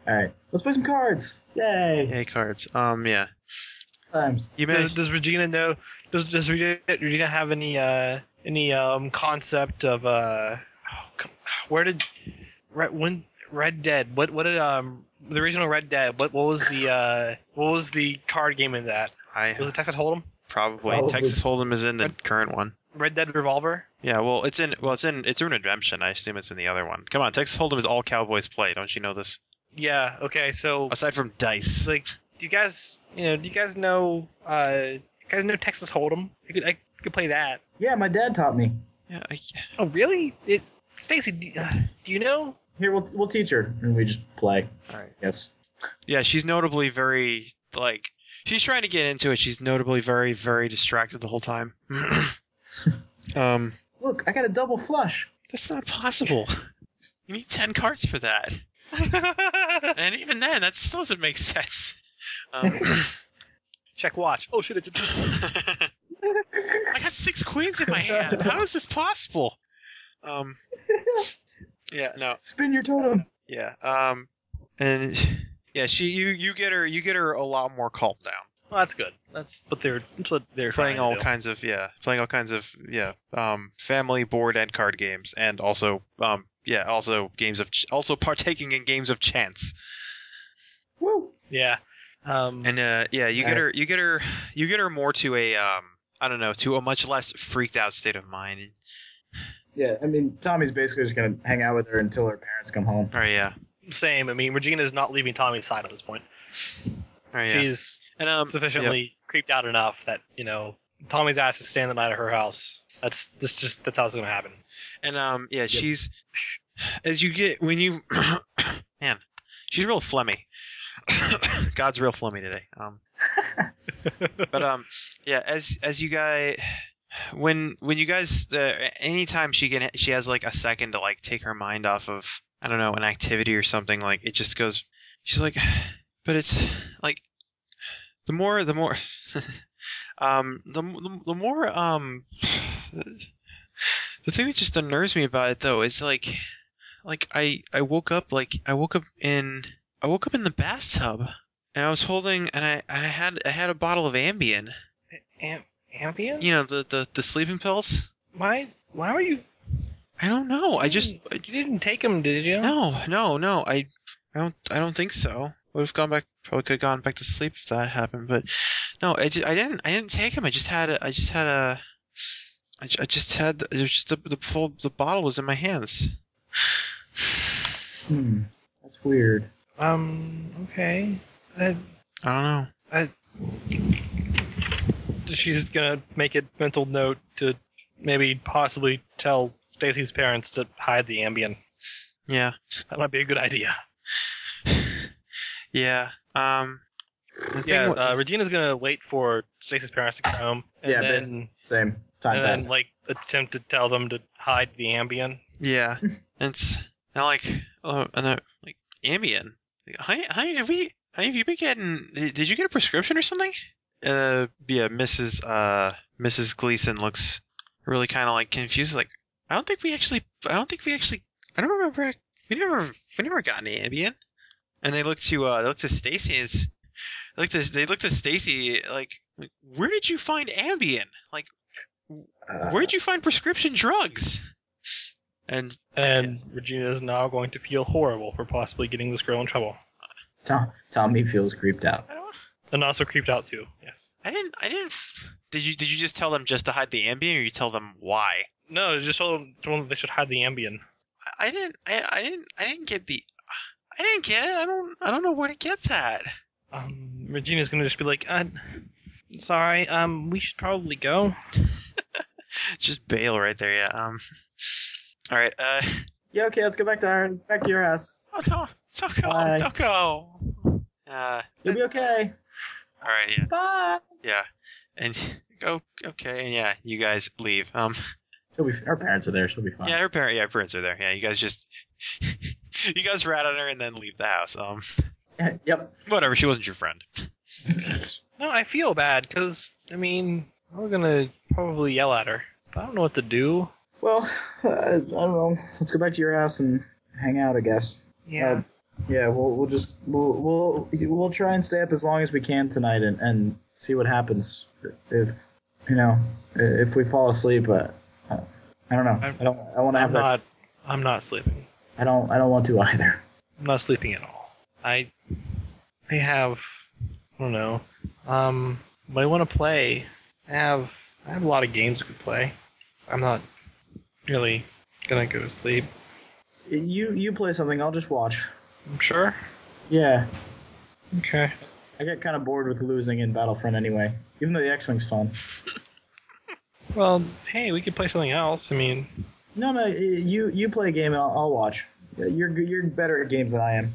All right, let's play some cards. Yay!
Hey, cards. Um, yeah.
Times.
You
Does,
managed.
does Regina know? Does does Regina, Regina have any uh any um concept of uh oh, come- where did right when Red Dead? What what did um the original Red Dead? What what was the uh what was the card game in that? Was
I
it Texas Hold'em?
probably
Probably.
Texas Hold'em is in the current one.
Red Dead Revolver?
Yeah, well, it's in well, it's in it's in Redemption. I assume it's in the other one. Come on, Texas Hold'em is all Cowboys play. Don't you know this?
Yeah. Okay. So
Aside from dice,
it's like, do you guys you know do you guys know uh you guys know Texas Hold'em? I could I could play that.
Yeah, my dad taught me.
yeah, I,
Oh really? It Stacy, do, uh, do you <laughs> know?
Here, we'll we'll teach her, and we just play.
All right.
Yes. <laughs>
yeah, she's notably very like she's trying to get into it. She's notably very very distracted the whole time. <clears throat> um,
Look, I got a double flush.
that's not possible. You need ten cards for that, and even then, that still doesn't make sense. <laughs> Um,
Check watch. Oh shit! It's a-
I got six queens in my hand. How is this possible? Um, yeah, no,
Spin your totem.
yeah, um, and yeah, she, you, you get her, you get her a lot more calmed down.
Well, that's good. That's what they're that's what they're
Playing all
trying to do.
kinds of yeah, playing all kinds of yeah, um, family board and card games, and also um, yeah, also games of ch- also partaking in games of chance.
Woo!
Yeah. Um,
And uh, yeah, you get
Right.
her, you get her, you get her more to a um, I don't know, to a much less freaked out state of mind.
Yeah, I mean, Tommy's basically just gonna hang out with her until her parents come home.
Or yeah,
same. I mean, Regina's not leaving Tommy's side at this point.
or yeah.
She's
And um,
sufficiently creeped out enough that you know Tommy's ass is staying the night at her house. That's this just that's how it's gonna happen.
And um, yeah, she's as you get when you <coughs> man, she's real phlegmy. <coughs> God's real phlegmy today. Um, but um, yeah, as as you guys when when you guys uh, anytime she can she has like a second to like take her mind off of I don't know an activity or something like it just goes. She's like, <sighs> but it's like the more the more. <laughs> Um, the, the, the more um, the thing that just unnerves me about it though is like like I I woke up like I woke up in I woke up in the bathtub and I was holding and I I had I had a bottle of Ambien.
Am- Ambien?
You know, the the, the sleeping pills?
Why? Why were you?
I don't know. Oh, I just
You didn't take them, did you?
no, no, no. I I don't I don't think so. Would have gone back probably could have gone back to sleep if that happened, but no, I, ju- I didn't I didn't take him. I just had a, I just had a I, ju- I just had it was just the, the full the bottle was in my hands.
Hmm. That's weird.
Um. Okay. Uh,
I don't know.
she's gonna make a mental note to maybe possibly tell Stacy's parents to hide the Ambien.
Yeah.
That might be a good idea.
Yeah. Um. the thing
Yeah,
wa-
uh, Regina's gonna wait for Stacy's parents to come home, and
Yeah,
then
Same time
and then
passes.
like attempt to tell them to hide the Ambien.
yeah. It's and like oh, and uh, like Ambien. Like, Honey, honey, did we? Honey, have you been getting? Did did you get a prescription or something? Uh, yeah. Mrs. Uh, Mrs. Gleason looks really kind of like confused. Like, I don't think we actually. I don't think we actually. I don't remember. We never. We never got any Ambien. And they look to. Uh, they look to Stacy. and s- They look to. They look to Stacy. Like, where did you find Ambien? Like.
Uh,
Where'd you find prescription drugs? And
And Regina is now going to feel horrible for possibly getting this girl in trouble,
Tom- Tommy feels creeped out.
I don't.
and also creeped out too. Yes.
I didn't. I didn't. Did you? Did you just tell them just to hide the ambient, or you tell them why?
No, just told them, told them they should hide the Ambien.
I- I didn't. I, I didn't. I didn't get the. I didn't get it. I don't. I don't know where to get that.
Um, Regina's gonna just be like, uh, "Sorry, um, we should probably go."
Just bail right there. Yeah. Um. All right. Uh.
Yeah, okay, let's go back to our back to your house.
Oh, don't, don't go.
Bye.
Don't go. Uh.
You'll be okay.
All right. Yeah.
Bye.
Yeah. And go. Okay. And yeah. You guys leave. Um.
She'll be. Her parents are there. She'll be fine.
Yeah, her parent, yeah, her parents are there. Yeah, you guys just, <laughs> you guys rat on her and then leave the house. Um,
<laughs> yep.
whatever. She wasn't your friend.
No, I feel bad because I mean we're gonna probably yell at her. I don't know what to do.
well, uh, I don't know. Let's go back to your house and hang out. I guess.
Yeah.
Yeah, we'll we'll just we'll we'll we'll try and stay up as long as we can tonight and and see what happens. If you know, if we fall asleep, uh, I I don't know. I'm, I do not I want to
I'm
have that.
not. I'm not sleeping.
I don't. I don't want to <laughs> either.
I'm not sleeping at all. I. I have. I don't know. Um. What I want to play. I have. I have a lot of games we could play. I'm not really gonna go to sleep.
You you play something. I'll just watch.
I'm sure.
Yeah,
Okay.
I get kind of bored with losing in Battlefront anyway. Even though the X-wing's fun.
Well, hey, we could play something else. I mean,
No, no. You you play a game and I'll, I'll watch. You're you're better at games than I am.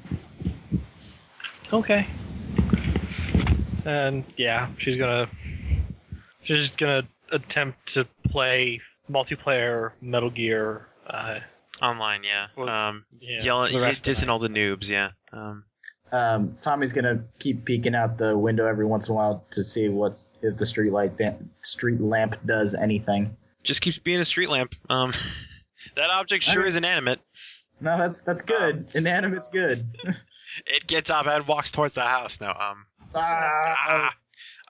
okay. And yeah, she's gonna. She's just gonna attempt to play multiplayer Metal Gear. Uh,
Online, yeah.
Well,
um,
yeah,
yell,
the rest of the
dissing
night.
all the noobs, yeah. Um,
Um, Tommy's gonna keep peeking out the window every once in a while to see what's if the street light ban- street lamp does anything.
just keeps being a street lamp. Um, <laughs> that object sure
Alright.
is inanimate.
No, that's that's good. Inanimate's good.
It gets up and walks towards the house. No, um,
ah,
ah.
oh.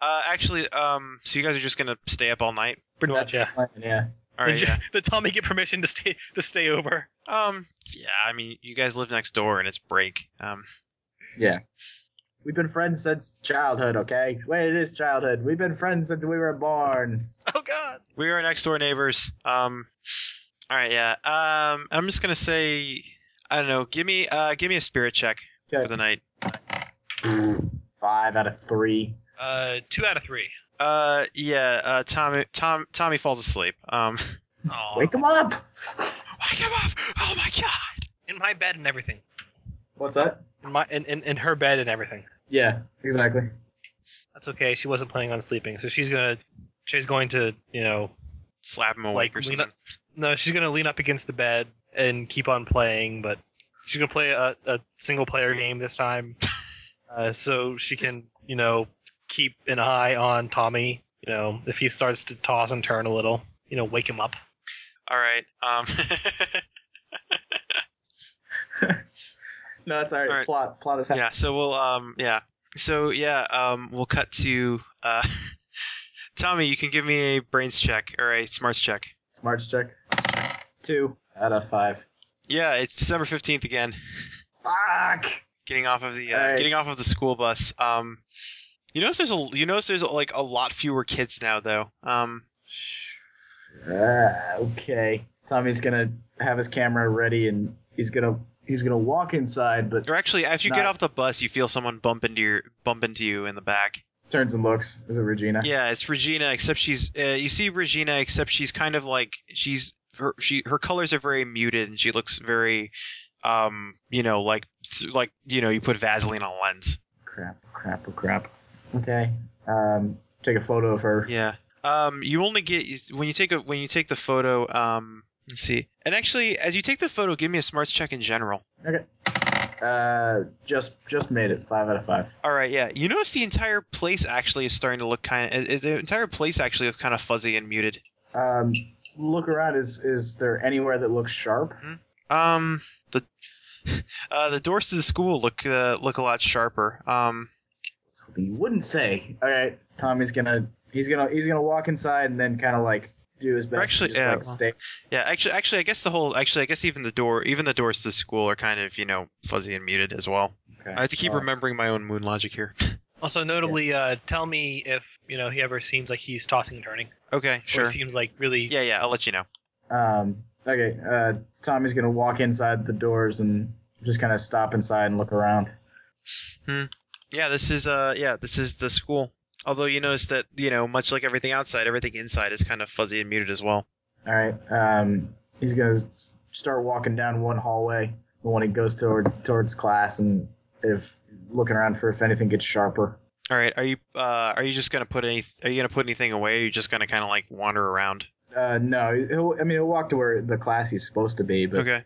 Uh, actually, um, so you guys are just gonna stay up all night?
pretty
that's
much, yeah.
the plan, yeah.
All right,
<laughs> Did, you-
yeah.
did Tommy get permission to stay to stay over?
Um, yeah. I mean, you guys live next door, and it's break. Um,
Yeah. We've been friends since childhood, okay? Wait, it is childhood. We've been friends since we were born.
Oh God.
we are next door neighbors. Um, all right, yeah. Um, I'm just gonna say, I don't know. Give me, uh, give me a spirit check for
Okay.
the night.
Five out of three.
Uh, two out of three.
Uh, yeah. Uh, Tommy, Tom, Tommy falls asleep. Um, <laughs>
Aw.
Wake him up!
wake him up! Oh my god!
in my bed and everything.
What's that?
In my in, in, in her bed and everything.
Yeah, exactly.
That's okay. She wasn't planning on sleeping, so she's gonna she's going to you know
Slap him awake
Like,
or
lean
something.
up- no she's gonna lean up against the bed and keep on playing, but she's gonna play a, a single player game
<laughs>
this time, uh, so she can you know keep an eye on Tommy. You know if he starts to toss and turn a little, you know wake him up.
<laughs> All right. Um, <laughs>
No, it's all right.
All right.
Plot, plot is happening.
yeah. So we'll, um, yeah. So yeah. Um, we'll cut to uh, <laughs> Tommy. You can give me a brains check or a smarts check.
Smarts check. Two out of five.
Yeah, it's December fifteenth again.
Fuck!
Getting off of the uh,
Alright.
getting off of the school bus. Um, you notice there's a you notice there's like a lot fewer kids now though. Um,
Ah, okay. Tommy's gonna have his camera ready, and he's gonna he's gonna walk inside, but
or actually, after you
Not-
get off the bus, you feel someone bump into your bump into you in the back.
turns and looks. Is it Regina?
Yeah, it's Regina. Except she's uh, you see Regina. Except she's kind of like she's her she her colors are very muted and she looks very, um, you know, like like you know you put Vaseline on a lens.
Crap! Crap! Oh crap! Okay. Um, take a photo of her.
Yeah. Um, you only get when you take a when you take the photo. Um, let's see. And actually, as you take the photo, give me a smarts check in general.
Uh, just just made it. Five out of five.
All right. Yeah. You notice the entire place actually is starting to look kind of the entire place actually looks kind of fuzzy and muted.
Um, look around. Is is there anywhere that looks sharp?
Um, the <laughs> uh, the doors to the school look uh, look a lot sharper. Um,
Something you wouldn't say. All right. Tommy's gonna he's gonna he's gonna walk inside and then kind of like do his best. to
Actually,
just,
yeah,
like,
well-
stay.
yeah. Actually, actually, I guess the whole actually, I guess even the door, even the doors to the school are kind of you know fuzzy and muted as well.
Okay.
I have to keep
Uh,
remembering my own moon logic here.
Also, notably, uh, tell me if you know he ever seems like he's tossing and turning,
okay.
or
Sure.
he seems like really
Yeah. Yeah. I'll let you know.
Um, okay, uh, Tommy's gonna walk inside the doors and just kind of stop inside and look around.
Yeah, this is uh yeah, this is the school. Although you notice that, you know, much like everything outside, everything inside is kind of fuzzy and muted as well.
All right, um, he's gonna s- start walking down one hallway when he goes toward towards class and if looking around for if anything gets sharper.
All right, are you uh are you just going to put any are you going to put anything away or are you just going to kind of like wander around?
Uh, no, he'll, I mean he'll walk to where the class he's supposed to be, but
Okay.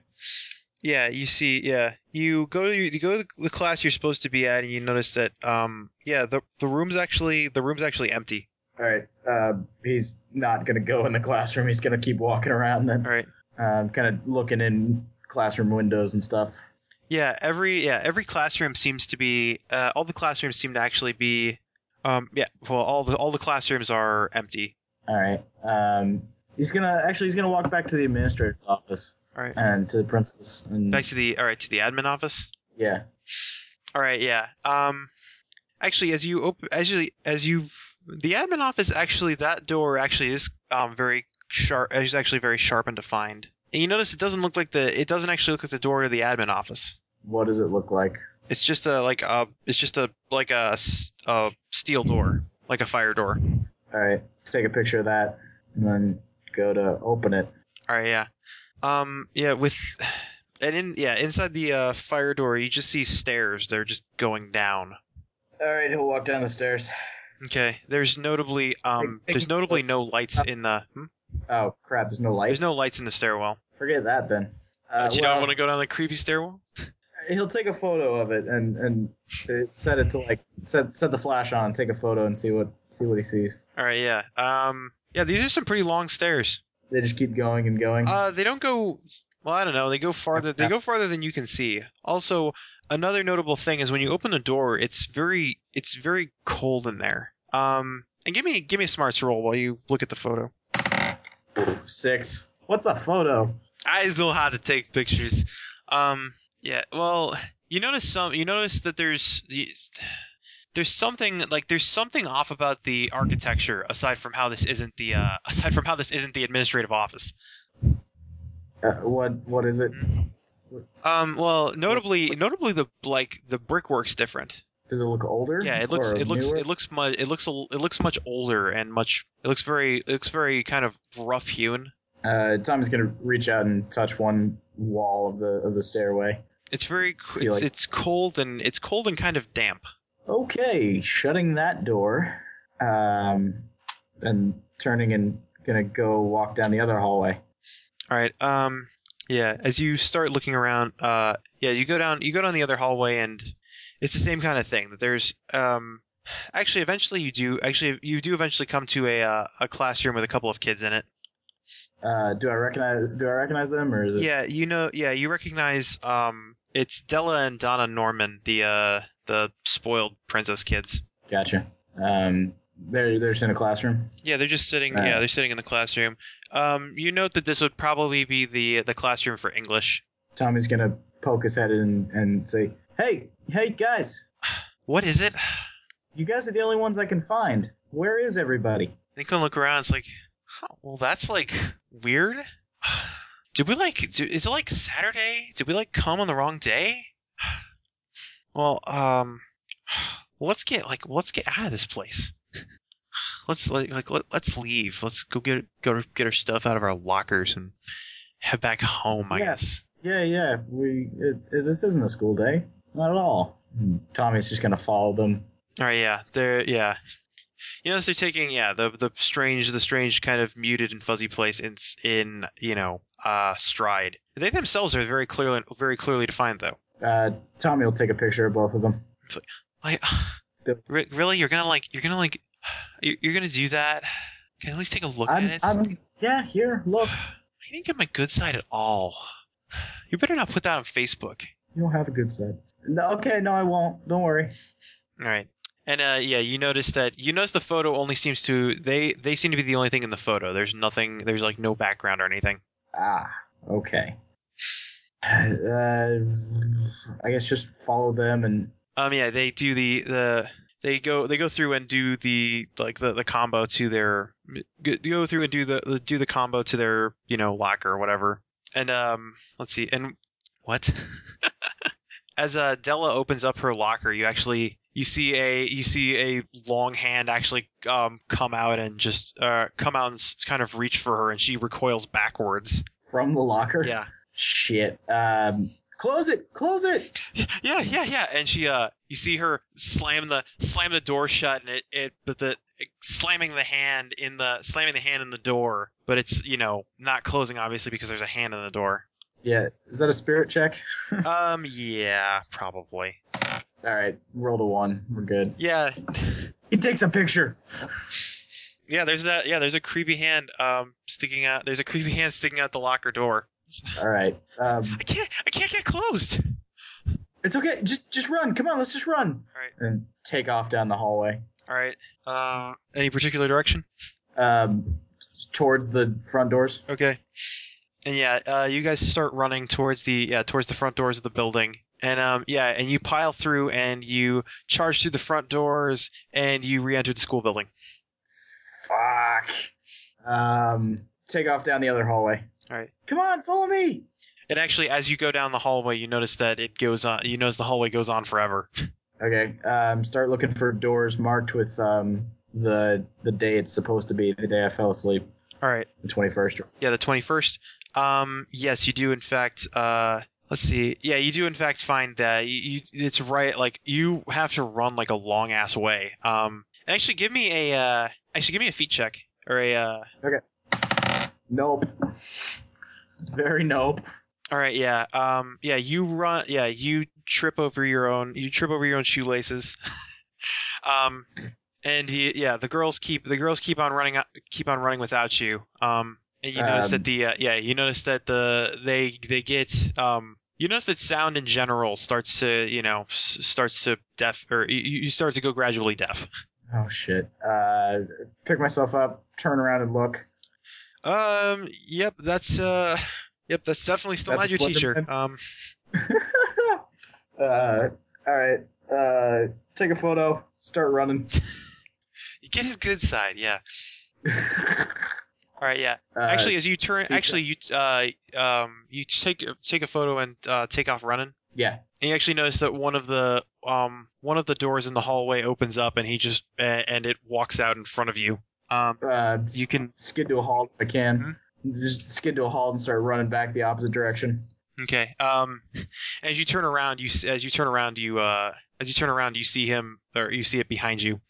Yeah, you see, yeah, you go to you go to the class you're supposed to be at and you notice that um yeah, the the room's actually the room's actually empty.
all right, uh, he's not gonna go in the classroom. He's gonna keep walking around then,
All right.
um, kind of looking in classroom windows and stuff.
Yeah, every yeah every classroom seems to be uh, all the classrooms seem to actually be um, yeah well all the all the classrooms are empty.
All right. Um, he's gonna actually he's gonna walk back to the administrator's office
All right,
and to the principal's. And
back to the all right to the admin office.
yeah.
All right, yeah. Um, actually, as you open, actually as you the admin office actually that door actually is um very sharp is actually very sharp and defined. And you notice it doesn't look like the it doesn't actually look like the door to the admin office.
What does it look like?
It's just a like a it's just a like a, s- a steel door, like a fire door.
All right. Let's take a picture of that and then go to open it.
All right, yeah. Um, yeah, with and in yeah inside the uh, fire door, you just see stairs. They're just going down.
All right. He'll walk down the stairs.
Okay. There's notably um
Like,
there's
taking
notably
notes.
no lights in the hmm?
Oh crap! There's no lights.
there's no lights in the stairwell.
Forget that then. Uh,
but you
well,
don't want to go down the creepy stairwell.
He'll take a photo of it and and it- set it to like set set the flash on, take a photo and see what see what he sees.
All right, yeah. Um, yeah. These are some pretty long stairs.
They just keep going and going.
Uh, they don't go. Well, I don't know. They go farther. They go farther than you can see. Also, another notable thing is when you open the door, it's very, it's very cold in there. Um, and give me, give me a smarts roll while you look at the photo.
Six. What's a photo?
I know how to take pictures. Um, yeah. Well, you notice some. You notice that there's there's something like there's something off about the architecture aside from how this isn't the uh, <laughs> aside from how this isn't the administrative office.
Uh, what what is it?
Um, well, notably, notably the like the brickwork's different.
Does it look older?
Yeah, it looks
Or
it looks
newer?
it looks much it looks a l- it looks much older and much it looks very it looks very kind of rough hewn.
Uh, Tom's gonna reach out and touch one wall of the of the stairway.
It's very c-
Feel
it's,
like-
it's cold and it's cold and kind of damp.
Okay, shutting that door, um, and turning and gonna go walk down the other hallway.
All right. Um. Yeah. As you start looking around, uh, yeah, you go down. You go down the other hallway, and it's the same kind of thing. That there's, um, actually, eventually you do. Actually, you do eventually come to a uh, a classroom with a couple of kids in it.
Uh, do I recognize do I recognize them or is it?
Yeah. You know. Yeah. You recognize. Um. It's Della and Donna Norman, the uh, the spoiled princess kids.
Gotcha. Um, they're they're just in a classroom.
Yeah, they're just sitting.
Uh.
Yeah, they're sitting in the classroom. Um, you note that this would probably be the the classroom for English.
Tommy's gonna poke his head in and say, "Hey, hey guys,
What is it?
you guys are the only ones I can find. Where is everybody?"
They can look around. It's like, huh, well, that's like weird. <sighs> Did we like? Do, is it like Saturday? Did we like come on the wrong day? <sighs> Well, um, <sighs> let's get like let's get out of this place. <sighs> Let's like like let, let's leave. Let's go get go get our stuff out of our lockers and head back home. I
Yeah.
guess.
Yeah, yeah, we it, it, this isn't a school day, not at all. And Tommy's just gonna follow them.
All right, yeah, they're yeah. You notice they're taking yeah the the strange the strange kind of muted and fuzzy place in s- in you know uh stride. They themselves are very clearly very clearly defined though.
Uh, Tommy will take a picture of both of them.
Like <sighs>
Still,
re- really, you're gonna like you're gonna like <sighs> you're, you're gonna do that? Can I at least take a look
I'm,
at it?
I'm, yeah, here, look.
I didn't get my good side at all. <sighs> You better not put that on Facebook.
You don't have a good side. No, okay, no, I won't. Don't worry.
All right. And uh, yeah, you notice that you notice the photo only seems to they they seem to be the only thing in the photo. There's nothing. There's like no background or anything.
Ah, okay. Uh, I guess just follow them and
Um, yeah, they do the the they go they go through and do the like the, the combo to their go- go through and do the the- do the combo to their you know locker or whatever. And um, let's see, and what? <laughs> As uh, Della opens up her locker, you actually you see a you see a long hand actually um, come out and just uh, come out and s- kind of reach for her, and she recoils backwards.
from the locker.
Yeah.
Shit. Um, close it. Close it.
yeah, yeah, yeah. And she, uh, you see her slam the slam the door shut, and it, it but the slamming the hand in the slamming the hand in the door, but it's you know not closing obviously because there's a hand in the door.
Yeah. Is that a spirit check?
um, yeah, probably.
All right. Roll to one. We're good.
Yeah,
He takes a picture.
yeah. There's that. Yeah, there's a creepy hand, um, sticking out. There's a creepy hand sticking out the locker door.
All right. Um,
I can't. I can't get closed.
It's okay. Just just run. Come on, let's just run.
All right.
And take off down the hallway.
All right. Uh, any particular direction?
Um, towards the front doors.
Okay. And yeah, uh, you guys start running towards the yeah towards the front doors of the building, and um yeah, and you pile through and you charge through the front doors and you re-enter the school building.
Fuck. Um, take off down the other hallway.
All right.
Come on, follow me.
And actually, as you go down the hallway, you notice that it goes on. You notice the hallway goes on forever. <laughs>
Okay. Um, start looking for doors marked with um the the day it's supposed to be. The day I fell asleep,
All right.
the twenty first.
Yeah, the 21st. Um, yes, you do in fact. Uh, let's see. Yeah, you do in fact find that you, you, it's right. Like you have to run like a long ass way. Um, and actually, give me a uh, actually give me a feet check or a. Uh,
Nope. Very nope.
all right, yeah, um, yeah. You run. Yeah, you trip over your own. You trip over your own shoelaces. <laughs> um, and he, yeah, the girls keep the girls keep on running keep on running without you. Um, and you notice
Um,
that the uh, yeah, you notice that the they they get um, you notice that sound in general starts to you know s- starts to deaf or you, you start to go gradually deaf.
Oh shit. Uh, pick myself up, turn around and look.
Um, yep, that's uh, yep, that's definitely still
That's a
not your
slip and
teacher.
slide?
Um,
<laughs> uh, all right. Uh, take a photo. Start running. <laughs>
you get his good side, yeah. All right, yeah.
Uh,
actually as you turn
feature.
actually you uh um you take take a photo and uh, take off running
yeah.
and you actually notice that one of the um one of the doors in the hallway opens up and he just a- and it walks out in front of you um
Uh,
you Mm-hmm. can
skid to a halt if I can. Just skid to a halt and start running back the opposite direction.
okay um <laughs> as you turn around you s- as you turn around you uh as you turn around you see him or you see it behind you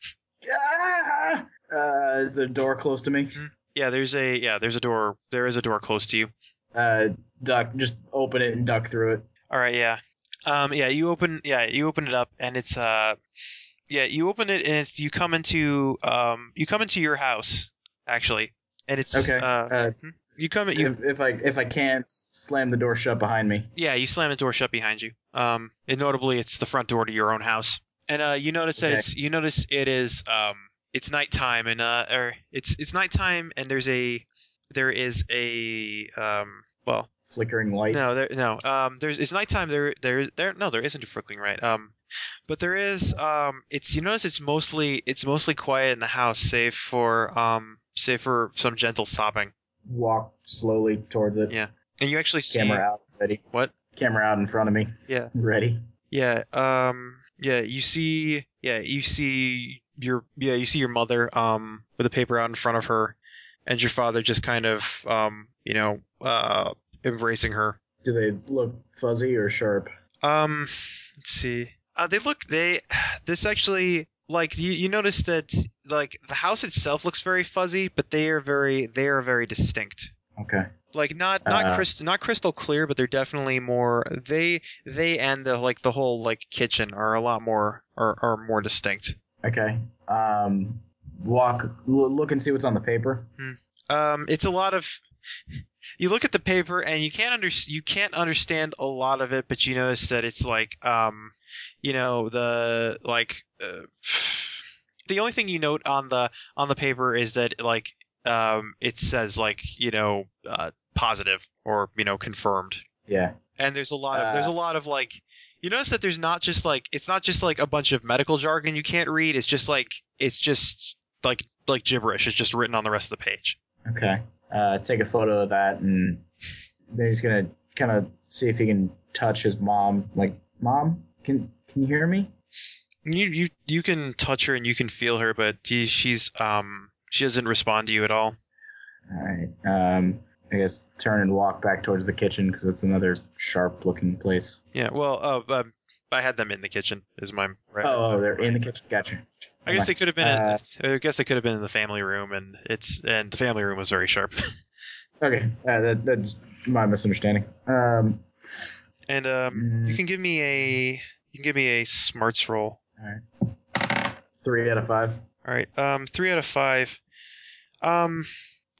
Ah! Uh, is the door close to
Mm-hmm.
me?
yeah there's a yeah there's a door there is a door close to you
Uh, duck. Just open it and duck through it.
All right, yeah. Um, yeah, you open, yeah, you open it up, and it's, uh, yeah, you open it, and it's, you come into, um, you come into your house, actually, and it's,
Okay.
uh,
Uh,
you come, you,
if, if I if I can't, slam the door shut behind me.
yeah, you slam the door shut behind you. Um, and notably, it's the front door to your own house, and uh, you notice that
Okay.
it's, you notice it is, um, it's nighttime, and uh, or it's it's nighttime, and there's a, there is a, um, well,
Flickering light.
No, there no. Um there's it's nighttime there there there no, there isn't a flickering right. Um but there is um it's you notice it's mostly it's mostly quiet in the house save for um save for some gentle sobbing.
Walk slowly towards it.
Yeah. And you actually see
Camera out, ready.
What?
Camera out in front of me.
Yeah.
Ready.
Yeah, um yeah, you see yeah, you see your yeah, you see your mother um with a paper out in front of her and your father just kind of um you know uh embracing her.
Do they look fuzzy or sharp?
Um, let's see. Uh, they look. They <sighs> this actually like you, you notice that like the house itself looks very fuzzy, but they are very they are very distinct.
Okay.
Like not not
Uh.
crystal not crystal clear, but they're definitely more. They they and the like the whole like kitchen are a lot more are are more distinct.
Okay. Um, walk. L- look and see what's on the paper.
Um, it's a lot of. You look at the paper and you can't under, you can't understand a lot of it, but you notice that it's like um, you know the like uh, the only thing you note on the on the paper is that like um it says like you know uh, positive or you know confirmed,
Yeah.
and there's a lot of there's a lot of like you notice that there's not just like it's not just like a bunch of medical jargon you can't read. It's just like it's just like like gibberish. It's just written on the rest of the page.
Okay. Uh, take a photo of that, and then he's gonna kind of see if he can touch his mom. Like, mom, can can you hear me?
You you you can touch her and you can feel her, but she, she's um she doesn't respond to you at all.
All right. Um, I guess turn and walk back towards the kitchen because it's another sharp-looking place.
Yeah, well, uh, um, I had them in the kitchen. Is my right?
Oh, oh, they're in the kitchen. Gotcha.
I guess they could have been.
Uh,
in, I guess they could have been in the family room, and it's and the family room was very sharp. <laughs>
Okay, uh, that, that's my misunderstanding. Um,
And um, you
mm,
can give me a you can give me a smarts roll.
three out of five.
All right, um, three out of five. Um,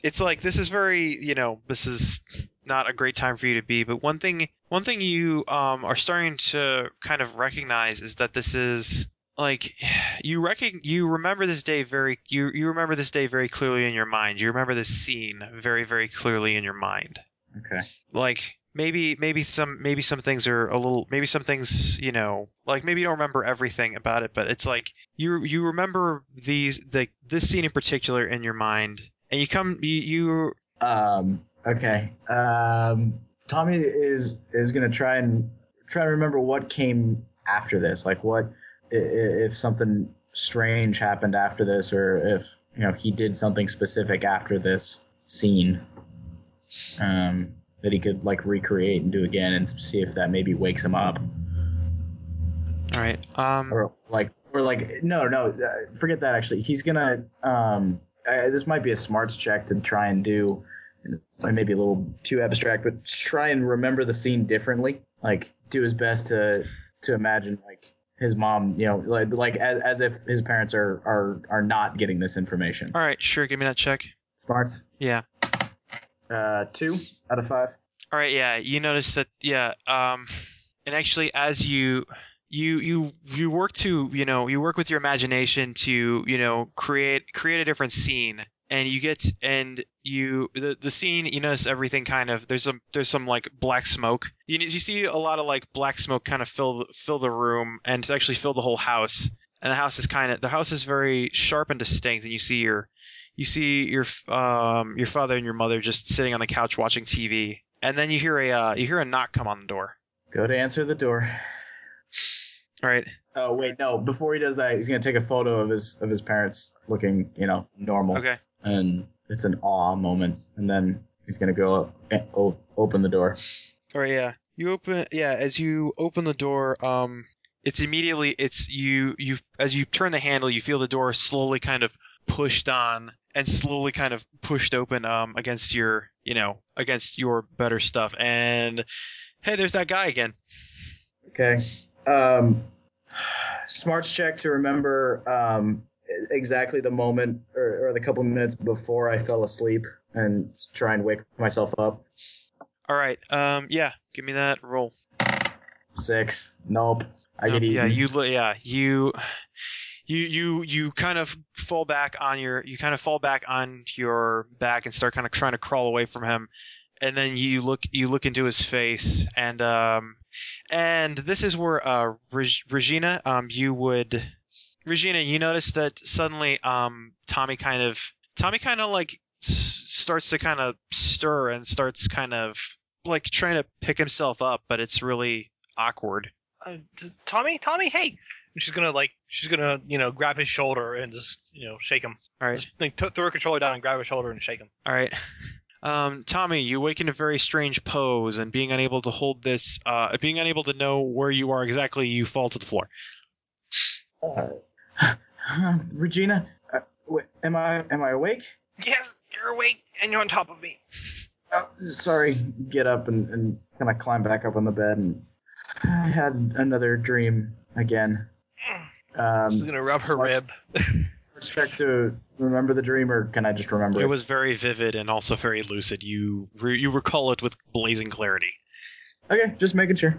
it's like this is very you know this is not a great time for you to be but one thing one thing you um, are starting to kind of recognize is that this is like <sighs> you recog- you remember this day very you you remember this day very clearly in your mind you remember this scene very very clearly in your mind
Okay.
like maybe maybe some maybe some things are a little maybe some things you know like maybe you don't remember everything about it but it's like you you remember these like this scene in particular in your mind and you come you, you
Um, okay. Um, Tommy is is gonna try and try to remember what came after this. Like what i- i- if something strange happened after this, or if you know he did something specific after this scene um, that he could like recreate and do again, and see if that maybe wakes him up,
all right um
or like or like no no uh, forget that actually. He's gonna um, uh, this might be a smarts check to try and do and maybe a little too abstract, but try and remember the scene differently. Like do his best to to imagine like his mom, you know, like like as, as if his parents are are are not getting this information.
all right sure give me that check
Smarts.
yeah
Uh, two out of five.
All right, yeah, you notice that, yeah, um, and actually, as you you you you work to you know you work with your imagination to you know create create a different scene, and you get and you the the scene you notice everything kind of there's some there's some like black smoke you you see a lot of like black smoke kind of fill fill the room and to actually fill the whole house, and the house is kind of the house is very sharp and distinct, and you see your you see your f- um your father and your mother just sitting on the couch watching TV, and then you hear a uh, you hear a knock come on the door.
Go to answer the door.
All right,
Oh wait, no. Before he does that, he's gonna take a photo of his of his parents looking, you know, normal.
okay,
And it's an awe moment, and then he's gonna go o- o- open the door.
all right, yeah. You open, yeah. As you open the door, um, it's immediately it's you you as you turn the handle, you feel the door slowly kind of pushed on and slowly kind of pushed open um against your you know against your better stuff. And hey, there's that guy again.
Okay. Um, smarts check to remember um, exactly the moment or, or the couple minutes before I fell asleep and s- try and wake myself up.
All right, um, yeah. Give me that roll.
Six. Nope. I
Um,
get eaten.
Yeah, you. li- Yeah, you. You you you kind of fall back on your you kind of fall back on your back and start kind of trying to crawl away from him, and then you look you look into his face and um and this is where uh Reg- Regina um you would Regina you notice that suddenly um Tommy kind of Tommy kind of like s- starts to kind of stir and starts kind of like trying to pick himself up but it's really awkward.
uh, t- Tommy, Tommy, hey. And she's gonna like, she's gonna, you know, grab his shoulder and just, you know, shake him.
All right.
Just, like, t- throw her controller down and grab his shoulder and shake him.
All right. Um, Tommy, you wake in a very strange pose, and being unable to hold this, uh, being unable to know where you are exactly, you fall to the floor.
Huh, <gasps> Regina, uh, wait, am I am I awake?
Yes, you're awake and you're on top of me.
Oh, sorry. Get up and, and kind of climb back up on the bed. And I had another dream again.
She's
Um,
gonna rub her
Smarts-
rib.
smarts check to remember the dream, or can I just remember
It was very vivid and also very lucid. You re- you recall it with blazing clarity.
Okay, just making sure.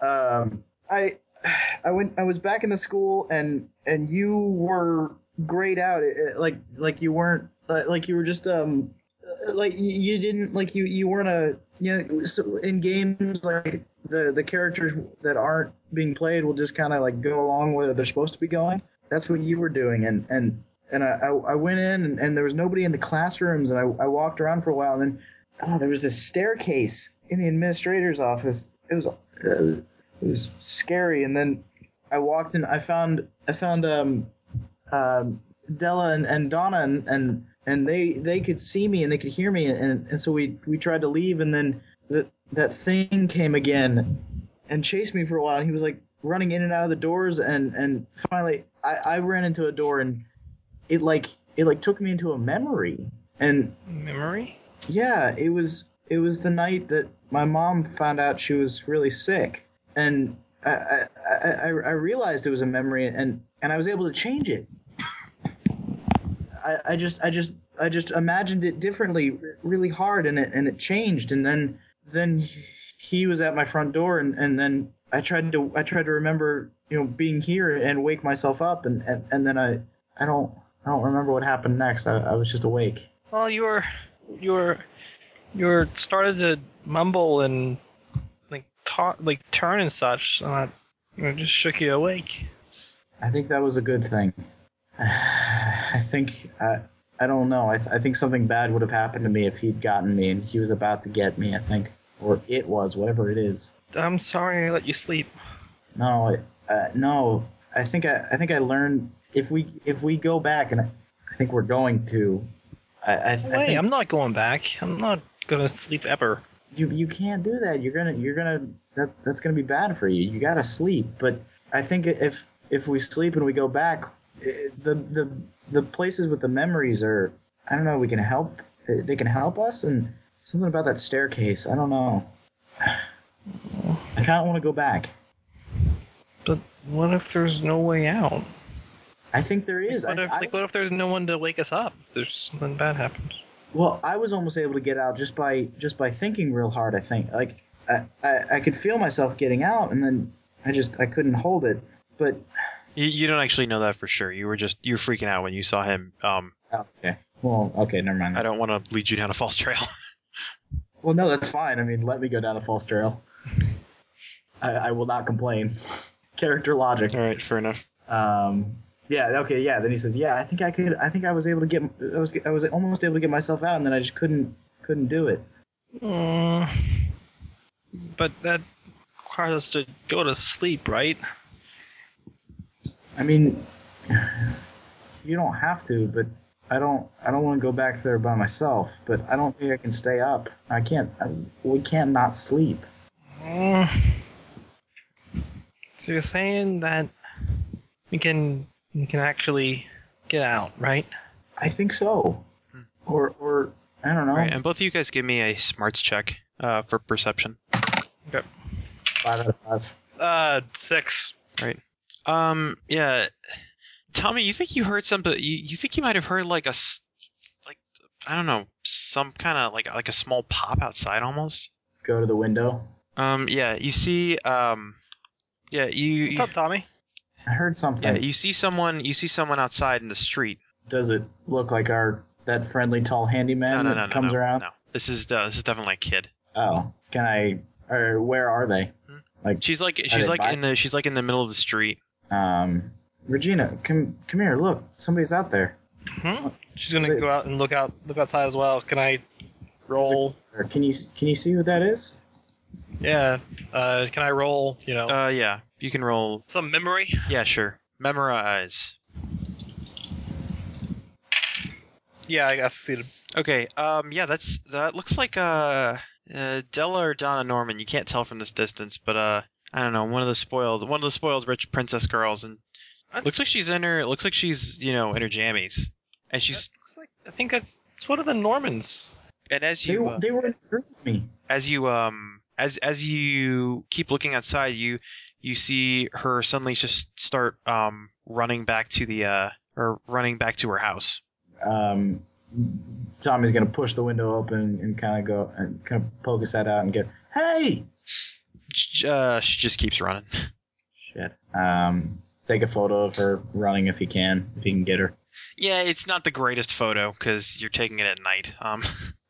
Um, I, I went. I was back in the school, and and you were grayed out. It- it- like like you weren't. uh, Like you were just um. uh, Like y- you didn't like you you weren't a you know so in games like the the characters that aren't being played will just kind of like go along where they're supposed to be going. That's what you were doing, and and and I I, I went in and, and there was nobody in the classrooms, and I I walked around for a while, and then oh, there was this staircase in the administrator's office. It was uh, it was scary. And then I walked in. I found I found um, um, Della and, and Donna and, and and they they could see me and they could hear me. And, and so we we tried to leave. And then that that thing came again and chased me for a while. And he was like running in and out of the doors. And and finally, I, I ran into a door and it like it like took me into a memory. And
Memory?
yeah, it was it was the night that my mom found out she was really sick, and I I, I, I I realized it was a memory, and and I was able to change it. I, I just I just I just imagined it differently, r- really hard, and it and it changed. And then then he was at my front door, and and then I tried to I tried to remember you know being here and wake myself up, and and, and then I I don't I don't remember what happened next. I, I was just awake.
Well, you were you were you were started to mumble and like talk, like turn and such, and I, you know, just shook you awake.
I think that was a good thing. <sighs> I think I I don't know. I, th- I think something bad would have happened to me if he'd gotten me, and he was about to get me. I think, or it was whatever it is.
I'm sorry I let you sleep.
No, uh, no. I think I, I think I learned if we if we go back and I, I think we're going to. I, I, I
Wait,
think
I'm not going back. I'm not gonna sleep ever.
you you can't do that. You're gonna you're gonna that that's gonna be bad for you. You gotta sleep. But I think if if we sleep and we go back, eh, the the the places with the memories are I don't know. We can help. eh, They can help us and something about that staircase. I don't know. <sighs> I kind of want to go back.
But what if there's no way out?
I think there is.
What
I,
if,
I
like,
was-
what if there's no one to wake us up? If There's something bad happens.
Well, I was almost able to get out just by just by thinking real hard. I think like I, I, I could feel myself getting out, and then I just I couldn't hold it. But
You, you don't actually know that for sure. You were just you were freaking out when you saw him. Um,
oh, okay, well, okay, never mind.
I don't want to lead you down a false trail.
Well, no, that's fine. I mean, let me go down a false trail. I, I will not complain. Character logic.
All right, fair enough.
Um, yeah. Okay. Yeah. Then he says, "Yeah, I think I could. I think I was able to get. I was. I was almost able to get myself out, and then I just couldn't. Couldn't do it.
Mm, but that requires us to go to sleep, right?
I mean, <sighs> you don't have to, but I don't. I don't want to go back there by myself. But I don't think I can stay up. I can't. I, we can't not sleep.
Mm. So you're saying that we can we can actually get out, right?
I think so.
Hmm.
Or, or I don't know.
All right, and both of you guys give me a smarts check uh, for perception.
Five out of five.
Uh, six.
Um, yeah, Tommy, you think you heard something? You, you think you might have heard like a s- like I don't know some kind of like like a small pop outside almost.
Go to the window.
Um, yeah, you see. Um, yeah, you.
What's up, Tommy?
I heard
Yeah,
something.
you see someone. You see someone outside in the street.
Does it look like our that friendly tall handyman
No, no,
that
no, no,
comes
no,
around?
No, this is uh, this is definitely a kid.
Oh, can I? Or where are they?
She's like
they
she's like
bi-
in the she's like in the middle of the street.
Um, Regina, come come here. Look, somebody's out there.
Hmm? She's gonna
Say-
go out and look out look outside as well. Can I roll?
Or Can you can you see who that is?
Yeah. Uh, can I roll? You know,
Uh, yeah, you can roll.
some memory.
Yeah, sure. Memorize.
Yeah, I got succeeded.
Okay. Um, yeah, that's that looks like uh, uh Della or Donna Norman. You can't tell from this distance, but uh, I don't know. One of the spoiled one of the spoiled rich princess girls, and
That's-
looks like she's in her looks like she's you know in her jammies, and she's
that looks like I think that's it's one of the Normans.
and as
They,
you
w-
uh,
they were in the group with me.
as you um as as you keep looking outside you you see her suddenly just start um running back to the uh or running back to her house
Um, Tommy's gonna push the window open and kind of go and kind of poke his head out and go, "Hey!"
J- uh, she just keeps running <laughs>
Shit. Um, take a photo of her running if he can, if he can get her.
yeah it's not the greatest photo because you're taking it at night um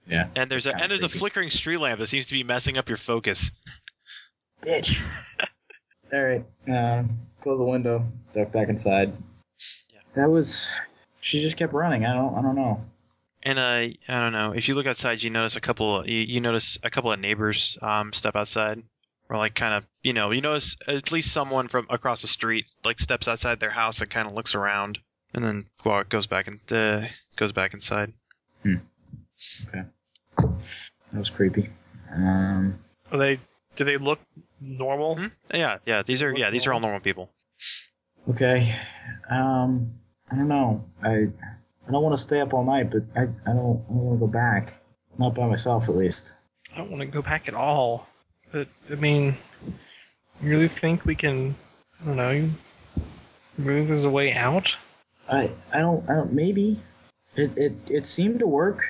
Yeah.
and there's a
Kinda
and there's
creepy.
a flickering street lamp that seems to be messing up your focus
Bitch. <laughs> All right. Um, close the window. Duck back inside.
Yeah.
That was. She just kept running. I don't. I don't know.
and uh, i don't know if you look outside you notice a couple you, you notice a couple of neighbors um step outside or like kind of you know you notice at least someone from across the street like steps outside their house and kind of looks around and then well, goes back and uh, goes back inside
That was creepy. Um,
Are they? Do they look normal?
Hmm? yeah yeah these are yeah these are all normal people
okay. Um, I don't know. I. I don't want to stay up all night, but I. I don't. I don't want to go back. Not by myself, at least.
I don't want to go back at all. But I mean, you really think we can? I don't know. You you really think there's a way out?
I. I don't. I don't. Maybe. It it it seemed to work.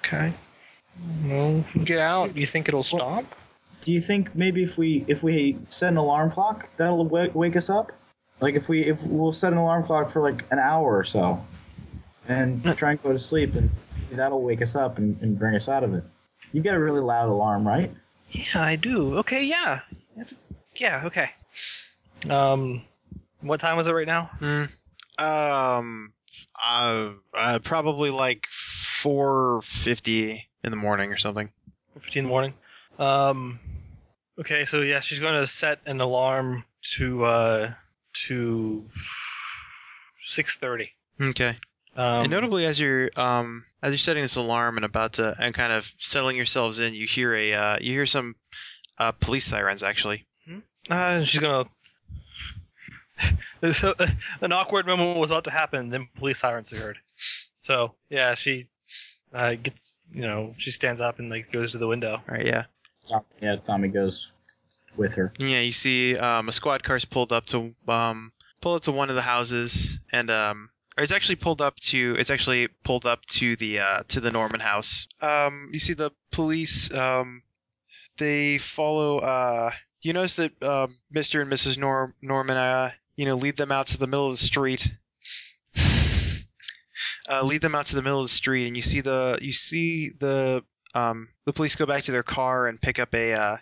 Okay. Well, if you get out, do you think it'll stop?
Do you think maybe if we if we set an alarm clock that'll w- wake us up? Like if we if we'll set an alarm clock for like an hour or so, and try and go to sleep, and that'll wake us up and, and bring us out of it. You got a really loud alarm, right?
Yeah, I do. Okay, yeah. That's, yeah, okay. Um, what time is it right now?
Hmm. Um, uh, uh, probably like four fifty in the morning or something.
15 in the morning. Um, okay, so yeah, she's going to set an alarm to uh to 6:30.
Okay.
Um,
and notably, as you're um, as you're setting this alarm and about to and kind of settling yourselves in, you hear a uh, you hear some uh, police sirens actually.
uh, she's <laughs> going to. There's a, an awkward moment was about to happen. Then police sirens are heard. So yeah, she uh, gets you know she stands up and like goes to the window.
All right, yeah,
Tom, yeah, Tommy goes with her.
yeah. You see um, a squad car's pulled up to um, pull up to one of the houses, and um, or it's actually pulled up to it's actually pulled up to the uh, to the Norman house. Um, you see the police. Um, they follow. Uh, you notice that um, Mr. and Mrs. Nor- Norman, uh, you know, lead them out to the middle of the street. <laughs> uh, lead them out to the middle of the street, and you see the you see the um, the police go back to their car and pick up a. Uh,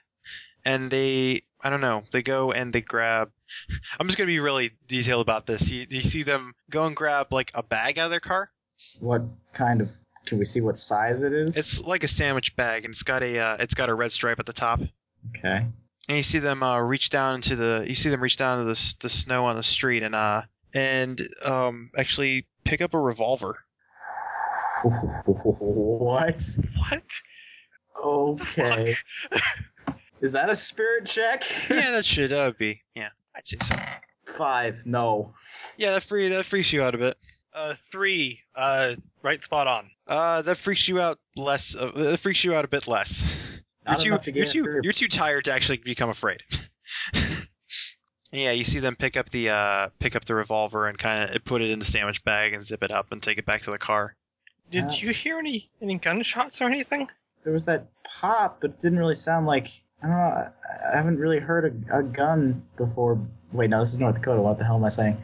and they, I don't know, they go and they grab. I'm just gonna be really detailed about this. You, you see them go and grab like a bag out of their car.
What kind of? Can we see what size it is?
It's like a sandwich bag, and it's got a uh, it's got a red stripe at the top.
okay.
and you see them uh, reach down into the you see them reach down to the s- the snow on the street and uh and um actually pick up a revolver.
What?
What?
Okay. Is that a spirit check? <laughs>
yeah, that should that would be yeah. I'd say so.
Five. No.
Yeah, that free that freaks you out a bit.
Uh, three. Uh, right spot on.
Uh, that freaks you out less. Uh, that freaks you out a bit less. <laughs>
Not
you're
enough
too
to
you're
get
too
through.
you're too tired to actually become afraid. <laughs> yeah, you see them pick up the uh pick up the revolver and kind of put it in the sandwich bag and zip it up and take it back to the car.
Did
Uh,
you hear any any gunshots or anything?
There was that pop, but it didn't really sound like. I don't know. I, I haven't really heard a, a gun before. Wait, no, this is North Dakota. What the hell am I saying?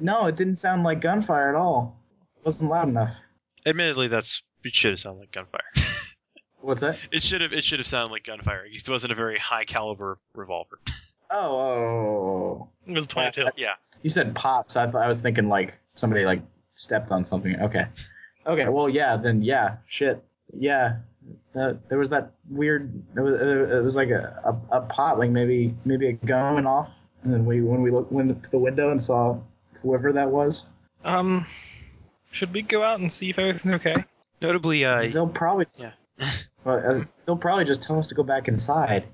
No, it didn't sound like gunfire at all. It wasn't loud enough.
Admittedly, that's it should have sounded like gunfire. <laughs>
What's that?
It should have. It should have sounded like gunfire. It wasn't a very high caliber revolver.
Oh, oh, oh,
It was twenty-two.
Yeah.
oh. you said pops. I, thought- I was thinking like somebody like stepped on something. Okay. Okay. Well, yeah. Then yeah. Shit. Yeah. Uh, there was that weird. It was, uh, it was like a, a, a pop, like maybe maybe a gun went off, and then we when we looked went to the window and saw whoever that was.
Um, should we go out and see if everything's okay?
Notably, uh,
They'll probably
yeah.
<laughs> well, uh, they'll probably just tell us to go back inside.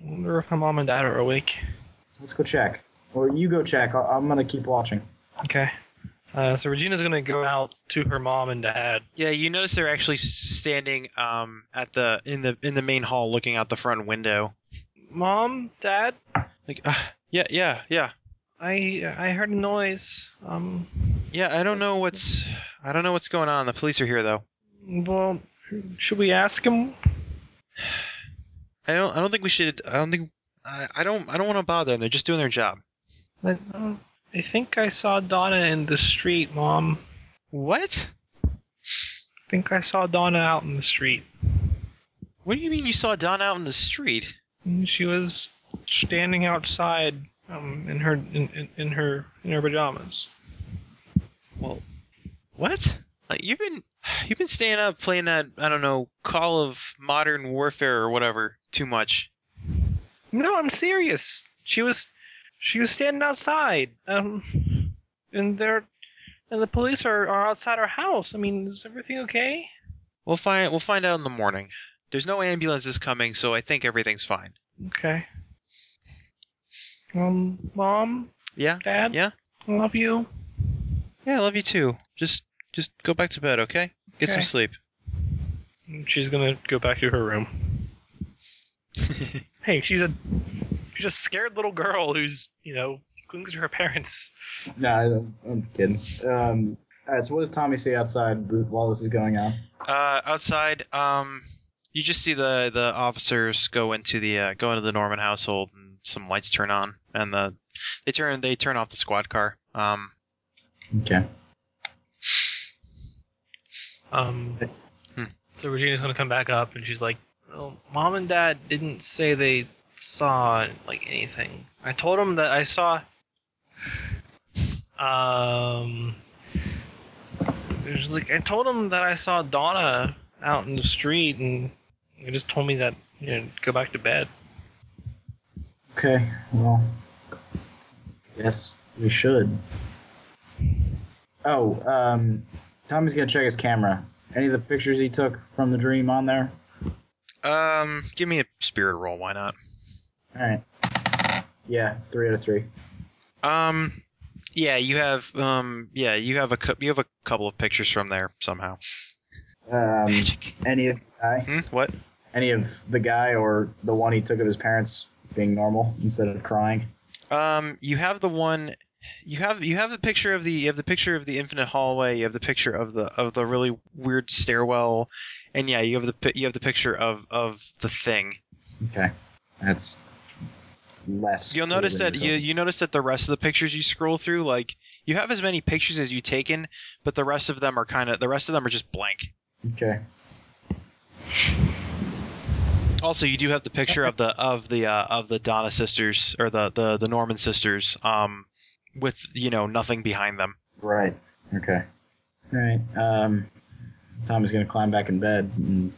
I wonder if my mom and dad are awake.
Let's go check, or you go check. I, I'm gonna keep watching.
Okay. Uh, so Regina's gonna go out to her mom and dad.
yeah, you notice they're actually standing um at the in the in the main hall, looking out the front window.
Mom, Dad,
Like, <sighs> uh, yeah, yeah, yeah,
I I heard a noise. Um,
yeah. I don't know what's I don't know what's going on. The police are here though.
well, should we ask him?
I don't I don't think we should. I don't think I, I don't I don't want to bother them. They're just doing their job.
I, uh, I think I saw Donna in the street, Mom.
What?
I think I saw Donna out in the street.
What do you mean you saw Don out in the street?
And She was standing outside, um, in her in, in, in her in her pajamas.
Well, what? Like, you've been you've been staying up playing that I don't know Call of Modern Warfare or whatever too much.
No, I'm serious. She was she was standing outside. Um and they're and the police are, are outside our house. I mean, is everything okay?
We'll find we'll find out in the morning. There's no ambulances coming, so I think everything's fine.
Okay. Um mom,
Yeah,
dad,
Yeah?
I love you.
yeah, I love you too. Just just go back to bed, okay? Get some
Okay.
sleep.
She's gonna go back to her room. hey, she's a she's a scared little girl who's, you know, clings to her parents.
No, I- I'm kidding. Um, All right. So what does Tommy see outside th- while this is going on?
Uh, outside, um, you just see the the officers go into the uh, go into the Norman household, and some lights turn on, and the they turn they turn off the squad car. Um,
Okay.
Um,
Hmm.
So Regina's gonna come back up, and she's like, well, "Mom and Dad didn't say they saw like anything. I told them that I saw." <sighs> Um, she's like, "I told them that I saw Donna out in the street, and they just told me that you know go back to bed."
Okay. Well. Yes, we should. Oh, um, Tommy's gonna check his camera. Any of the pictures he took from the dream on there?
um, give me a spirit roll, why not?
All right. Yeah, three out of three.
Um, yeah, you have um, yeah, you have a cou- you have a couple of pictures from there somehow.
Um,
Magic.
any of the guy,
Hmm? What?
any of the guy, or the one he took of his parents being normal instead of crying.
Um, you have the one. You have you have the picture of the you have the picture of the infinite hallway. You have the picture of the of the really weird stairwell, and yeah, you have the pi- you have the picture of of the thing.
Okay, that's less.
You'll notice that you you notice that the rest of the pictures you scroll through, like you have as many pictures as you taken, but the rest of them are kind of the rest of them are just blank.
Okay.
Also, you do have the picture of the of the uh, of the Donna sisters or the the the Norman sisters, um, with you know nothing behind them.
Right. Okay. All right. Um, Tom is going to climb back in bed. And,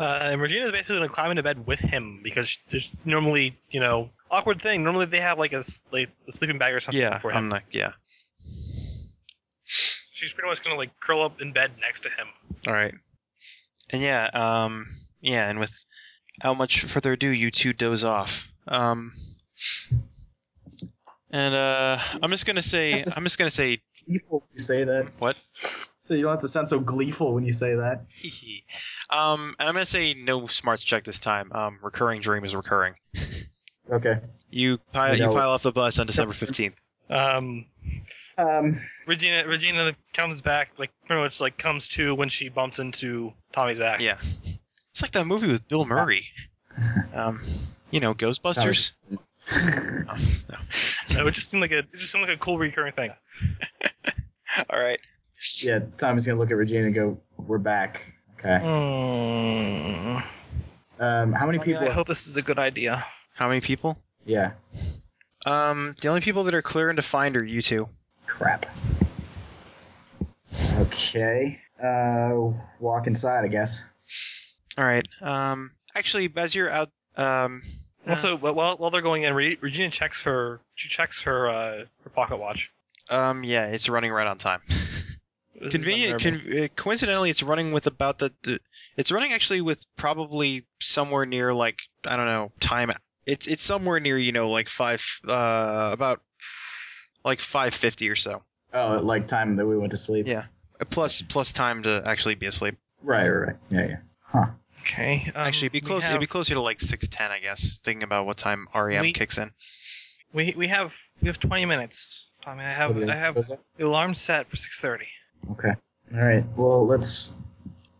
Uh, and Regina's basically gonna climb into bed with him because she- there's normally, you know, awkward thing. Normally they have like a, s- like, a sleeping bag or something
Yeah, um,
for him.
I'm like yeah.
She's pretty much gonna like curl up in bed next to him.
All right. And yeah, um, yeah, and with how much further ado, you two doze off. Um, and uh, I'm just gonna say, I'm just gonna say,
you say that,
what? <laughs>
so you don't have to sound so gleeful when you say that.
um, and I'm gonna say no smarts check this time. Um, recurring dream is recurring.
Okay.
You pile, you
No.
pile off the bus on December 15th.
Um,
Um,
Regina, Regina comes back like pretty much like comes to when she bumps into Tommy's back.
Yeah, it's like that movie with Bill Murray. Um, you know, Ghostbusters. Oh, no.
So it just seemed like a it just seemed like a cool recurring thing.
All right.
yeah, Tom is going to look at Regina and go, "We're back." Okay.
Mm,
Um, how many people?
Oh, I hope this is a good idea.
How many people?
yeah.
Um, the only people that are clear and defined are you two.
Crap. Okay. Uh, walk inside, I guess.
All right. Um, actually, as you're out, um, Yeah.
Also, wh- while while they're going in, Re- Regina checks her she checks her uh, her pocket watch.
um, yeah, it's running right on time.
This is
Convenient,
unbearable.
con- uh, coincidentally, it's running with about the, the. It's running actually with probably somewhere near like I don't know time. It's it's somewhere near you know like five, uh, about like five fifty or so.
Oh, like time that we went to sleep.
Yeah. Plus plus time to actually be asleep.
Right, right, right. Yeah, yeah. Huh.
okay. um,
actually, it'd be
we
close.
have-
It'd be closer to like six ten, I guess. Thinking about what time REM
We-
kicks in.
We we have we have twenty minutes. I mean, I have I have the alarm set for six thirty.
Okay. All right. Well, let's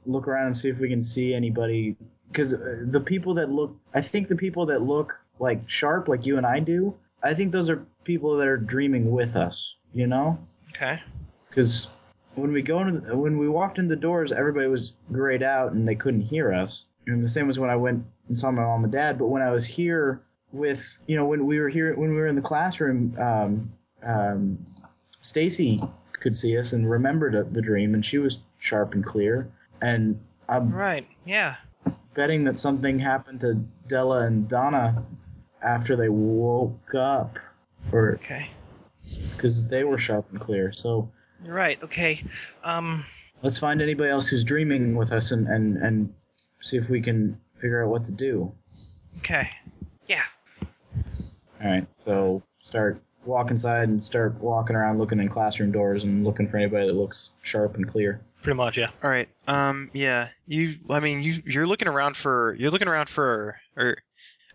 look around and see if we can see anybody. Because uh, the people that look, I think the people that look like sharp, like you and I do, I think those are people that are dreaming with us. You know,
Okay.
because when we go into, when we walked in the doors, everybody was grayed out and they couldn't hear us. And the same was when I went and saw my mom and dad. But when I was here with, you know, when we were here, when we were in the classroom, um, um, Stacy could see us and remembered the dream, and she was sharp and clear. And I'm
Right. Yeah.
betting that something happened to Della and Donna after they woke up, or
Okay.
because they were sharp and clear. So
You're right. Okay. Um.
let's find anybody else who's dreaming with us and and and see if we can figure out what to do
Okay. Yeah.
all right so start walk inside and start walking around looking in classroom doors and looking for anybody that looks sharp and clear
Pretty much. Yeah.
All right. Um. Yeah. You. I mean. You. You're looking around for. You're looking around for. Or,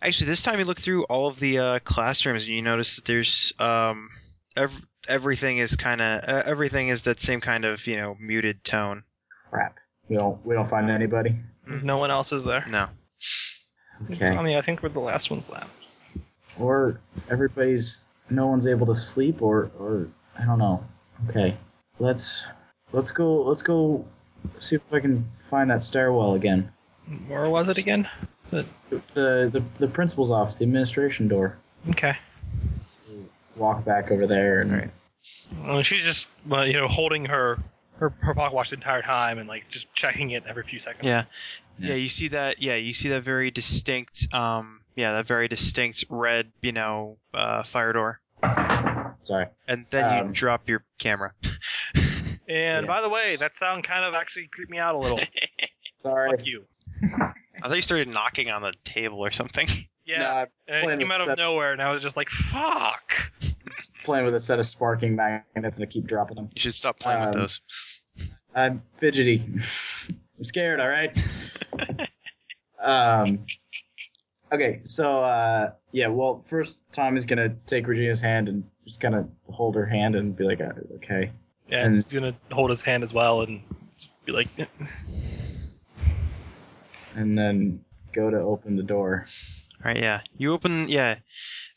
actually, this time you look through all of the uh, classrooms and you notice that there's um ev- everything is kind of uh, everything is that same kind of you know muted tone.
Crap. We don't we don't find anybody.
No one else is there.
No,
Okay.
I mean, I think we're the last ones left.
Or everybody's no one's able to sleep or or I don't know. Okay. Let's let's go let's go see if I can find that stairwell again.
Where was it again?
The the, the principal's office, the administration door.
Okay.
Walk back over there and
Right.
Well, she's just well, you know holding her her, her pocket watch the entire time and like just checking it every few seconds.
Yeah.
Yeah.
yeah, You see that? Yeah, you see that very distinct. Um, yeah, that very distinct red, you know, uh, fire door.
sorry.
And then
Um,
you drop your camera.
And
Yeah.
by the way, that sound kind of actually creeped me out a little.
Sorry.
Fuck you.
I thought you started knocking on the table or something. <laughs>
Yeah.
Nah,
and it
playing
came
with
out of
set-
nowhere, and I was just like, "Fuck."
playing with a set of sparking magnets and I keep dropping them.
You should stop playing with
Um,
those.
I'm fidgety. I'm scared. All right.
<laughs>
um. Okay, so uh, yeah. Well, first Tom is gonna take Regina's hand and just kind of hold her hand and be like, uh, "Okay."
Yeah,
And-
he's gonna hold his hand as well and be like,
and then go to open the door.
All right, yeah. You open, yeah.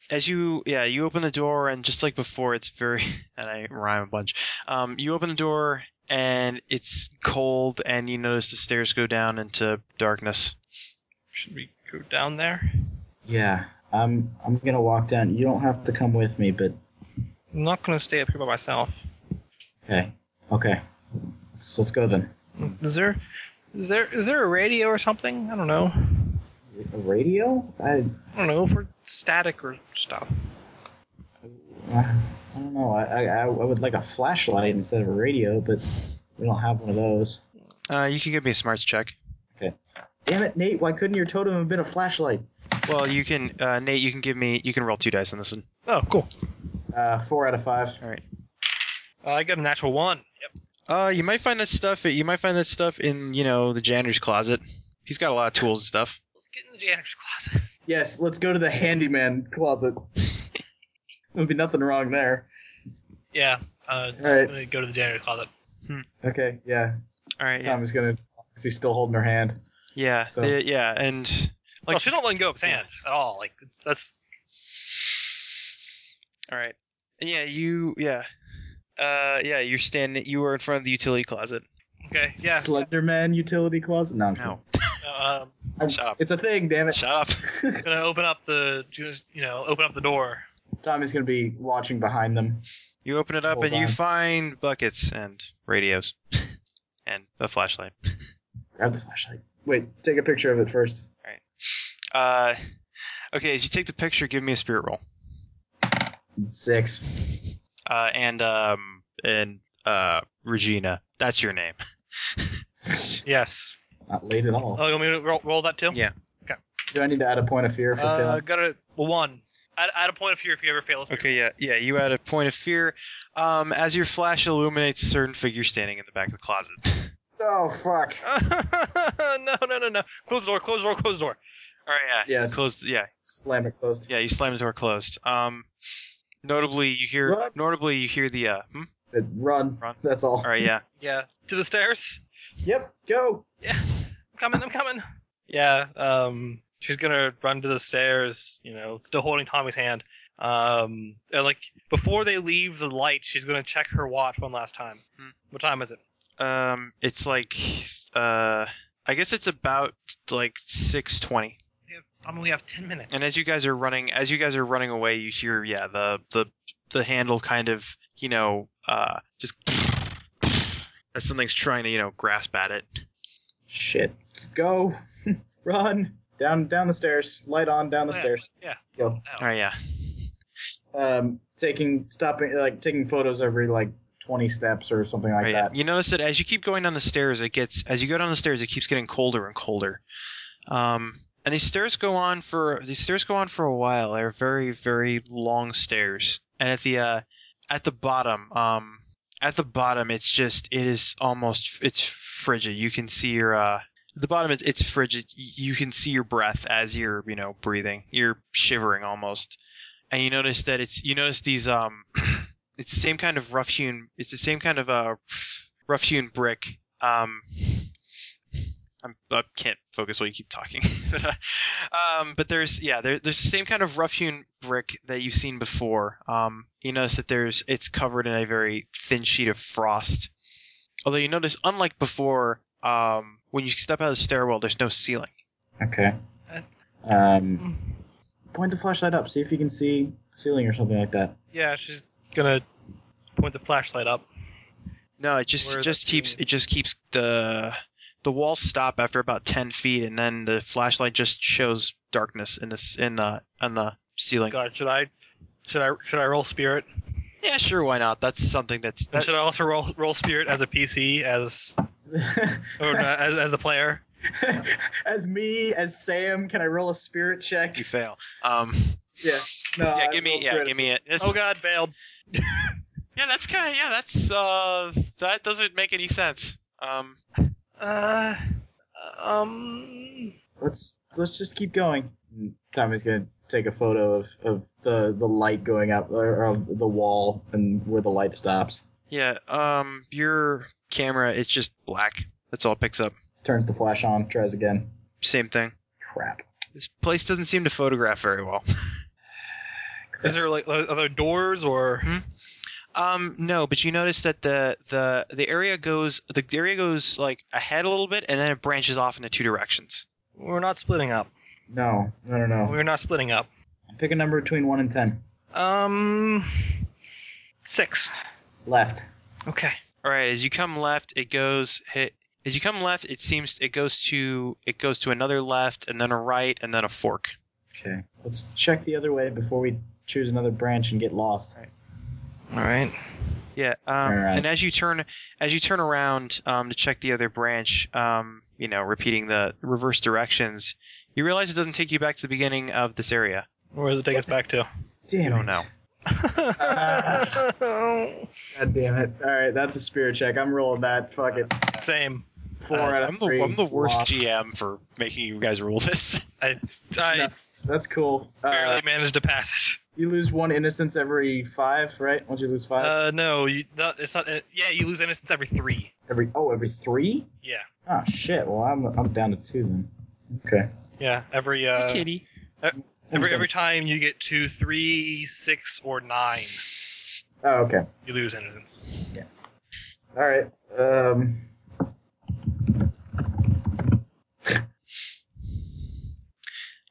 As you, yeah, you open the door, and just like before, it's very, <laughs> and I rhyme a bunch. Um, you open the door, and it's cold, and you notice the stairs go down into darkness.
"Should we go down there?"
Yeah, I'm I'm gonna walk down. You don't have to come with me, but
I'm not gonna stay up here by myself.
okay, okay. Let's let's go then.
Is there, is there, is there a radio or something? I don't know.
A radio? I
I don't know for static or stuff.
I I don't know. I I, I would like a flashlight instead of a radio, but we don't have one of those.
Uh, you can give me a smarts check.
Damn it, Nate! Why couldn't your totem have been a flashlight?
Well, you can, uh, Nate. You can give me. You can roll two dice on this one.
Oh, cool.
Uh, four out of five.
All right.
Uh, I got a natural one. Yep.
Uh, you might find that stuff. You might find that stuff in you know the janitor's closet. He's got a lot of tools and stuff.
Let's get in the janitor's closet.
Yes, let's go to the handyman closet. <laughs> Would be nothing wrong there.
Yeah. Uh,
All right.
I'm gonna go to the janitor's closet.
Okay, yeah.
All right. Yeah.
Tom is gonna. Cause he's still holding her hand.
Yeah.
Um, So-
the- yeah. And
Like,
like
she don't let go of his hands at all. Like that's
All right. Yeah, you. Yeah. Uh, yeah. You're standing. You were in front of the utility closet.
okay.
<laughs>
Yeah.
Slenderman utility closet. No. I'm
No.
Uh, um,
kidding.
Shut up.
It's a thing. Damn it.
Shut up. <laughs>
gonna open up the, you know, open up the door.
Tom is gonna be watching behind them.
You open it up
Hold
and you
on.
find buckets and radios, <laughs> and a flashlight.
Grab the flashlight. Wait, take a picture of it first.
Uh, okay. As you take the picture, give me a spirit roll.
Six. <laughs>
Uh, and um, and uh, Regina. That's your name. <laughs>
Yes.
Not late at all.
Oh, you want me to roll, roll that too?
Yeah.
Do I need to add a point of fear for
Uh,
failing?
got a one. Add, add a point of fear if you ever fail. a fear.
Okay. Yeah. Yeah. You add a point of fear. Um, as your flash illuminates a certain figure standing in the back of the closet. <laughs>
Oh fuck.
<laughs> no, no, no, no. Close the door. Close the door. Close the door.
All right. Yeah.
Yeah.
Closed. Yeah.
Slam it closed.
Yeah, you slam the door closed. Um, notably, you hear.
Run.
Notably, you hear the. Uh, hmm?
Uh, Run.
Run.
That's all.
All right, yeah.
Yeah. To the stairs.
Yep. Go.
<laughs> I'm coming. I'm coming. Yeah. Um. She's gonna run to the stairs. You know, still holding Tommy's hand. Um. And like before they leave the light, she's gonna check her watch one last time.
Hmm.
What time is it?
Um, it's like. Uh, I guess it's about like six twenty.
Tommy, Um, we have ten minutes.
And as you guys are running, as you guys are running away, you hear yeah the the the handle kind of you know uh just as something's trying to you know grasp at it.
Shit. Go. <laughs> Run. Down down the stairs. Light on down the
Oh,
Yeah.
stairs.
Yeah.
Go.
All right, yeah.
Um taking stopping like taking photos every like twenty steps or something like
Right, Oh, yeah.
that.
You notice that as you keep going down the stairs, it gets as you go down the stairs, it keeps getting colder and colder. Um, and these stairs go on for these stairs go on for a while. They're very very long stairs, and at the uh, at the bottom, um, at the bottom, it's just it is almost it's frigid. You can see your uh, the bottom it's, it's frigid. Y- You can see your breath as you're you know breathing. You're shivering almost, and you notice that it's you notice these um it's the same kind of rough hewn. It's the same kind of uh, rough hewn brick. Um, I'm, I can't focus while you keep talking. <laughs> but, uh, um, but there's yeah, there, there's the same kind of rough hewn brick that you've seen before. Um, you notice that there's it's covered in a very thin sheet of frost. Although you notice, unlike before, um, when you step out of the stairwell, there's no ceiling.
Okay.
Uh,
Um, point the flashlight up. See if you can see ceiling or something like that. <laughs>
Yeah, she's gonna point the flashlight up.
No, it just
Where
just
the
keeps
ceiling-
it just keeps the the walls stop after about ten feet, and then the flashlight just shows darkness in this in the on the ceiling.
God, should I, should I, should I roll spirit?
Yeah, sure, why not? That's something that's
And
that,
should I also roll roll spirit as a PC as or
<laughs>
no, as as the player?
as me, as Sam, can I roll a spirit check?
you fail. Um,
Yeah. Uh, No,
yeah,
I
give me
rolled
yeah,
crit.
give me it. It's-
Oh God, failed.
Yeah, that's kind of yeah. That's uh, that doesn't make any sense. Um,
Uh, um,
Let's let's just keep going. Tommy's gonna take a photo of, of the, the light going up or of the wall and where the light stops.
yeah. Um, your camera it's just black. That's all it picks up.
Turns the flash on. Tries again.
Same thing.
Crap.
This place doesn't seem to photograph very well.
is there like are there doors or?
Um, no, but you notice that the the the area goes the area goes like ahead a little bit, and then it branches off into two directions.
We're not splitting up.
No, no, no, no.
We're not splitting up.
Pick a number between one and ten.
Um, six.
Left.
Okay.
All right, as you come left, it goes hit. As you come left, it seems it goes to it goes to another left, and then a right, and then a fork.
Okay. Let's check the other way before we choose another branch and get lost.
All right. <laughs>
Yeah, um,
All right.
and as you turn as you turn around um, to check the other branch, um, you know, repeating the reverse directions, you realize it doesn't take you back to the beginning of this area.
Where does it take us back to?
Damn
Don't
it.
know.
Oh
God damn it. All right, that's a spirit check. I'm rolling that. Fuck it.
Same.
Four
Uh,
out of
I'm,
three.
the, I'm the worst
Lost.
GM for making you guys roll this.
I I
No, that's cool. Uh,
barely managed to pass
you lose one innocence every five, right? Once you lose
it.
five,
Uh, no, you, not, it's not. Uh, yeah, you lose innocence every three.
every oh, every three.
Yeah,
Oh shit. Well, I'm I'm down to two then. Okay.
yeah. Every uh,
Kitty.
every every time you get to three, six, or nine,
Oh, okay.
you lose innocence.
All right. Um.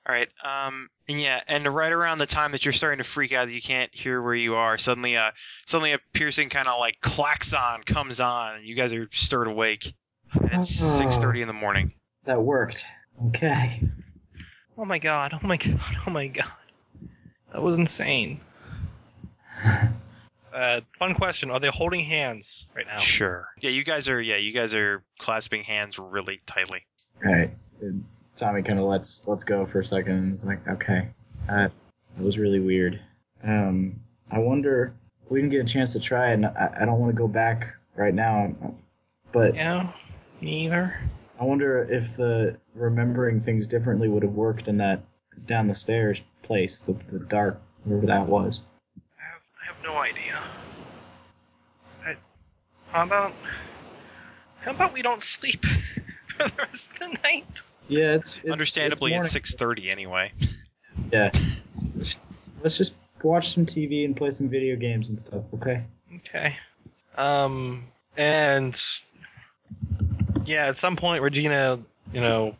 All right. Um. And yeah. And right around the time that you're starting to freak out, that you can't hear where you are. Suddenly, a suddenly a piercing kind of like klaxon comes on, and you guys are stirred awake. And it's
Oh.
six thirty in the morning.
That worked. Okay.
Oh my god! Oh my god! Oh my god! That was insane. Uh, fun question: Are they holding hands right now?
Sure. Yeah. You guys are. Yeah. You guys are clasping hands really tightly.
All right. And Tommy kind of lets lets go for a second and is like, okay, Uh, that that was really weird. Um, I wonder we didn't get a chance to try, it, and I, I don't want to go back right now, but
Yeah. Neither.
I wonder if the remembering things differently would have worked in that down the stairs place, the, the dark, wherever that was.
I have, I have no idea. I, how about how about we don't sleep <laughs> for the rest of the night?
Yeah, it's, it's
Understandably,
it's
it's
morning.
six thirty anyway.
Yeah, <laughs> let's just watch some TV and play some video games and stuff. Okay.
Okay. Um, and yeah, at some point, Regina, you know,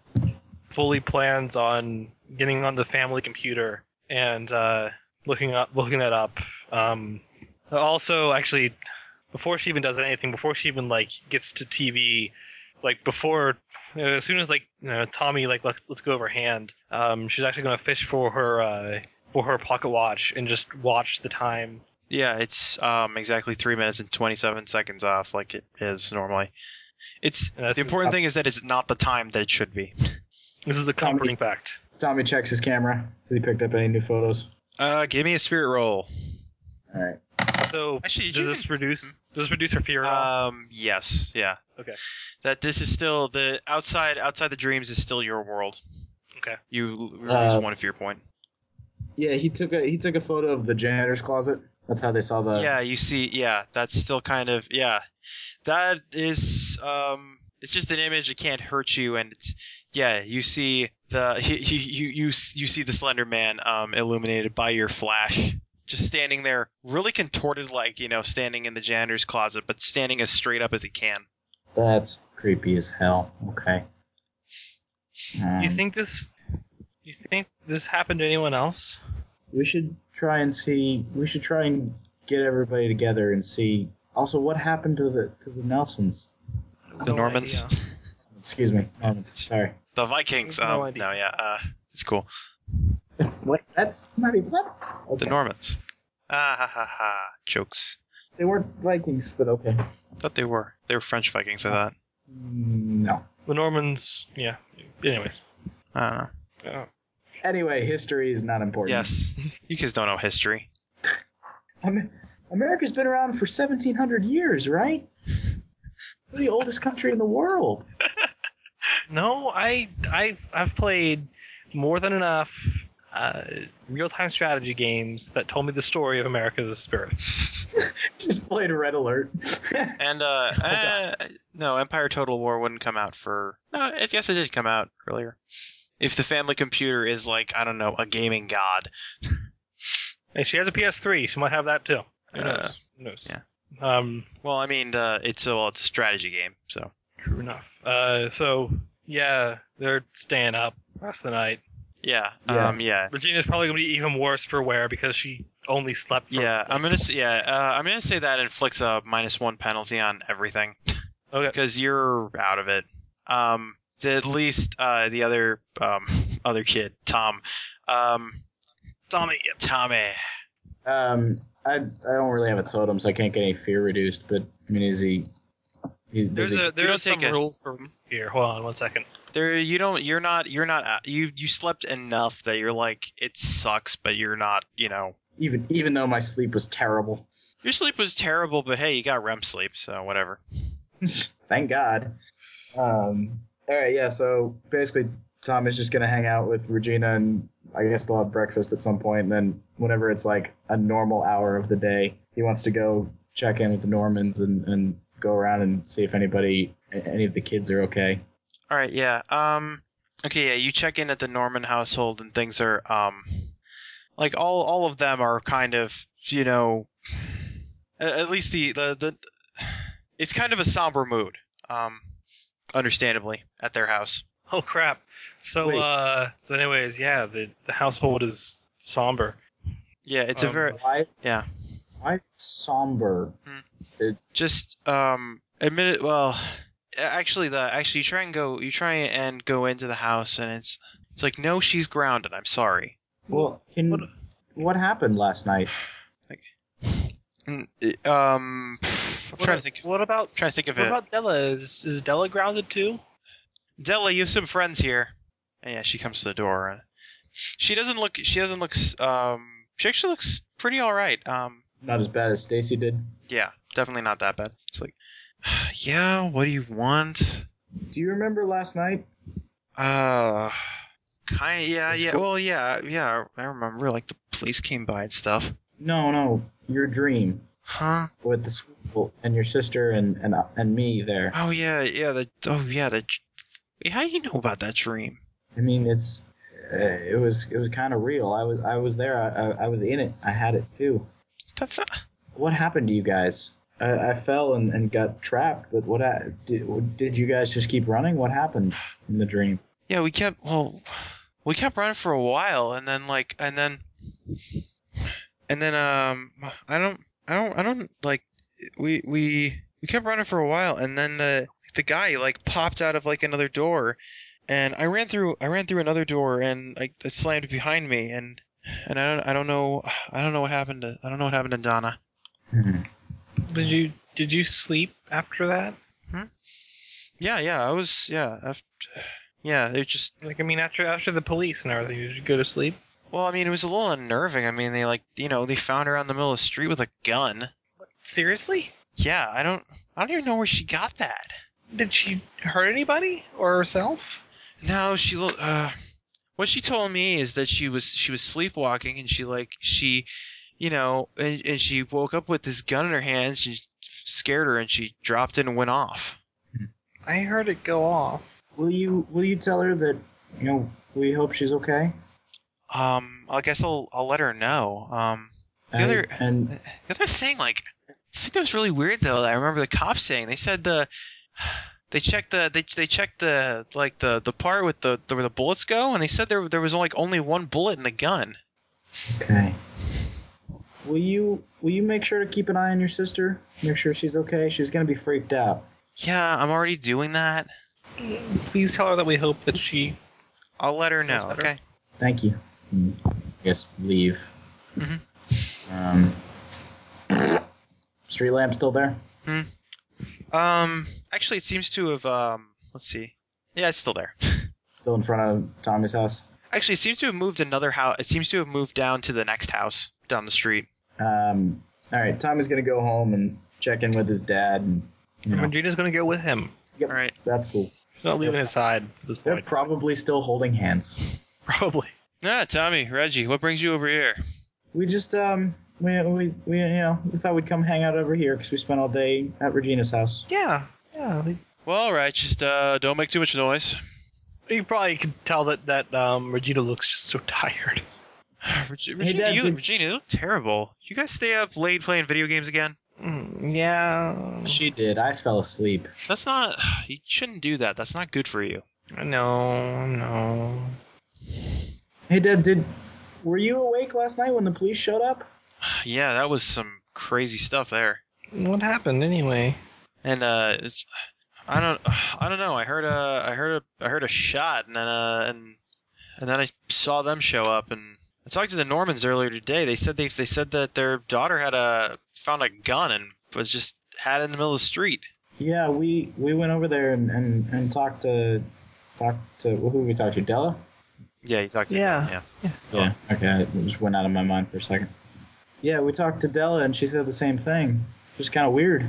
fully plans on getting on the family computer and uh, looking up, looking that up. Um, also, actually, before she even does anything, before she even like gets to TV, like before, you know, as soon as like you know, Tommy like let's, let's go over hand. Um, she's actually gonna fish for her uh, for her pocket watch and just watch the time
Yeah. It's um exactly three minutes and twenty seven seconds off, like it is normally. It's
And that's-
the important thing is that it's not the time that it should be.
This is a
Comedy.
comforting fact.
Tommy checks his camera. Has he picked up any new photos?
Uh, give me a spirit roll.
All right.
So
Actually,
does
you
this
can-
reduce does this reduce her fear at all?
Um. Yes. Yeah.
Okay.
That this is still the outside. Outside the dreams is still your world.
Okay.
You lose
Uh,
one fear point.
Yeah, he took a he took a photo of the janitor's closet That's how they saw the.
yeah, you see, yeah, that's still kind of yeah. That is um it's just an image that can't hurt you and it's yeah, you see the <laughs> you you you, you see the slender man um illuminated by your flash just standing there really contorted like, you know, standing in the janitor's closet but standing as straight up as he can.
That's creepy as hell. Okay. Um,
You think this? You think this happened to anyone else?
we should try and see? We should try and get everybody together and see. Also, what happened to the to the Nelsons?
The
No
Normans,
idea.
Excuse me, Normans. Sorry.
the Vikings. Um,
No
no,
idea.
yeah, uh, it's cool.
What? That's not even what.
The
Okay.
Normans. Ah ha ha ha. Jokes.
they weren't Vikings, but okay.
Thought they were. They were French Vikings. I thought.
Mm, No.
The Normans. Yeah. Anyways.
I don't know.
Yeah.
Anyway, history is not important.
Yes, <laughs> you guys don't know history.
Am- America's been around for 1,700 years, right? We're the oldest country in the world. <laughs>
No, I I I've played more than enough uh, real-time strategy games that told me the story of America's <laughs> birth.
Just played Red Alert.
And uh, uh no, Empire Total War wouldn't come out for. No, I guess it did come out earlier. If the family computer is like I don't know a gaming god,
And she has a PS3. She might have that too. Who knows?
Uh,
Who knows?
yeah.
Um.
well, I mean, uh, it's a well, it's a strategy game, so
True enough. Uh. So yeah, they're staying up rest of the night.
yeah,
Yeah.
um, yeah,
Virginia's probably gonna be even worse for wear because she only slept. For
yeah. I'm gonna s- yeah, uh, I'm gonna say that inflicts a minus one penalty on everything.
Okay.
because you're out of it. Um, the- at least uh, the other um, <laughs> other kid, Tom, um,
Tommy. Yep.
Tommy.
Um, I, I don't really have a totem, so I can't get any fear reduced, but I mean, is he. he
There's
is he-
a there's
take
some
it. Hmm?
rules for here. Hold on one second. <laughs>
There, you don't. You're not. You're not. out- You you slept enough that you're like it sucks, but you're not. You know,
even, even though my sleep was terrible.
your sleep was terrible, but hey, you got REM sleep, so whatever.
Thank God. Um, all right, yeah, so basically, Tom is just going to hang out with Regina and I guess they'll have breakfast at some point. And then, whenever it's like a normal hour of the day, he wants to go check in with the Normans and, and go around and see if anybody, any of the kids are okay.
All right. Yeah. Um. Okay. Yeah. You check in at the Norman household, and things are um, like all all of them are kind of you know, at, at least the, the the it's kind of a somber mood. Um, understandably at their house.
Oh crap. So
Wait.
uh so anyways, yeah, the the household is somber.
Yeah. It's a
Um,
very
Why?
Yeah.
Why is it somber?
just um admit it. Well, actually, the actually you try and go you try and go into the house, and it's it's like no, she's grounded. I'm sorry.
Well, can,
what-
what, happened last night?
Mm, it- Um, I'm trying to think.
what about
Trying to think of
what
it.
about Della? Is is Della grounded too?
Della, you have some friends here. And yeah, she comes to the door. And she doesn't look. She doesn't look. s- Um, she actually looks pretty all right. Um,
Not as bad as Stacy did.
yeah, definitely not that bad. It's like, <sighs> yeah, what do you want?
Do you remember last night?
Uh, kind. Yeah,
Is
yeah.
go-
Well, yeah, yeah. I remember. Like the police came by and stuff.
No, no, your dream
Huh?
with the school and your sister and and, and me there.
Oh yeah, yeah. The oh yeah. The how do you know about that dream?
I mean, it's uh, it was it was kind of real. I was I was there. I, I, I was in it. I had it too.
That's not.
What happened to you guys? I, I fell and, and got trapped. But what I, did did you guys just keep running? What happened in the dream?
Yeah, we kept well, we kept running for a while, and then like, and then, and then um, I don't, I don't, I don't like, we we we kept running for a while, and then the the guy like popped out of like another door, and I ran through I ran through another door, and like it slammed behind me, and and I don't I don't know I don't know what happened to I don't know what happened to Donna.
Hmm.
Did you did you sleep after that?
Yeah, yeah, I was yeah, I've, yeah, it just
Like I mean after after the police and everything, did you go to sleep?
Well, I mean, it was a little unnerving. I mean, they like, you know, they found her out in the middle of the street with a gun.
Seriously?
Yeah, I don't, I don't even know where she got that.
Did she hurt anybody or herself?
No, she, lo- uh, what she told me is that she was, she was sleepwalking and she like, she, you know, and, and she woke up with this gun in her hand. She scared her, and she dropped it and went off.
I heard it go off.
Will you will you tell her that you know we hope she's okay?
Um, I guess I'll I'll let her know. Um, The other-
and
the other thing, like, I think that was really weird though. That I remember the cops saying they said the they checked the they they checked the like the the part with the, the where the bullets go, and they said there there was like only one bullet in the gun.
Okay. Will you will you make sure to keep an eye on your sister? Make sure she's okay. She's gonna be freaked out.
Yeah, I'm already doing that.
Please tell her that we hope that she.
I'll let her know.
Sounds better.
Okay.
Thank you. I guess leave.
Mhm.
Um, street lamp still there?
Um, actually, it seems to have um. Let's see. Yeah, it's still there.
Still in front of Tommy's house?
Actually, it seems to have moved another house. It seems to have moved down to the next house down the street.
Um, all right. Tommy's gonna go home and check in with his dad. And, you know,
Regina's gonna go with him.
All right.
that's cool.
She's not leaving his side at this
They're
point. <laughs>
probably still holding hands.
Probably.
Yeah, Ah, Tommy, Reggie, what brings you over here?
We just um we we, we you know we thought we'd come hang out over here because we spent all day at Regina's house.
Yeah. Yeah. they-
Well, all right, just uh, don't make too much noise. <sighs>
You probably can tell that that um, Regina looks just so <laughs> tired.
Reg- Regina,
Dad,
you,
did-
Regina, you look terrible. You guys stay up late playing video games again?
Mm, yeah.
She did. I fell asleep.
That's not. <sighs> You shouldn't do that. That's not good for you. <sighs>
No. No.
Hey, Dad, did were you awake last night when the police showed up?
Yeah, that was some crazy stuff there.
What happened anyway?
And uh, it's. I don't. I don't know. I heard a. I heard a. I heard a shot, and then uh, and and then I saw them show up, and I talked to the Normans earlier today. They said they they said that their daughter had a found a gun and was just had it in the middle of the street.
Yeah, we we went over there and and, and talked to talked to who did we talked to Della.
Yeah, you talked to
Yeah.
Yeah.
Yeah. Okay, it just went out of my mind for a second. Yeah, we talked to Della and she said the same thing. Just kind of weird.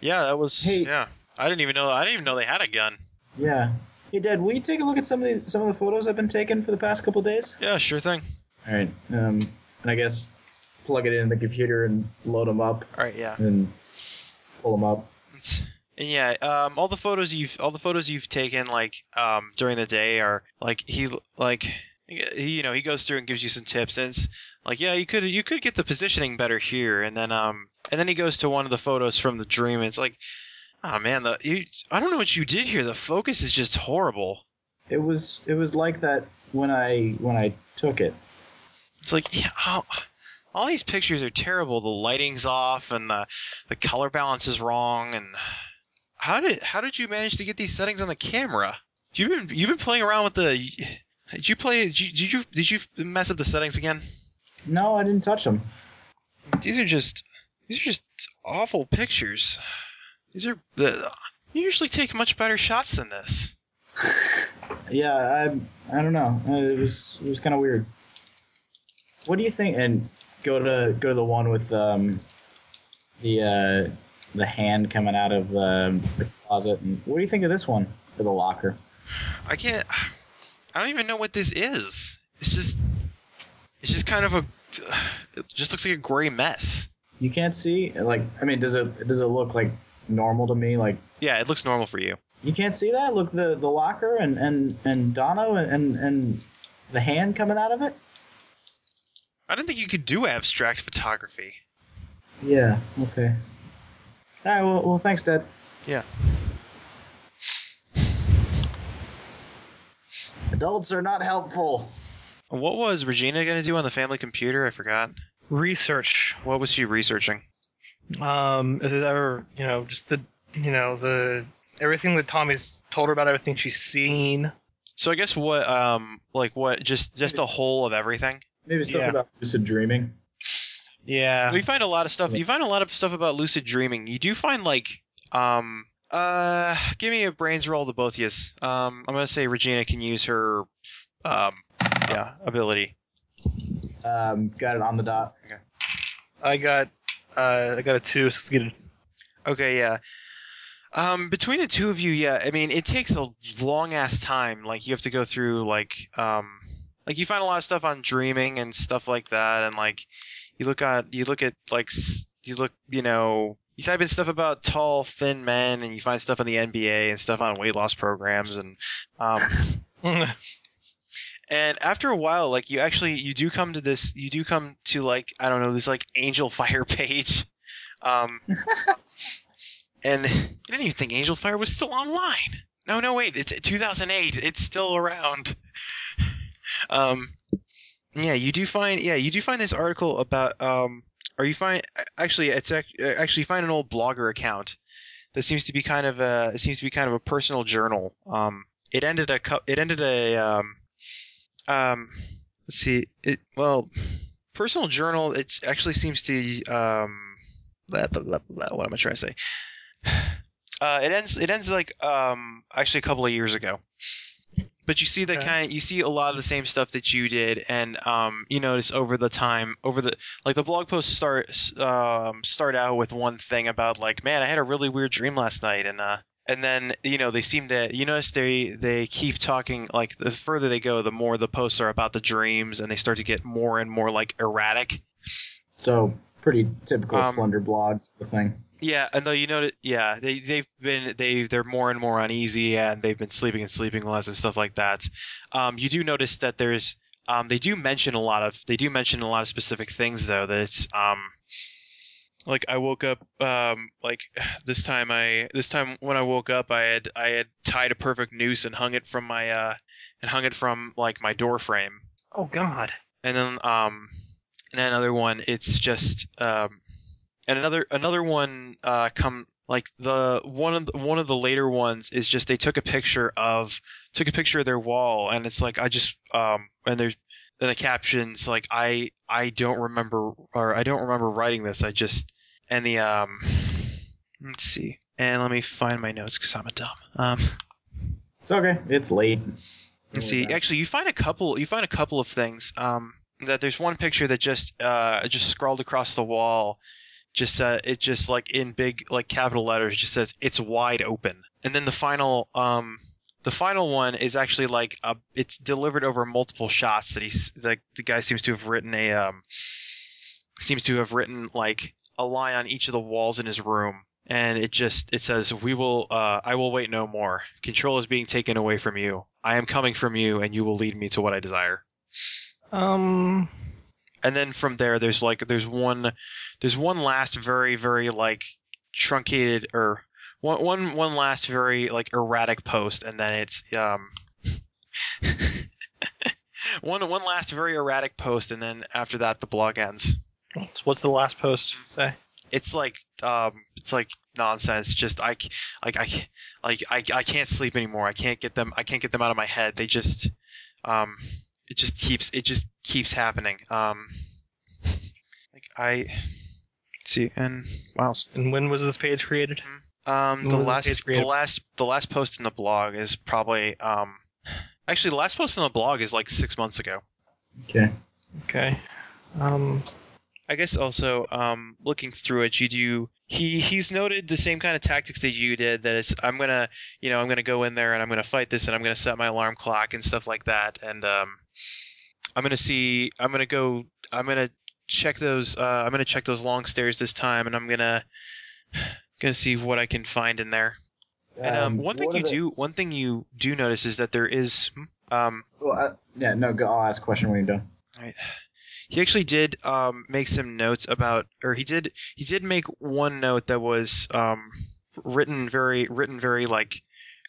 Yeah, that was.
Hey-
Yeah, I didn't even know. I didn't even know they had a gun.
Yeah. Hey, Dad, will you take a look at some of the some of the photos I've been taking for the past couple days?
Yeah, sure thing.
All right. Um, and I guess plug it in the computer and load them up
All right, yeah.
and pull them up.
It's- and yeah, um, all the photos you've all the photos you've taken like um, during the day are like he like he, you know he goes through and gives you some tips and it's like yeah you could you could get the positioning better here and then um and then he goes to one of the photos from the dream and it's like oh man the you I don't know what you did here the focus is just horrible
It was it was like that when I when I took it.
It's like yeah, all, all these pictures are terrible. The lighting's off, and the the color balance is wrong. And how did how did you manage to get these settings on the camera? You've been you've been playing around with the. Did you play? Did you did you, did you mess up the settings again?
No, I didn't touch them.
These are just these are just awful pictures. These are the. You usually take much better shots than this.
Yeah, I I don't know. Uh, It was it was kind of weird. What do you think? And go to go to the one with um the uh the hand coming out of um, the closet. And what do you think of this one for the locker?
I can't. I don't even know what this is. It's just. It's just kind of a. It just looks like a gray mess.
You can't see like I mean, does it does it look like normal to me? Like
Yeah, it looks normal for you.
you can't see that? Look the the locker and and and Dono and and the hand coming out of it.
I didn't think you could do abstract photography.
Yeah. Okay. All right. Well, well thanks, Dad.
Yeah.
Adults are not helpful.
What was Regina going to do on the family computer? I forgot.
Research.
What was she researching?
Um, if there's ever, you know, just the, you know, the everything that Tommy's told her about everything she's seen.
So I guess what, um, like what, just just the whole of everything.
Maybe stuff
Yeah.
about lucid dreaming.
Yeah.
We find a lot of stuff. You find a lot of stuff about lucid dreaming. You do find like, um, uh, give me a brains roll to both of yous. Um, I'm gonna say Regina can use her, um, yeah, ability.
Um, got it on the dot.
I got, uh, I got a two. So let's get a
Okay, yeah. Um, between the two of you, yeah, I mean, it takes a long ass time. Like you have to go through like um, like you find a lot of stuff on dreaming and stuff like that, and like you look at you look at like s- you look you know you type in stuff about tall thin men and you find stuff on the NBA and stuff on weight loss programs and um, and after a while like you actually you do come to this you do come to like I don't know this like Angel <laughs> Fire page. Um, and I didn't even think Angel Fire was still online. No, no, wait, it's 2008. It's still around. <laughs> um, yeah, you do find yeah you do find this article about um, or you find actually it's ac- uh, actually you find an old blogger account that seems to be kind of a it seems to be kind of a personal journal. Um, it ended a cou- it ended a um, um, let's see it well personal journal it actually seems to um blah, blah, blah, blah, what am I trying to say? <sighs> Uh, it ends. It ends like um, actually a couple of years ago. But you see the
Okay.
kind. You see a lot of the same stuff that you did, and um, you notice over the time, over the like the blog posts start um, start out with one thing about like, man, I had a really weird dream last night, and uh, and then you know they seem to you notice they they keep talking like the further they go, the more the posts are about the dreams, and they start to get more and more like erratic.
So pretty typical
Um,
slender blog sort of thing.
Yeah, and though you know, yeah, they they've been they they're more and more uneasy, and they've been sleeping and sleeping less and stuff like that. Um, you do notice that there's um, they do mention a lot of they do mention a lot of specific things though that it's um like I woke up um like <sighs> this time I this time when I woke up I had I had tied a perfect noose and hung it from my uh and hung it from like my door frame
oh <laughs> God.
and then um and then another one it's just um and another another one uh come like the one of the, one of the later ones is just they took a picture of took a picture of their wall and it's like I just um and there's and the captions like I I don't remember or I don't remember writing this I just and the um let's see and let me find my notes because I'm a dumb um
It's okay. It's late.
Let's see. Actually, you find a couple. You find a couple of things. Um, that there's one picture that just uh just scrawled across the wall. Just uh, it just like in big like capital letters just says it's wide open. And then the final um the final one is actually like a, it's delivered over multiple shots that he's like the guy seems to have written a um seems to have written like a line on each of the walls in his room and it just it says we will uh, i will wait no more control is being taken away from you i am coming from you and you will lead me to what i desire
Um.
and then from there there's like there's one there's one last very very like truncated or one one one last very like erratic post and then it's um <laughs> one one last very erratic post and then after that the blog ends
what's- What's the last post say?
it's like um it's like nonsense just i c- like i c- like I, I can't sleep anymore i can't get them i can't get them out of my head they just um it just keeps it just keeps happening um like i let's see and wow
And when was this page created?
um the
What was the page
last the
created?
last the last post in the blog is probably um actually the last post in the blog is like 6 months ago
Okay.
Okay. Um.
I guess also um, looking through it, you do he he's noted the same kind of tactics that you did. That it's I'm gonna you know I'm gonna go in there and I'm gonna fight this and I'm gonna set my alarm clock and stuff like that. And um, I'm gonna see I'm gonna go I'm gonna check those uh, I'm gonna check those long stairs this time and I'm gonna <sighs> gonna see what I can find in there. And um, one thing
what
you
are the-
do one thing you do notice is that there is hmm, um,
Well, I, yeah, no. Go, I'll ask a question when you're done.
he actually did um, make some notes about or he did he did make one note that was um, written very written very like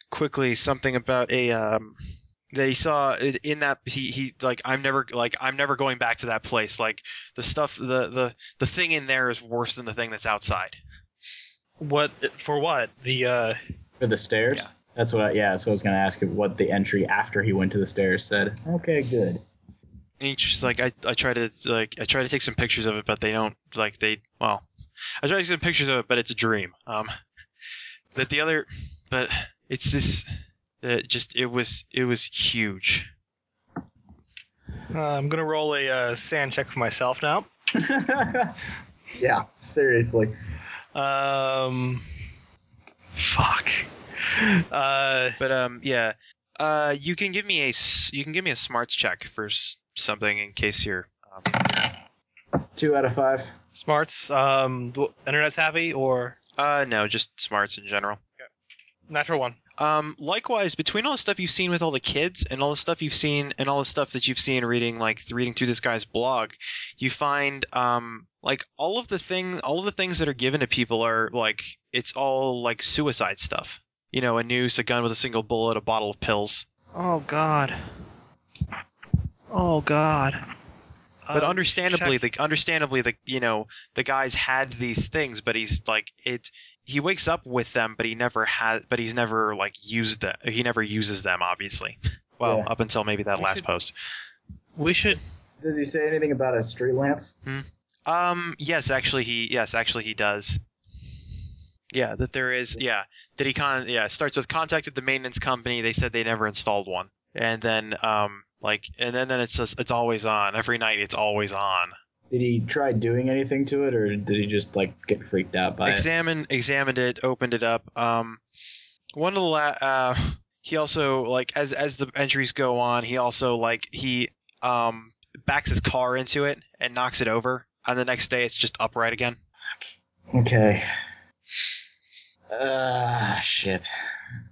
quickly something about a um, that he saw i- in that he, he like i'm never like i'm never going back to that place like the stuff the the the thing in there is worse than the thing that's outside
What for? What the? uh
For the stairs.
Yeah.
That's what. I, yeah. So I was gonna ask you what the entry after he went to the stairs said. Okay. Good.
and he's just like I, I try to like i try to take some pictures of it but they don't like they well i try to take some pictures of it but it's a dream um that the other but it's this uh, just it was it was huge
Uh, I'm gonna roll a uh, sand check for myself now.
<laughs> yeah. Seriously.
Um, fuck. Uh,
but um yeah Uh, you can give me a s- you can give me a smarts check for s- something in case you're. Um,
Two out of five.
Smarts, um, w- internet's happy or
uh, no, just smarts in general.
natural one.
Um, likewise, between all the stuff you've seen with all the kids and all the stuff you've seen and all the stuff that you've seen reading like th- reading through this guy's blog, you find um like all of the thing all of the things that are given to people are like it's all like suicide stuff. You know, a noose, a gun with a single bullet, a bottle of pills.
Oh God. Oh God.
But
Uh,
understandably, the understandably the you know the guy's had these things, but he's like it. He wakes up with them, but he never has. But he's never like used them. He never uses them, obviously. Well,
Yeah.
up until maybe that
We
last
should-
post.
Uh, we should.
Does he say anything about a street lamp?
Um. Yes, actually, he. Yes, actually, he does. Yeah, that there is. Yeah, that he con. Yeah, it starts with contacted the maintenance company. They said they never installed one, and then um, like, and then then it's just, it's always on every night. It's always on.
Did he try doing anything to it, or did he just like get freaked out by it?
Examined, examined it, opened it up. Um, one of the la- uh, <laughs> he also like as as the entries go on, he also like he um backs his car into it and knocks it over, and the next day it's just upright again.
Okay. Ah, shit.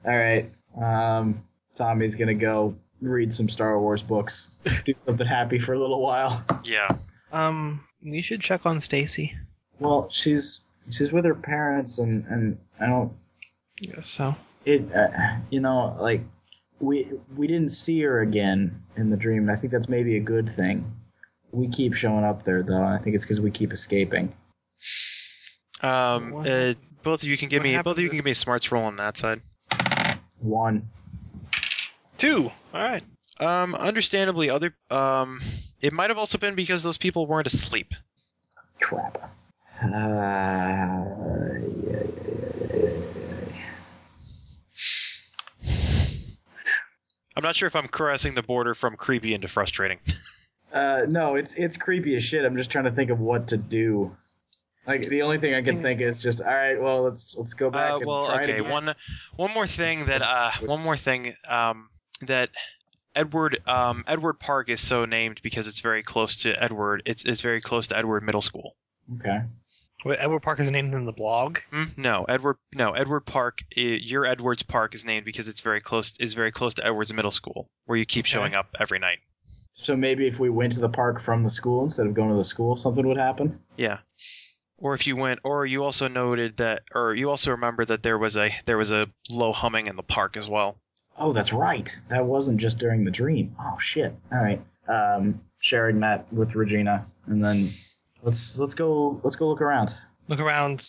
All right. Um, Tommy's gonna go read some Star Wars books. Do something happy for a little while.
Yeah.
Um, we should check on Stacy.
Well, she's she's with her parents, and and I don't
Yes. So.
it. Uh, you know, like we we didn't see her again in the dream, and I think that's maybe a good thing. We keep showing up there though, and I think it's because we keep escaping.
Um,
What
uh,
hap-
both of you can give
what
me both
happened
of you
to-
can give me a smarts roll on that side.
One.
Two. All right.
Um, understandably, other um, it might have also been because those people weren't asleep.
Crap. Uh, yeah, yeah, yeah, yeah.
I'm not sure if I'm crossing the border from creepy into frustrating.
Uh, no, it's it's creepy as shit. I'm just trying to think of what to do. Like the only thing I can think is just all right. Well, let's let's go back.
Uh,
and
well,
try it
okay.
again.
One, one more thing that uh, one more thing um, that Edward um, Edward Park is so named because it's very close to Edward. It's it's very close to Edward Middle School.
Okay.
Wait, Edward Parker's named in the blog.
Hmm? No, Edward. No, Edward Park. i your Edwards Park is named because it's very close. Is very close to Edwards Middle School, where you keep
Okay.
showing up every night.
So maybe if we went to the park from the school instead of going to the school, something would happen.
Yeah. Or if you went, or you also noted that, or you also remember that there was a there was a low humming in the park as well.
Oh, that's right. That wasn't just during the dream. Oh shit. All right. Um, sharing that with Regina, and then let's let's go let's go look around
Look around.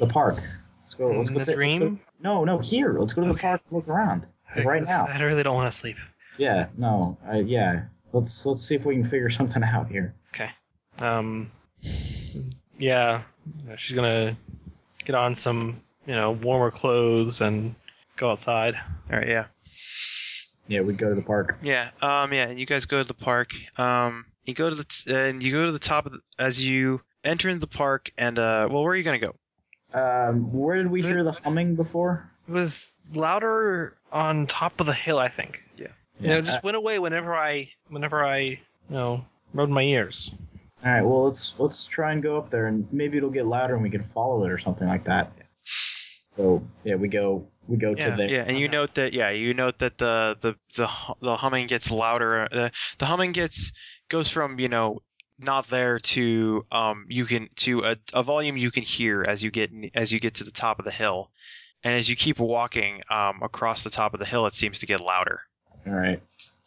the park. Let's go. Let's
in
go.
the
ta- let's go-
dream.
no, no. Here. Let's go to the
Okay.
park. and Look around. Right now.
I really don't want to sleep.
Yeah, no, uh, yeah. Let's let's see if we can figure <laughs> something out here.
Um, yeah, she's gonna get on some, you know, warmer clothes and go outside.
All right. Yeah.
Yeah, we go to the park.
Yeah. Um. Yeah. And you guys go to the park. Um. You go to the t- and you go to the top of the, as you enter into the park and uh. Well, where are you gonna go?
Um, where did we hear the humming before?
It was louder on top of the hill, I think. You know, it just went away whenever I, whenever I, you know, rubbed my ears.
Uh, all right, well let's let's try and go up there, and maybe it'll get louder, and we can follow it or something like that. So yeah, we go we go to
Yeah,
there.
Yeah. And you
Okay.
note that. Yeah. You note that the the the hu- the humming gets louder. The the humming gets goes from you know not there to um you can to a, a volume you can hear as you get as you get to the top of the hill, and as you keep walking um across the top of the hill, it seems to get louder.
All right,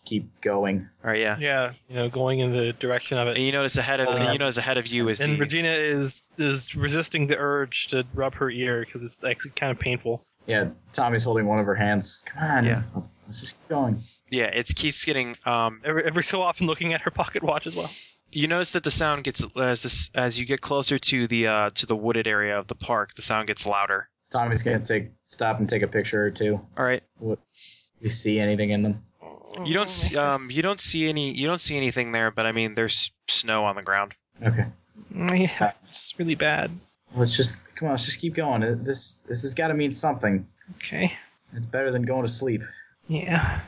keep going.
All right. Yeah.
Yeah, you know, going in the direction of
And
it.
you notice ahead of and you notice ahead of you is
And
the
Regina is is resisting the urge to rub her ear because it's actually kind of painful.
Yeah, Tommy's holding one of her hands. Come on,
Yeah.
let's just keep going.
yeah it keeps getting um
Every, every so often, looking at her pocket watch as well.
You notice that the sound gets as this, as you get closer to the uh, to the wooded area of the park. The sound gets louder.
Tommy's gonna take stop and take a picture or two.
All right.
You see anything in them?
Oh,
Oh,
You don't see, um you don't see any you don't see anything there, but I mean there's snow on the ground.
Okay.
Oh, Yeah, it's really bad.
Let's just come on. Let's just keep going. Uh, This this has got to mean something.
Okay.
It's better than going to sleep.
Yeah.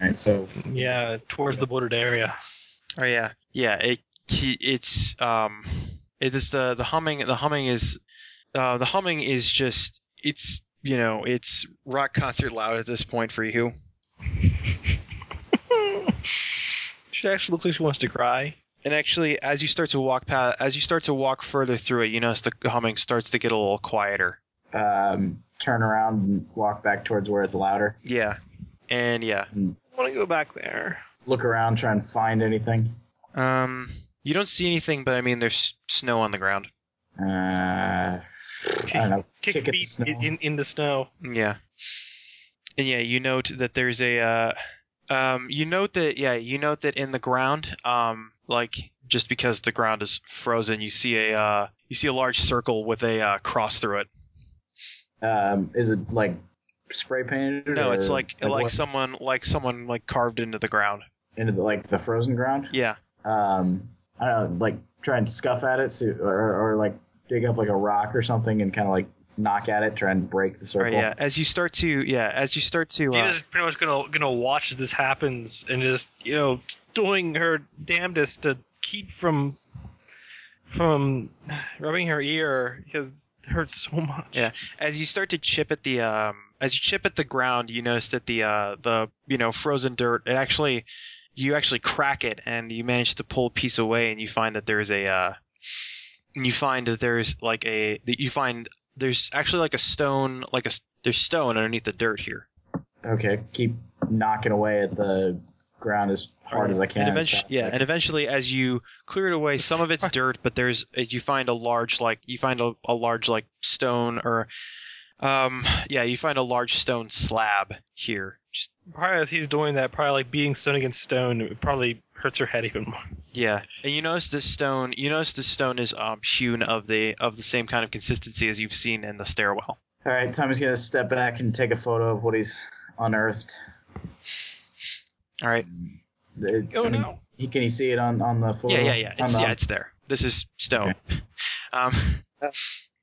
right? So
Yeah, towards the bordered area.
Oh yeah, yeah. It he, it's um, it is the the humming. The humming is, uh, the humming is just it's you know it's rock concert loud at this point for you.
She actually looks like she wants to cry.
And actually, as you start to walk past, as you start to walk further through it, you notice the humming starts to get a little quieter.
um, turn around and walk back towards where it's louder.
Yeah, and yeah.
I want to go back there.
Look around, try and find anything.
Um, you don't see anything, but I mean, there's snow on the ground.
Uh, I don't know.
Kick,
Kick at the
feet
snow.
in, in the snow.
Yeah. And yeah, you note that there's a uh, um, you note that yeah, you note that in the ground, um, like just because the ground is frozen, you see a uh, you see a large circle with a uh, cross through it.
Um, is it like spray painted?
No,
or
it's like like,
what-
someone like someone like carved into the ground.
into the, like the frozen ground.
Yeah.
Um, I don't know, like try and scuff at it, so, or, or like dig up like a rock or something and kind of like knock at it, try and break the
All
circle.
right, yeah. As you start to yeah, as you start to uh,
Dina's pretty much gonna gonna watch as this happens and just you know doing her damnedest to keep from from rubbing her ear because it hurts so much.
Yeah. as you start to chip at the um, as you chip at the ground, you notice that the uh, the you know frozen dirt it actually you actually crack it and you manage to pull a piece away and you find that there's a uh, and you find that there's like a that you find there's actually like a stone like a s- there's stone underneath the dirt here.
Okay, keep knocking away at the ground as hard as I can.
And
as
eventually,
fast as I
yeah, and eventually, as you clear it away, some of it's dirt, but there's uh, you find a large like you find a, a large like stone or, um, yeah, you find a large stone slab here. Just
Probably as he's doing that, probably like beating stone against stone, it probably hurts her head even more.
yeah, and you notice this stone. You notice this stone is um hewn of the of the same kind of consistency as you've seen in the stairwell.
All right, Tommy's gonna step back and take a photo of what he's unearthed.
All right.
It-
Oh
I
Mm-hmm.
mean,
no!
He, can he see it on on the photo?
Yeah, yeah, yeah.
On
It's
the-
yeah, it's there. This is stone. <laughs> Um,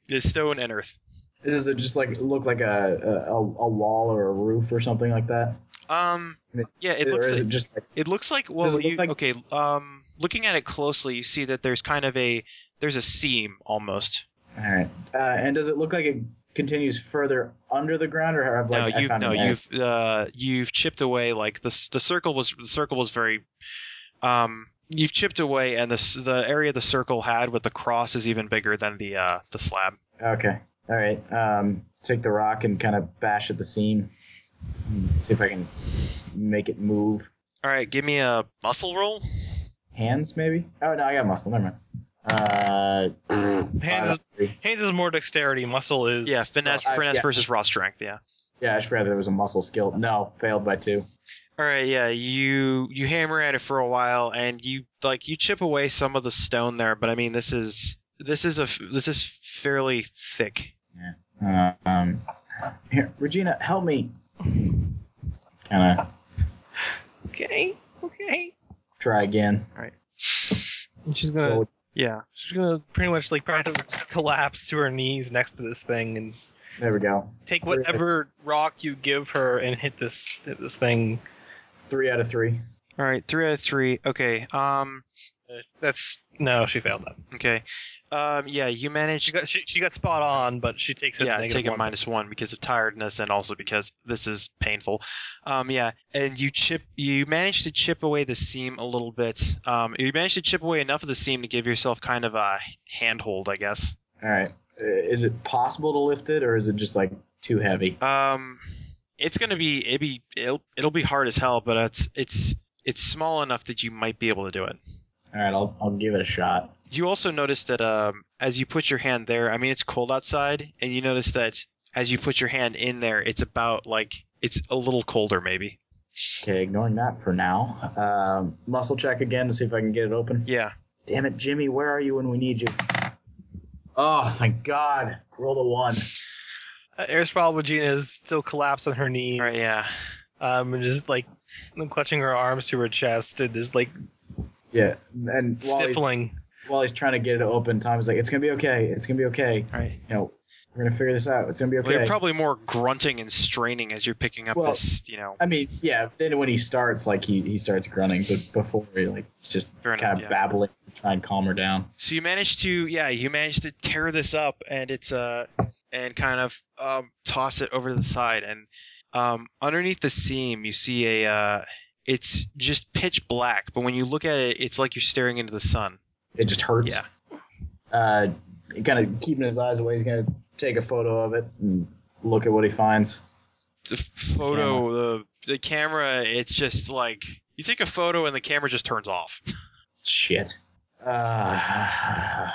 it's stone and earth.
Does it just like look like a, a a wall or a roof or something like that?
Um, yeah, it
or
looks.
is
like-
it just like
It looks like well,
Does it look
you,
like-
okay. Um, looking at it closely, you see that there's kind of a there's a seam almost.
all right? Uh, and does it look like it continues further under the ground, or have like
no,
I
you've
found
no,
an edge?
you've uh, you've chipped away like the s- the circle was the circle was very um you've chipped away and the s- the area the circle had with the cross is even bigger than the uh the slab.
Okay, all right. Um, take the rock and kind of bash at the seam. Hmm, See if I can make it move.
All right, give me a muscle roll.
Hands maybe? Oh no, I got muscle. Never mind. Uh, five
Hands,
out of three.
hands is more dexterity. Muscle is
Yeah, finesse
Well, I-
finesse
yeah.
versus raw strength. Yeah.
Yeah, I should rather there was a muscle skill. No, failed by two.
All right, yeah, you you hammer at it for a while, and you like you chip away some of the stone there, but I mean this is this is a f- this is fairly thick.
Uh, um, here, Regina, help me. Kind of
okay. Okay.
try again.
And she's gonna
Yeah,
she's gonna pretty much like practically just collapse to her knees next to this thing and
There we go.
take whatever rock you give her and hit this hit this thing.
Three out of three.
all right, three out of three. Okay, um,
That's no, she failed that.
okay, um, yeah, you
She
managed.
got she, she got spot on, but she takes it.
Yeah,
negative
take a
one.
minus one because of tiredness and also because this is painful. Um, yeah, and you chip you managed to chip away the seam a little bit. Um, you managed to chip away enough of the seam to give yourself kind of a handhold, I guess.
All right. Uh, Is it possible to lift it, or is it just like too heavy?
Um, it's gonna be it be it'll, it'll be hard as hell, but it's it's it's small enough that you might be able to do it.
All right, I'll I'll give it a shot.
You also notice that um, as you put your hand there, I mean it's cold outside, and you notice that as you put your hand in there, it's about like it's a little colder maybe.
Okay, ignoring that for now. Um, muscle check again to see if I can get it open.
Yeah.
Damn it, Jimmy, where are you when we need you? Oh, thank God! Roll the one.
Uh, Air's problem with Gina is still collapsed on her knees.
All right. Yeah.
Um, and just like clutching her arms to her chest and just like
Yeah, and while he's,
sniffling.
while he's trying to get it open, Tom's like, "It's gonna be okay. It's gonna be okay."
All right.
you know, We're gonna figure this out. It's gonna be
Well,
okay.
you're probably more grunting and straining as you're picking up
Well-
this, you know.
I mean, yeah. Then when he starts, like he, he starts grunting, but before he like it's just
Fair
kind
enough.
of
yeah.
babbling to try and calm her down.
So you managed to, yeah, you managed to tear this up, and it's uh, and kind of um, toss it over to the side, and um, underneath the seam you see a, uh, it's just pitch black, but when you look at it, it's like you're staring into the sun.
It just hurts.
Yeah.
Uh, kind of keeping his eyes away. He's gonna take a photo of it and look at what he finds.
The f- photo, the the camera, it's just like you take a photo and the camera just turns off. <laughs>
Shit. <sighs> Um, Uh,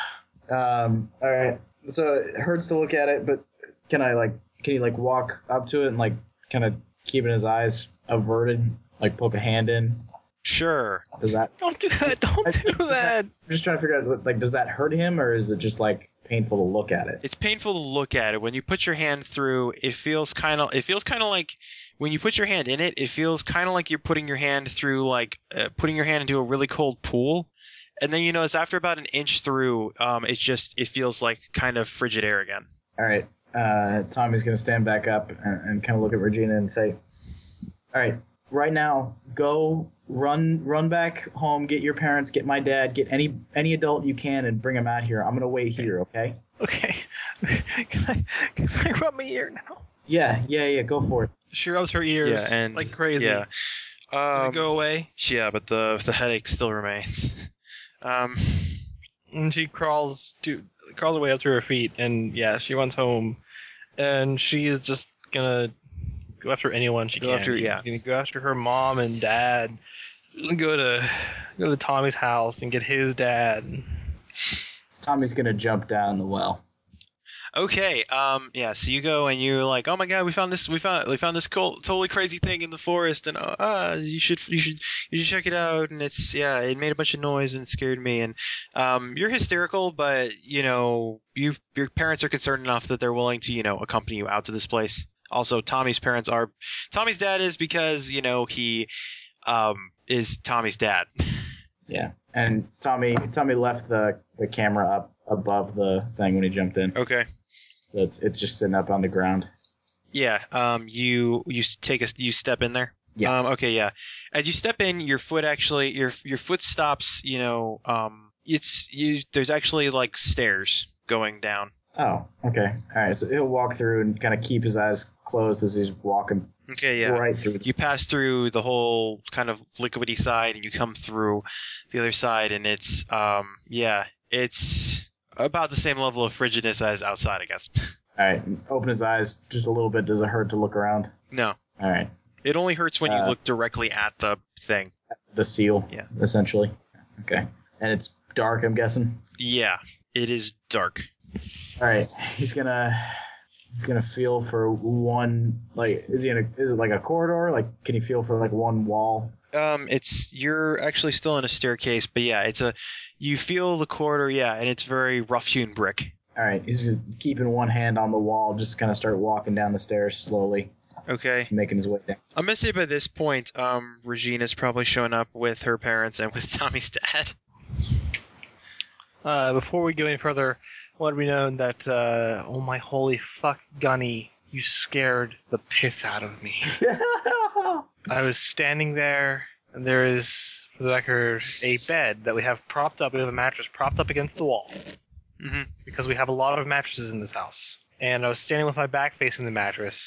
um. All right. So it hurts to look at it, but can I like? Can he like walk up to it and like kind of keeping his eyes averted, like poke a hand in?
Sure.
Does that?
Don't do that. Don't
I-
do that.
I'm just trying to figure out like, does that hurt him or is it just like painful to look at it?
it's painful to look at it when you put your hand through it feels kind of it feels kind of like when you put your hand in it it feels kind of like you're putting your hand through like uh, putting your hand into a really cold pool and then you notice after about an inch through um, it's just it feels like kind of frigid air again
All right, uh, Tommy's gonna stand back up and, and kind of look at Regina and say, "All right, right now, go run, run back home, get your parents, get my dad, get any any adult you can, and bring him out here. I'm gonna wait here, okay?
Okay. <laughs> Can I can I rub my ear now?
Yeah, yeah, yeah. Go for it.
She rubs her ears
yeah and
like crazy.
yeah
Does
um,
it go away?
yeah but the the headache still remains um
And she crawls to crawls her way up to her feet, and yeah, she runs home, and she is just gonna go after anyone she
Go
can.
after- yeah.
She's gonna go after her mom and dad. Go to go to Tommy's house and get his dad.
Tommy's gonna jump down the well.
Okay. Um. Yeah. So you go and you're like, oh my god, we found this. We found we found this cool, totally crazy thing in the forest, and uh, uh, you should you should you should check it out. And it's yeah, it made a bunch of noise and scared me. And um, you're hysterical, but you know you your parents are concerned enough that they're willing to you know accompany you out to this place. Also, Tommy's parents are Tommy's dad is because you know he um is Tommy's dad.
Yeah, and Tommy, Tommy left the the camera up above the thing when he jumped in.
Okay.
So it's it's just sitting up on the ground.
Yeah. Um. You you s- take a you step in there.
Yeah.
Um, okay. Yeah. As you step in, your foot actually your your foot stops. You know. Um. It's you. There's actually like stairs going down.
Oh, okay. All right. So he'll walk through and kind of keep his eyes closed as he's walking
Okay. Yeah.
right through.
You pass through the whole kind of liquidy side, and you come through the other side, and it's um. Yeah. It's about the same level of frigidness as outside, I guess.
All right. and Open his eyes just a little bit. Does it hurt to look around?
no.
All right.
It only hurts when you
Uh,
look directly at the thing.
The seal.
Yeah.
Essentially. Okay. And it's dark. I'm guessing.
Yeah. It is dark.
All right. He's gonna. He's gonna feel for one. Like, is he in a? Is it like a corridor? Like, can he feel for like one wall?
um it's you're actually still in a staircase but yeah it's a you feel the corridor yeah and it's very rough hewn brick
All right. He's just keeping one hand on the wall. Just kind of start walking down the stairs slowly,
okay
making his way down.
<laughs> i'm gonna say by this point um regina's probably shown up with her parents and with <laughs> tommy's dad
Uh, before we go any further, let it be known that uh, oh my holy fuck, Gunny, you scared the piss out of me. I was standing there, and there is, for the record, a bed that we have propped up. We have a mattress propped up against the wall
mm-hmm.
because we have a lot of mattresses in this house. And I was standing with my back facing the mattress,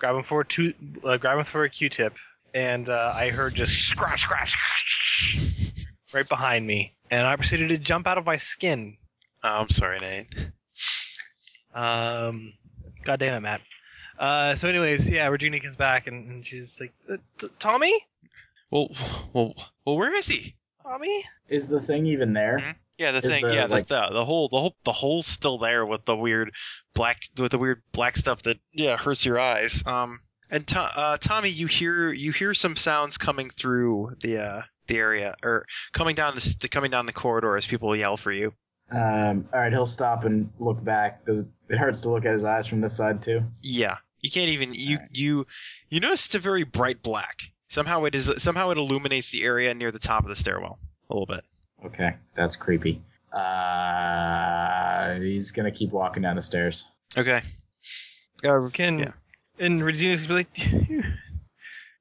grabbing for a two, uh, grabbing for a Q-tip, and uh, I heard just scratch, scratch, scratch right behind me, and I proceeded to jump out of my skin.
oh, i'm sorry nate
Um, God damn it, Matt. Uh, so, anyways, yeah, Regina comes back and, and she's like, "Uh, T- "Tommy,
well well well where is he
Tommy."
Is the thing even there?
yeah the
Is
thing
the,
yeah
like-
the, the the whole the whole the hole's still there with the weird black with the weird black stuff that yeah hurts your eyes um and to, uh, Tommy, you hear you hear some sounds coming through the uh, the area or coming down the, s- coming down the corridor as people yell for you.
Um, all right, he'll stop and look back. Does it, it hurts to look at his eyes from this side too?
Yeah, you can't even you
Alright.
you you notice it's a very bright black. Somehow it is somehow it illuminates the area near the top of the stairwell a little bit.
Okay, that's creepy. Uh, he's gonna keep walking down the stairs.
Okay. Uh,
Can
Yeah.
and Regina's gonna be like,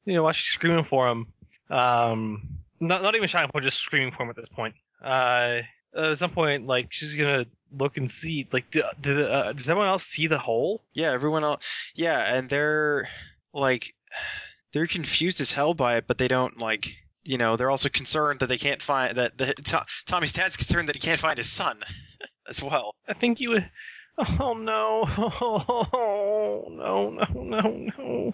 you know, while she's screaming for him, um, not not even shouting for, him, just screaming for him at this point. Uh, at some point, like she's gonna look and see, like, do, do, uh, does anyone else see the hole?
yeah, everyone else. Yeah, and they're like, they're confused as hell by it, but they don't like. You know, they're also concerned that they can't find that the, To- Tommy's dad's concerned that he can't find his son, <laughs> as well.
I think you would. Oh no! <laughs> Oh no! No! No! No!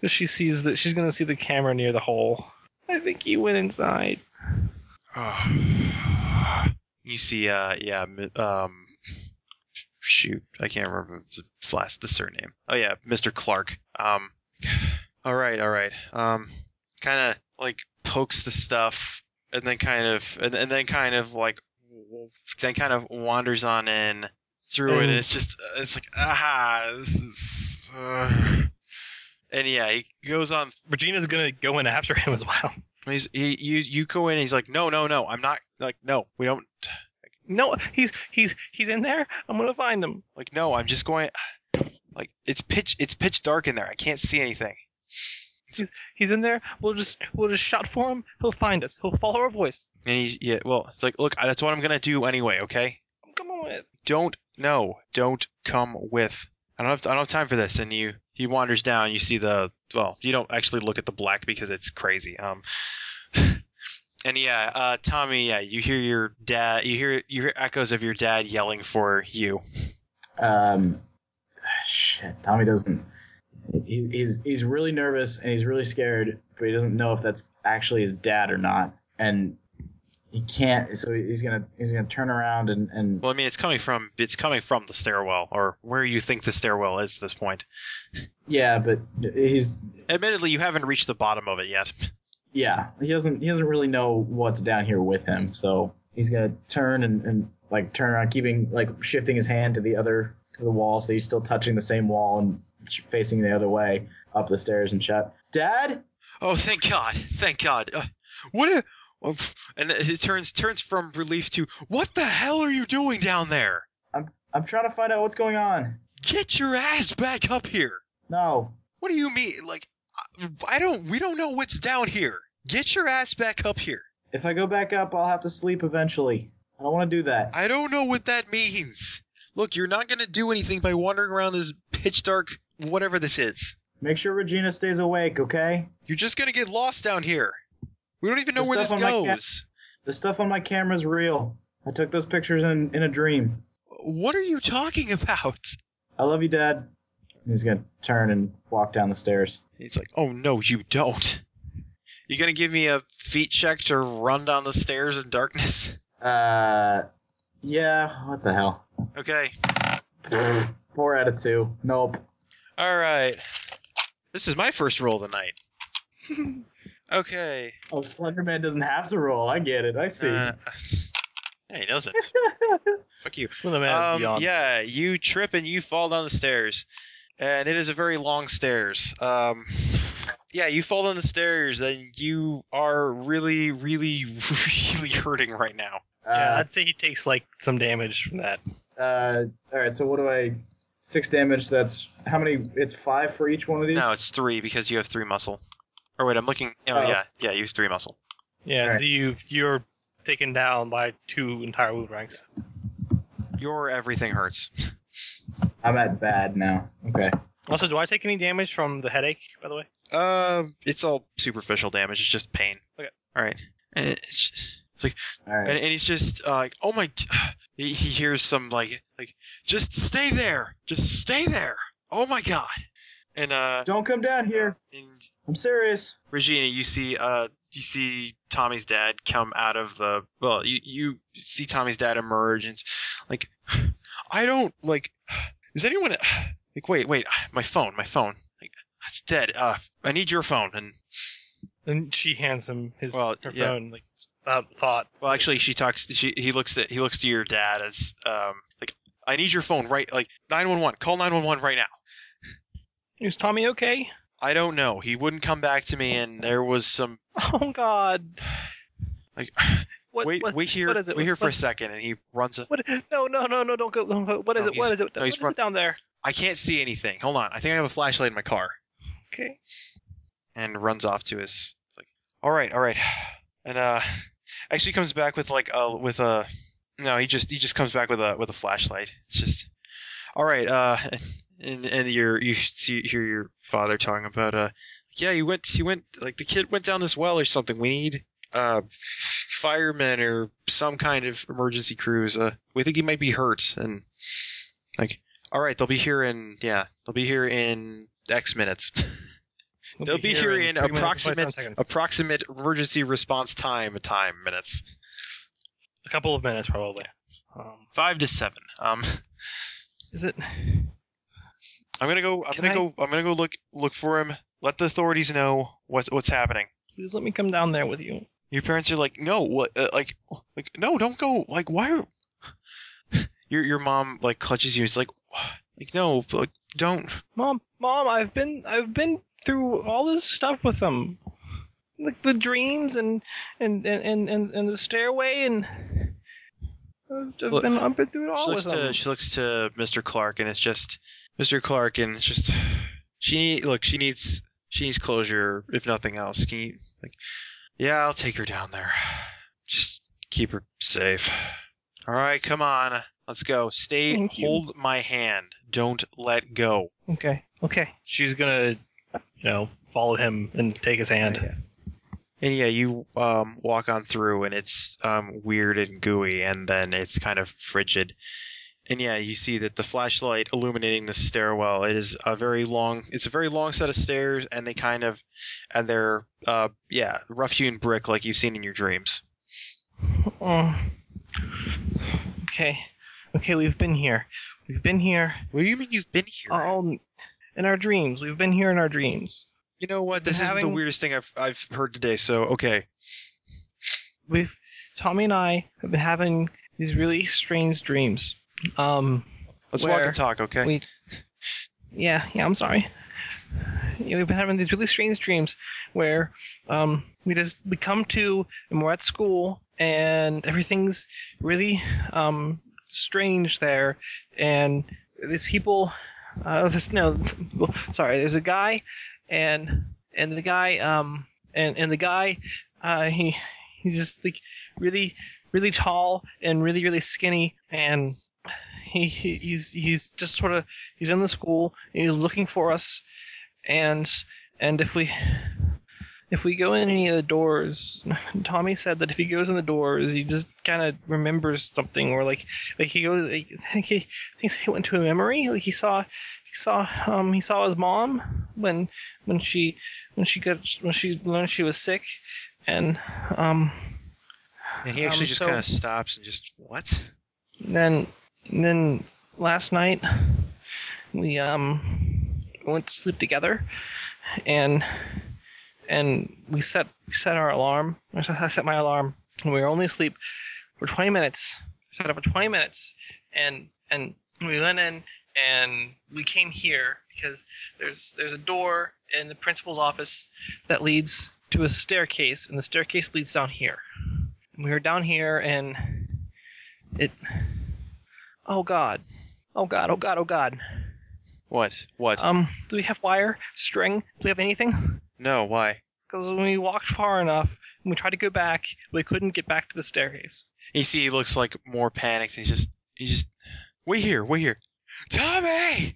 'Cause She sees that she's gonna see the camera near the hole. I think he went inside.
<sighs> you see, uh, yeah, m- um, shoot, I can't remember the flash the surname. Oh yeah, Mr. Clark. Um, all right, all right. Um, kind of like pokes the stuff, and then kind of, and, and then kind of like, then kind of wanders on in through it, and it's just, it's like, aha, this is. Uh. And yeah, he goes on
Regina's gonna go in after <laughs> him as well.
He's he, you you go in. and He's like, no, no, no. I'm not like, no, we don't
No, he's he's he's in there. I'm gonna find him.
like, no. I'm just going. <sighs> Like it's pitch it's pitch dark in there. I can't see anything.
He's in there. We'll just we'll just shout for him. He'll find us. He'll follow our voice.
And he yeah. Well, it's like, look, I- that's what I'm gonna do anyway. Okay.
Come on with.
Don't no. Don't come with. I don't have I don't have time for this. And you he wanders down. You see the well. You don't actually look at the black because it's crazy. Um. <sighs> And yeah, uh, Tommy. Yeah, you hear your dad. You hear you hear echoes of your dad yelling for you.
Um, shit, Tommy doesn't. He, he's he's really nervous and he's really scared, but he doesn't know if that's actually his dad or not, and he can't. So he's gonna he's gonna turn around and and
Well, I mean, it's coming from it's coming from the stairwell, or where you think the stairwell is at this point.
yeah, but he's
Admittedly, you haven't reached the bottom of it yet.
yeah he doesn't he doesn't really know what's down here with him, so he's gonna turn and and like turn around, keeping like shifting his hand to the other to the wall, so he's still touching the same wall and facing the other way up the stairs and shout, "Dad!"
Oh, thank God! Thank God! Uh, what? A, oh, pff, and it turns turns from relief to what the hell are you doing down there?
I'm trying to find out what's going on.
Get your ass back up here!
No,
What do you mean? Like, I- I don't. We don't know what's down here. Get your ass back up here!
If I go back up, I'll have to sleep eventually. I don't want to do that.
I don't know what that means. Look, you're not gonna do anything by wandering around this pitch dark whatever this is.
Make sure Regina stays awake, okay?
You're just gonna get lost down here. We don't even know
The
where this
stuff on my cat-
goes.
The stuff on my camera's real. I took those pictures in, in a dream.
What are you talking about?
I love you, Dad. And He's gonna turn and walk down the stairs.
It's like, oh no, you don't. You gonna give me a feet check to run down the stairs in darkness? <laughs>
Uh, yeah. What the hell?
Okay.
Four out of two. Nope.
All right. This is my first roll of the night. <laughs> Okay.
Oh, Slenderman doesn't have to roll. I get it. I see.
Uh, <laughs> yeah, he <laughs> doesn't. Fuck you.
Well, the man is
Um,
beyond.
yeah, you trip and you fall down the stairs, and it is a very long stairs. Um, yeah, you fall down the stairs, and you are really, really, <laughs> really hurting right now.
yeah. I'd say he takes like some damage from that.
uh, uh, all right. So what do I? Six damage. That's how many? It's five for each one of these.
No, it's three because you have three muscle. Or wait, I'm looking. Oh,
Oh.
yeah, yeah, you have three muscle.
Yeah.
Alright.
So you you're taken down by two entire wound ranks.
Your everything hurts. <laughs>
I'm at bad now. Okay.
Also, do I take any damage from the headache? By the way.
Uh, it's all superficial damage. It's just pain.
Okay.
All right. And It's, it's like
All right.
and, and he's just uh, like, "Oh my!" <sighs> He, he hears some like, like, "Just stay there, just stay there." Oh my god! And uh,
Don't come down here.
and
I'm serious.
Regina, you see uh, you see Tommy's dad come out of the well, you you see Tommy's dad emerge, and it's like, I don't like. Is anyone like? Wait, wait, my phone, my phone. Like, it's dead. Uh, I need your phone. And
And she hands him his
Well,
her
yeah.
phone. Like without thought.
Well, actually, she talks. She he looks at he looks to your dad as um like I need your phone right like nine one one. Call nine one one right now.
Is Tommy
<laughs>
okay?
I don't know. He wouldn't come back to me, and there was some
Oh God.
like
Oh, <sighs> What,
wait,
what,
we hear
what is it?
we hear
What-
for a second, and he runs. A,
What? No, no, no, no! Don't go. Don't go. What is
No,
it? What
he's-
is it?
no,
what
he's
is
run-
it down there?
I can't see anything. Hold on, I think I have a flashlight in my car,
Okay.
and runs off to his. Like, all right, all right, <sighs> and uh, <laughs> actually comes back with like a with a. No, he just he just comes back with a with a flashlight. It's just, all right, uh, <laughs> and and your you see hear your father talking about uh, yeah, he went he went like the kid went down this well or something. We need uh firemen or some kind of emergency crews. Uh, we think he might be hurt and like all right, they'll be here in yeah, they'll be here in X minutes. <laughs> they'll be here, in,
three minutes and
approximate
27 seconds.
approximate emergency response time time minutes.
a couple of minutes probably. Um,
5 to 7. Um
is it?
I'm going to go I'm
Can
going
I-
to go I'm going to go look look for him. Let the authorities know what's what's happening.
Please let me come down there with you.
Your parents are like, "No, what uh, like like no, don't go. Like why are <laughs> Your your mom like clutches you. It's like like no, like don't
Mom, mom, I've been I've been through all this stuff with them. Like the dreams and and and and, and, and the stairway and I've, I've
Look,
been I've been through it all
she
with
looks to
them.
she looks to Mr. Clark, and it's just Mr. Clark, and it's just she need, look she needs she needs closure if nothing else. Can you like? Yeah, I'll take her down there. Just keep her safe. All right, come on, let's go. Stay,
Thank you.
hold my hand. Don't let go.
Okay, okay. She's gonna, you know, follow him and take his hand.
Yeah. And yeah, you um, walk on through, and it's um, weird and gooey, and then it's kind of frigid. And yeah, you see that the flashlight illuminating the stairwell. It is a very long. It's a very long set of stairs, and they kind of, and they're uh, yeah, rough-hewn brick like you've seen in your dreams.
Oh. Okay, okay. We've been here. We've been here.
What do you mean you've been here?
All in our dreams. We've been here in our dreams.
you know what?
been
This isn't the
having-
weirdest thing I've I've heard today. So okay,
we've Tommy and I have been having these really strange dreams. Um,
let's walk
Where?
and talk. Okay.
We- yeah, yeah, I'm sorry. Yeah, we've been having these really strange dreams where um, we just we come to and we're at school and everything's really um, strange there and these people uh, this, no sorry there's a guy and and the guy um and and the guy uh, he he's just like really really tall and really really skinny and he, he he's he's just sort of he's in the school and he's looking for us and and if we if we go in any of the doors <laughs> tommy said that if he goes in the doors he just kind of remembers something or like like he goes like, <laughs> i think he thinks he went to a memory like he saw he saw um he saw his mom when when she when she got when she learned she was sick and um
and he actually
um,
just
so-
kind of stops and just what?
then then last night we um went to sleep together and and we set we set our alarm I set- I set my alarm and we were only asleep for 20 minutes set up for 20 minutes and and we went in and we came here because there's there's a door in the principal's office that leads to a staircase and the staircase leads down here and we were down here and it. Oh God. Oh God. Oh God. Oh God.
What? What?
Um, do we have wire, string? Do we have anything?
no. Why?
Because when we walked far enough and we tried to go back, we couldn't get back to the staircase.
You see, he looks like more panicked. He's just, he's just, wait here, wait here, Tommy,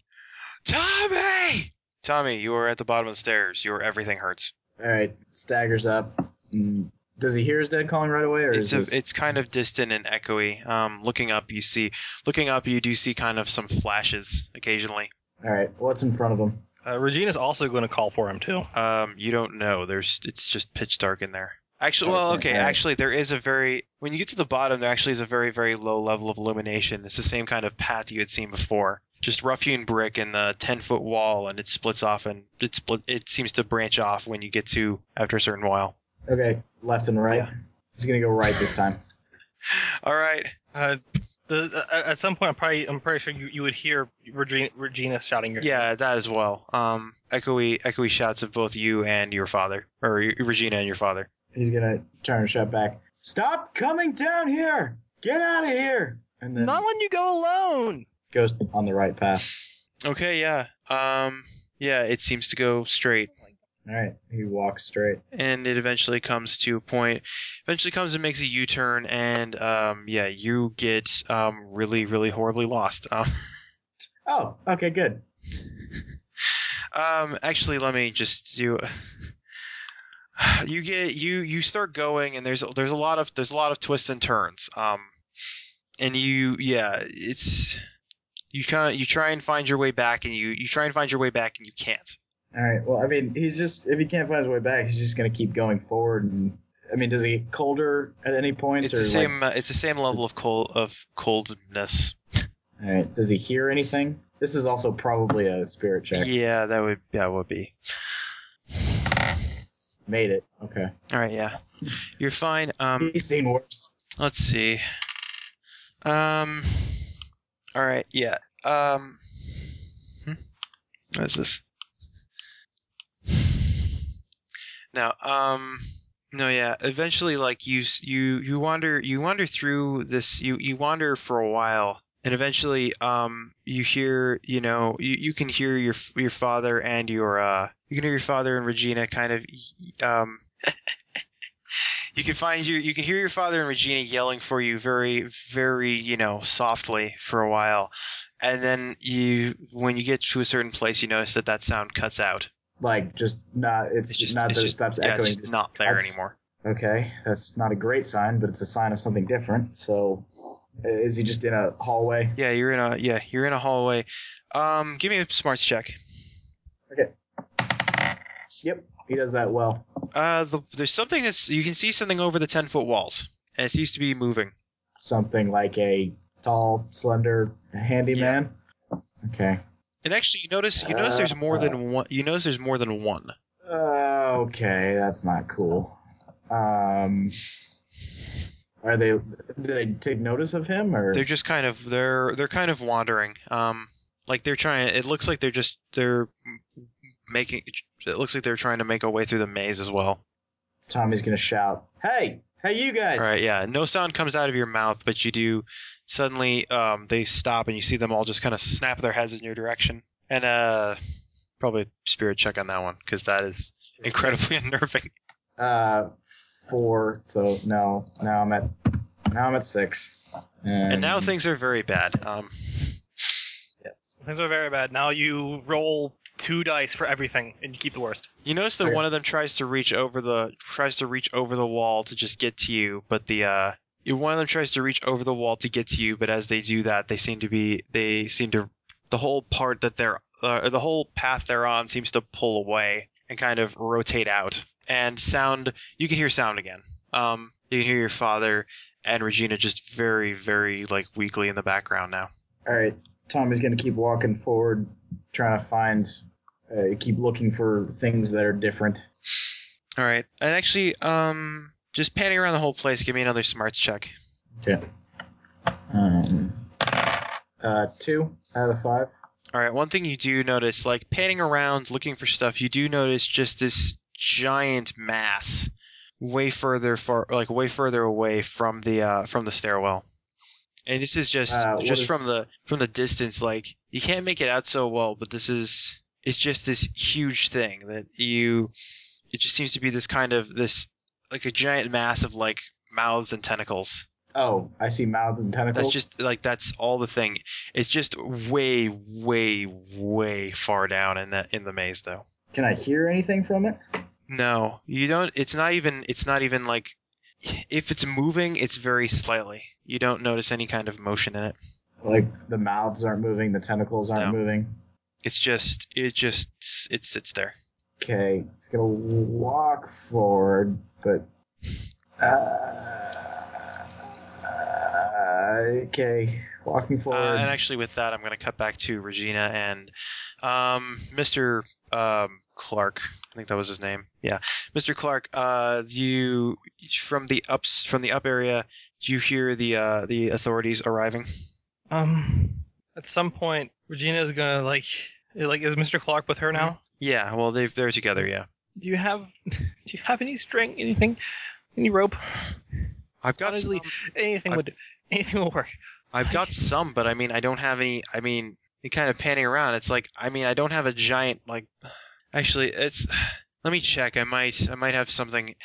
Tommy, Tommy. You are at the bottom of the stairs. Your everything hurts.
All right, staggers up. Mm, Does he hear his dad calling right away, or
It's
is
a,
this-
it's kind of distant and echoey. Um, looking up, you see, looking up, you do see kind of some flashes occasionally.
all right? What's in front of him?
Uh, Regina's also going to call for him too.
Um, you don't know. There's, it's just pitch dark in there. Actually, well, okay.
Okay, alright.
Actually, there is a very when you get to the bottom, there actually is a very, very low level of illumination. It's the same kind of path you had seen before, just rough-hewn brick and the ten-foot wall, and it splits off and it split. It seems to branch off when you get to after a certain while.
Okay, left and right.
Yeah.
He's gonna go right this time.
All right,
Uh, the, uh, at some point, I'm probably I'm pretty sure you, you would hear Regina, Regina shouting your
yeah, that as well. Um, echoey, echoey shots of both you and your father, or Regina and your father.
He's gonna turn and shut back. "Stop coming down here! Get out of here!" And then
Not when you go alone.
goes on the right path.
Okay, yeah. Um, yeah, it seems to go straight,
All right, he walks straight.
and it eventually comes to a point. Eventually comes and makes a U-turn, and um, yeah, you get um really, really horribly lost. Um,
Oh, okay, good.
um, actually, let me just do. <sighs> You get you you start going, and there's there's a lot of there's a lot of twists and turns. Um, and you yeah, it's you kind of you try and find your way back, and you you try and find your way back, and you can't.
All right. Well, I mean, he's just if he can't find his way back, he's just gonna keep going forward. And I mean, does it get colder at any point?
It's the same. uh, it's the same level of cold of coldness.
all right. Does he hear anything? This is also probably a spirit check.
Yeah, that would that would be.
Made it. Okay.
All right, yeah, you're fine. Um,
He's seen worse.
let's see. Um, all right, yeah. Um, hmm, what is this? Now, um, no, yeah. Eventually, like you, s- you, you wander, you wander through this. You, you wander for a while, and eventually, um, you hear, you know, you, you can hear your f- your father and your, uh, you can hear your father and Regina kind of, um. You can find your, you can hear your father and Regina yelling for you very, very, you know, softly for a while, and then you, when you get to a certain place, you notice that that sound cuts out.
Like just not. It's,
It's just
not
it's
that
just,
it stops
yeah,
echoing.
It's just not there
cuts.
anymore.
Okay, that's not a great sign, but it's a sign of something different. So, uh, is he just in a hallway?
Yeah, you're in a yeah, you're in a hallway. Um, give me a smarts check.
Yep, he does that well.
Uh, the, there's something that's you can see something over the ten foot walls, and it seems to be moving.
Something like a tall, slender handyman. Okay.
And actually, you notice you notice there's more than one. You notice there's more than one.
Uh, okay, that's not cool. Um, are they? Did they take notice of him or?
They're just kind of they're they're kind of wandering. Um, like they're trying. It looks like they're just they're making. It looks like they're trying to make a way through the maze as well.
Tommy's gonna shout, "Hey, hey, you guys!"
All right, yeah. No sound comes out of your mouth, but you do suddenly um, they stop and you see them all just kind of snap their heads in your direction. And uh probably spirit check on that one cuz that is incredibly <laughs> unnerving.
Uh, four. So no, now I'm at now I'm at six. And,
And now things are very bad. Um
Yes.
Things are very bad. Now you roll two dice for everything, and you keep the worst.
you notice that
Okay.
one of them tries to reach over the tries to reach over the wall to just get to you, but the uh you- one of them tries to reach over the wall to get to you, but as they do that, they seem to be they seem to the whole part that they're uh, the whole path they're on seems to pull away and kind of rotate out. And sound you can hear sound again. Um, you can hear your father and Regina just very very like weakly in the background now.
All right, Tommy's gonna keep walking forward, trying to find, uh, keep looking for things that are different.
All right, and actually, um, just panning around the whole place, give me another smarts check.
Okay. Um, uh, two out of five.
All right, one thing you do notice, like panning around looking for stuff, you do notice just this giant mass way further far like way further away from the uh from the stairwell. And this is just
Uh, what
just
is-
from the from the distance like you can't make it out so well, but this is it's just this huge thing that you it just seems to be this kind of this like a giant mass of like mouths and tentacles.
Oh, I see mouths and tentacles.
That's just like that's all the thing. It's just way, way, way far down in that in the maze, though.
Can I hear anything from it?
No, you don't. It's not even. It's not even like if it's moving, it's very slightly. You don't notice any kind of motion in it.
Like the mouths aren't moving, the tentacles aren't
No.
moving.
It's just. It just. It sits there.
Okay, he's gonna walk forward, but. Uh, okay, walking forward.
Uh, and actually, with that, I'm going to cut back to Regina and um, Mr. Um, Clark. I think that was his name. Yeah, Mr. Clark. Uh, you from the ups from the up area. You hear the uh, the authorities arriving.
Um, at some point, Regina is gonna like, like, is Mr. Clark with her now?
Yeah, well, they they're together. Yeah.
<laughs> Do you have, do you have any string, anything, any rope?
I've got
Honestly,
some,
Anything
I've-
would anything will work.
I've <laughs> got some, but I mean, I don't have any. I mean, you kind of panning around. It's like I mean, I don't have a giant like. <sighs> Actually, it's. <sighs> Let me check. I might. I might have something.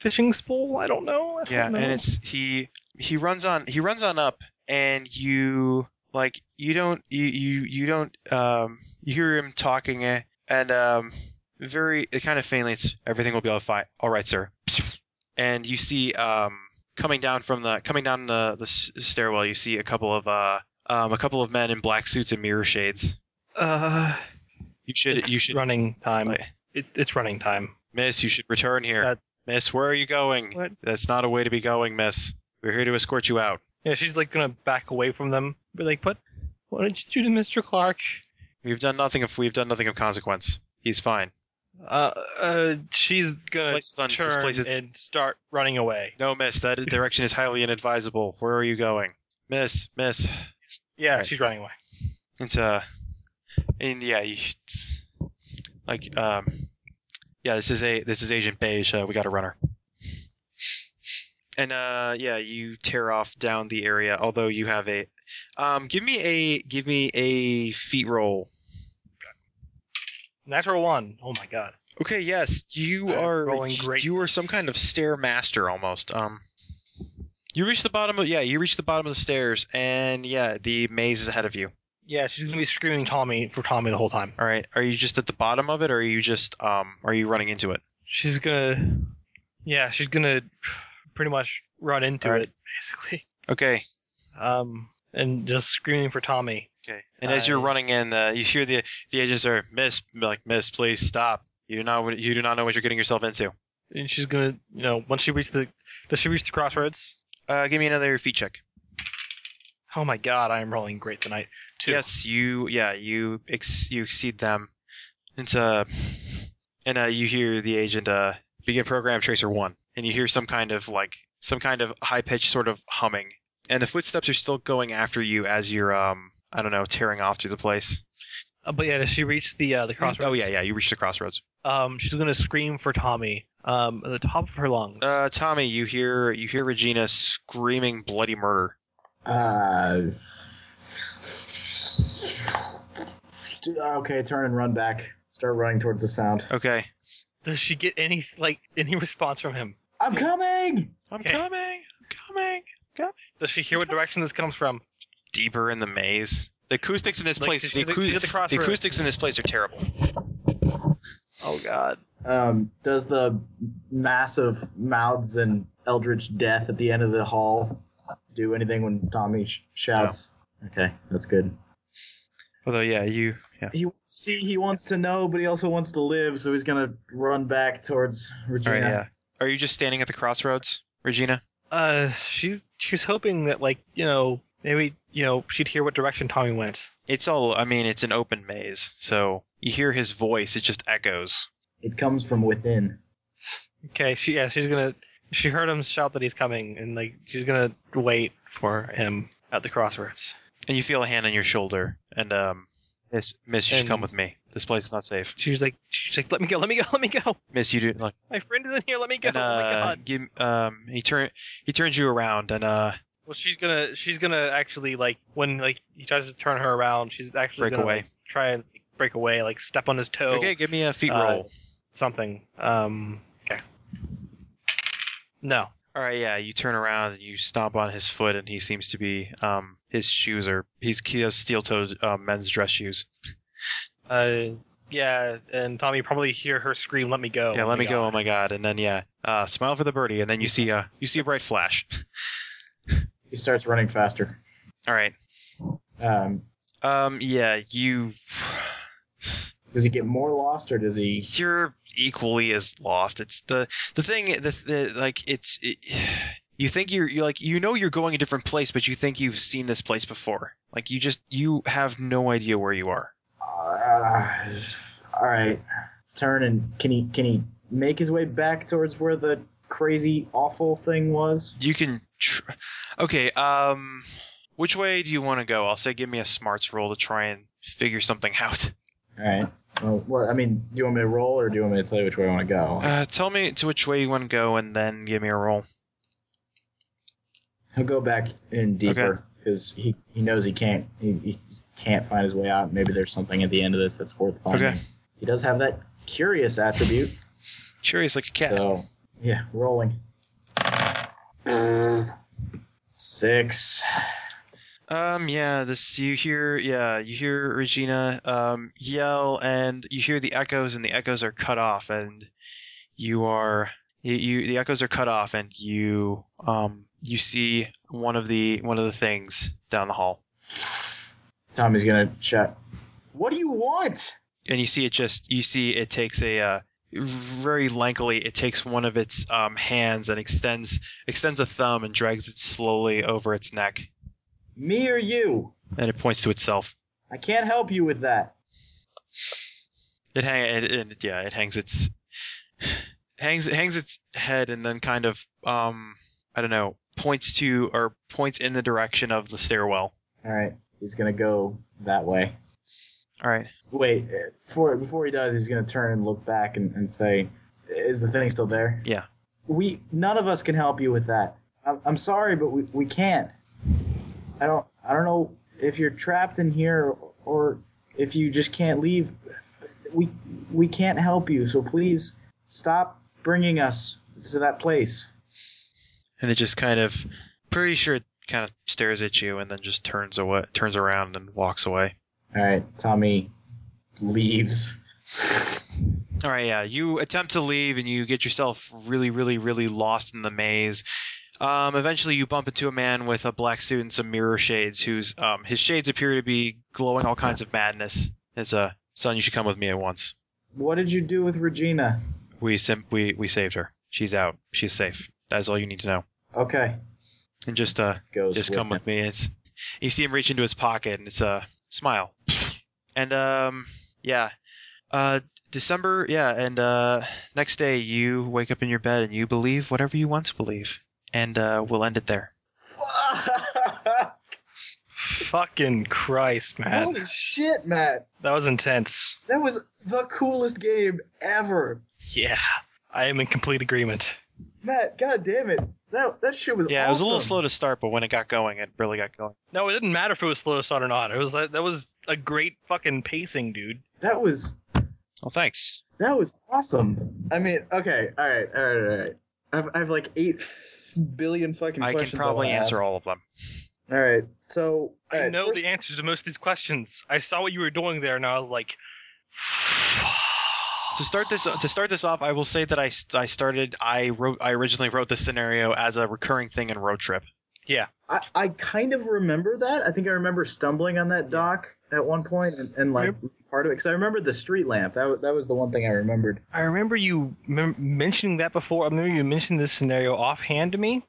Fishing spool? I don't know. I don't
Yeah,
know.
and it's he. He runs on. He runs on up, and you like you don't you you you don't um you hear him talking eh, and um very it kind of faintly. It's everything will be all fine. All right, sir. And you see um coming down from the coming down the the s- stairwell. You see a couple of uh um a couple of men in black suits and mirror shades.
uh,
You should
it's
you should
running time.
like-
It, it's running time.
miss. You should return here,
That-
miss. Where are you going?
What?
That's not a way to be going, miss. We're here to escort you out.
Yeah, she's like gonna back away from them. Be like, what? What did you do to Mister Clark?
We've done nothing of we've done nothing of consequence. He's fine.
Uh, uh, she's gonna
Place is on- this
turn
place is-
and start running away.
No, miss,
<laughs>
that direction is highly inadvisable. Where are you going? Miss, miss.
Yeah,
Right.
she's running away.
It's uh and yeah, you it's, like um yeah, this is a this is Agent Beige, uh, we got a runner. And uh yeah, you tear off down the area, although you have a um give me a give me a feet roll.
Natural one. Oh my god.
Okay, yes, you
I'm
are
rolling great.
You are some kind of stair master almost. Um, you reach the bottom of yeah, you reach the bottom of the stairs, and yeah, the maze is ahead of you.
Yeah, she's gonna be screaming Tommy for Tommy the whole time.
All right, are you just at the bottom of it, or are you just um, are you running into it?
She's gonna. Yeah, she's gonna pretty much run into
All right.
it basically.
Okay,
Um, and just screaming for Tommy.
okay. And as you're
I-
running in, uh, you hear the the agents are miss like miss, please stop. You do not you do not know what you're getting yourself into.
and she's gonna you know once she reaches the does she reach the crossroads
Uh, give me another feet check.
oh my god i am rolling great tonight too
Yes, you. Yeah, you. Ex- you exceed them. It's uh, and uh, you hear the agent uh begin program tracer one, and you hear some kind of like some kind of high pitched sort of humming, and the footsteps are still going after you as you're um I don't know tearing off through the place.
Uh, but yeah does she reach the uh the crossroads
Oh yeah, yeah. You reach the crossroads.
um she's gonna scream for tommy um at the top of her lungs
Uh, Tommy, you hear you hear Regina screaming bloody murder.
Uh, <sighs> okay, turn and run back. Start running towards the sound.
Okay,
does she get any like any <laughs> response from him
I'm coming.
I'm
Okay.
coming, I'm coming.
does she hear what direction this comes from
Deeper in the maze. The acoustics in this
Like,
place.
she's at
The,
the-
acou-
she's at the
the
crossroads.
acoustics in this place are terrible.
oh god
Um, does the massive mouths and eldritch death at the end of the hall do anything when Tommy sh- shouts? Okay, that's good.
Although yeah, you yeah.
He see he wants to know, but he also wants to live, so he's gonna run back towards
All
Regina.
right, yeah. Are you just standing at the crossroads, Regina?
uh she's she's hoping that like you know maybe you know she'd hear what direction tommy went
It's all. I mean, it's an open maze, so you hear his voice. It just echoes.
It comes from within.
okay she yeah she's gonna she heard him shout that he's coming and like she's gonna wait for him at the crossroads
And you feel a hand on your shoulder, and um, Miss, Miss, you should
And-
come with me. This place is not safe.
She was like, she's like, let me go, let me go, let me go.
Miss, you do like.
My friend is in here, let me go.
And,
<laughs> oh my
uh,
god.
give, um, he turn, he turns you around, and uh,
Well, she's gonna, she's gonna actually like when like he tries to turn her around, she's
Break
actually gonna
away.
like, try and like, break away, like step on his toe,
okay, give me a feet
uh,
roll.
something. Um, okay. No,
All right, yeah, you turn around and you stomp on his foot, and he seems to be, um, his shoes are, he's he has steel-toed uh, men's dress shoes.
uh, yeah, and Tommy probably hear her scream, "Let me go!"
yeah,
oh
let
my
me go.
God.
Oh my god! And then yeah, uh, smile for the birdie, and then you see uh, you see a bright flash. <laughs>
He starts running faster.
All right.
Um,
Um. Yeah. You.
does he get more lost, or does he?
You're equally as lost. It's the the thing. The, the like. It's. It, you think you're, you're like you know you're going a different place, but you think you've seen this place before. Like you just you have no idea where you are.
Uh, all right, turn and can he can he make his way back towards where the crazy awful thing was?
You can. Tr- okay. Um. Which way do you want to go? I'll say give me a smarts roll to try and figure something out.
All right. Well, well, I mean, do you want me to roll, or do you want me to tell you which way I want to go?
Uh, tell me to which way you want to go, and then give me a roll.
He'll go back in deeper because he, he knows he can't he, he can't find his way out. Maybe there's something at the end of this that's worth finding.
Okay.
He does have that curious attribute.
Curious like a cat.
So yeah, rolling. Six.
Um, yeah, this you hear, yeah, you hear Regina um, yell, and you hear the echoes, and the echoes are cut off, and you are you, you the echoes are cut off, and you um you see one of the one of the things down the hall,
Tommy's gonna check. What do you want?
and you see it just you see it takes a uh, very lankily it takes one of its um, hands and extends extends a thumb and drags it slowly over its neck,
Me or you?
and it points to itself.
I can't help you with that.
It hang it, it yeah, it hangs its hangs it hangs its head and then kind of um I don't know, points to or points in the direction of the stairwell.
All right, he's gonna go that way.
All right.
Wait, eh, before before he does, he's gonna turn and look back and, and say, "Is the thing still there?"
Yeah.
We none of us can help you with that. I'm, I'm sorry, but we, we can't. I don't I don't know if you're trapped in here or if you just can't leave. We we can't help you, so please stop bringing us to that place.
And it just kind of pretty sure it kind of stares at you and then just turns away turns around and walks away.
All right, Tommy leaves.
All right, yeah. You attempt to leave and you get yourself really, really, really lost in the maze. Um, eventually, you bump into a man with a black suit and some mirror shades, whose um, his shades appear to be glowing all kinds of madness. It's a son. You should come with me at once.
What did you do with Regina?
We sim- we we saved her. She's out. She's safe. That is all you need to know.
Okay,
And just uh,
goes.
just come
him. <laughs>
with me. It's you see him reach into his pocket and it's a smile. And um yeah. Uh December, yeah, and uh next day you wake up in your bed and you believe whatever you once believe. And uh we'll end it there.
Fucking Christ, man.
Holy shit, Matt.
That was intense.
That was the coolest game ever.
Yeah. I am in complete agreement.
Matt, god damn it. That, that shit was
Yeah, it was a little
awesome.
slow to start, but when it got going, it really got going.
No, it didn't matter if it was slow to start or not. It was like that was a great fucking pacing, dude.
That was
Well, thanks.
that was awesome. I mean, okay, all right, all right, all right. I've I've like eight billion fucking
I
questions.
can probably answer all of them.
all. All right, so all
I
right,
know
first-
the answers to most of these questions. I saw what you were doing there, and I was like,
To start this to start this off, I will say that I, st- I started I wrote I originally wrote this scenario as a recurring thing in Road Trip.
I, I kind of remember that. I think I remember stumbling on that dock at one point and, and like part of it because I remember the street lamp. That wa- that was the one thing I remembered.
I remember you mem- mentioning that before. I remember you mentioned this scenario offhand to me.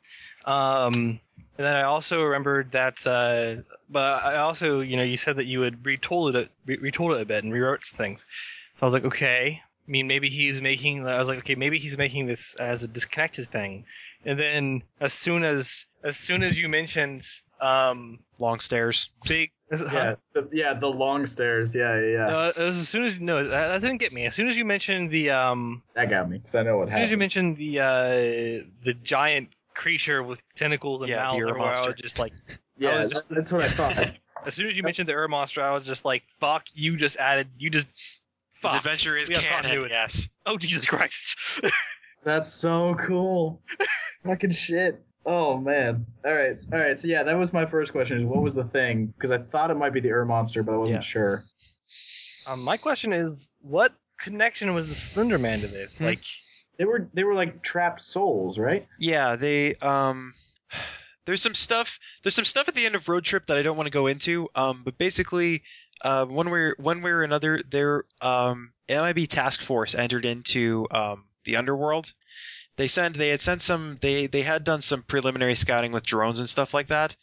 Um, and then I also remembered that, uh, but I also, you know, you said that you had retold it, a, re- retold it a bit and rewrote some things. So I was like, okay. I mean, maybe he's making. I was like, okay, maybe he's making this as a disconnected thing. And then as soon as as soon as you mentioned um,
Long stairs.
big, is it- huh?
Uh-huh. the, yeah, the long stairs. Yeah, yeah, yeah.
Uh, it was as soon as no, that, that didn't get me. As soon as you mentioned the um,
that got me because I know what
As soon as you
happened.
mentioned the uh, the giant creature with tentacles and
Yeah, the
mouths
Ur
everywhere, I
monster.
was just like, I
yeah,
was just-
that- that's what I
<laughs>
thought.
as soon as you mentioned the Ur monster, I was just like, fuck, you just added, you just,
This
fuck,
adventure is
We have
canon.
continuity.
Yes.
oh Jesus Christ,
That's so
<laughs>
cool. Fucking shit. Oh man. All right. All right. So yeah, that was my first question: is what was the thing? Because I thought it might be the Ur monster, but I wasn't
Yeah.
sure.
um, my question is, what connection was the Slender Man to this?
Hmm.
Like,
They were they were like trapped souls, right?
Yeah, they um <sighs> there's some stuff there's some stuff at the end of Road Trip that I don't want to go into. Um but basically uh one way one way or another their um MIB task force entered into um the underworld. They sent they had sent some they they had done some preliminary scouting with drones and stuff like that.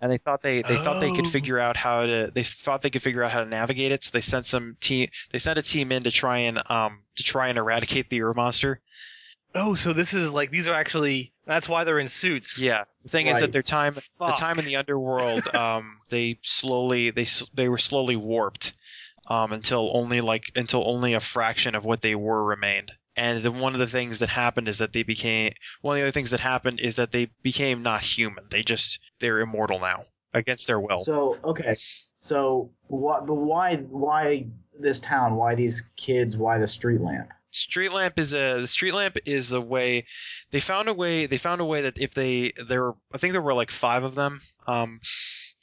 And they thought they, they thought they could
Oh.
figure out how to they thought they could figure out how to navigate it. So they sent some team they sent a team in to try and um to try and eradicate the Ur monster.
oh, so this is like these are actually that's why they're in suits.
Yeah. The thing is
Right.
that their time
fuck.
the time in the underworld um, they slowly they s- they were slowly warped um, until only like until only a fraction of what they were remained And then one of the things that happened is that they became one of the other things that happened is that they became not human. They just they're immortal now against their will.
So okay, so what? But why? Why this town? Why these kids? Why the street lamp?
street lamp is a the street lamp is a way they found a way they found a way that if they there were, I think there were like five of them um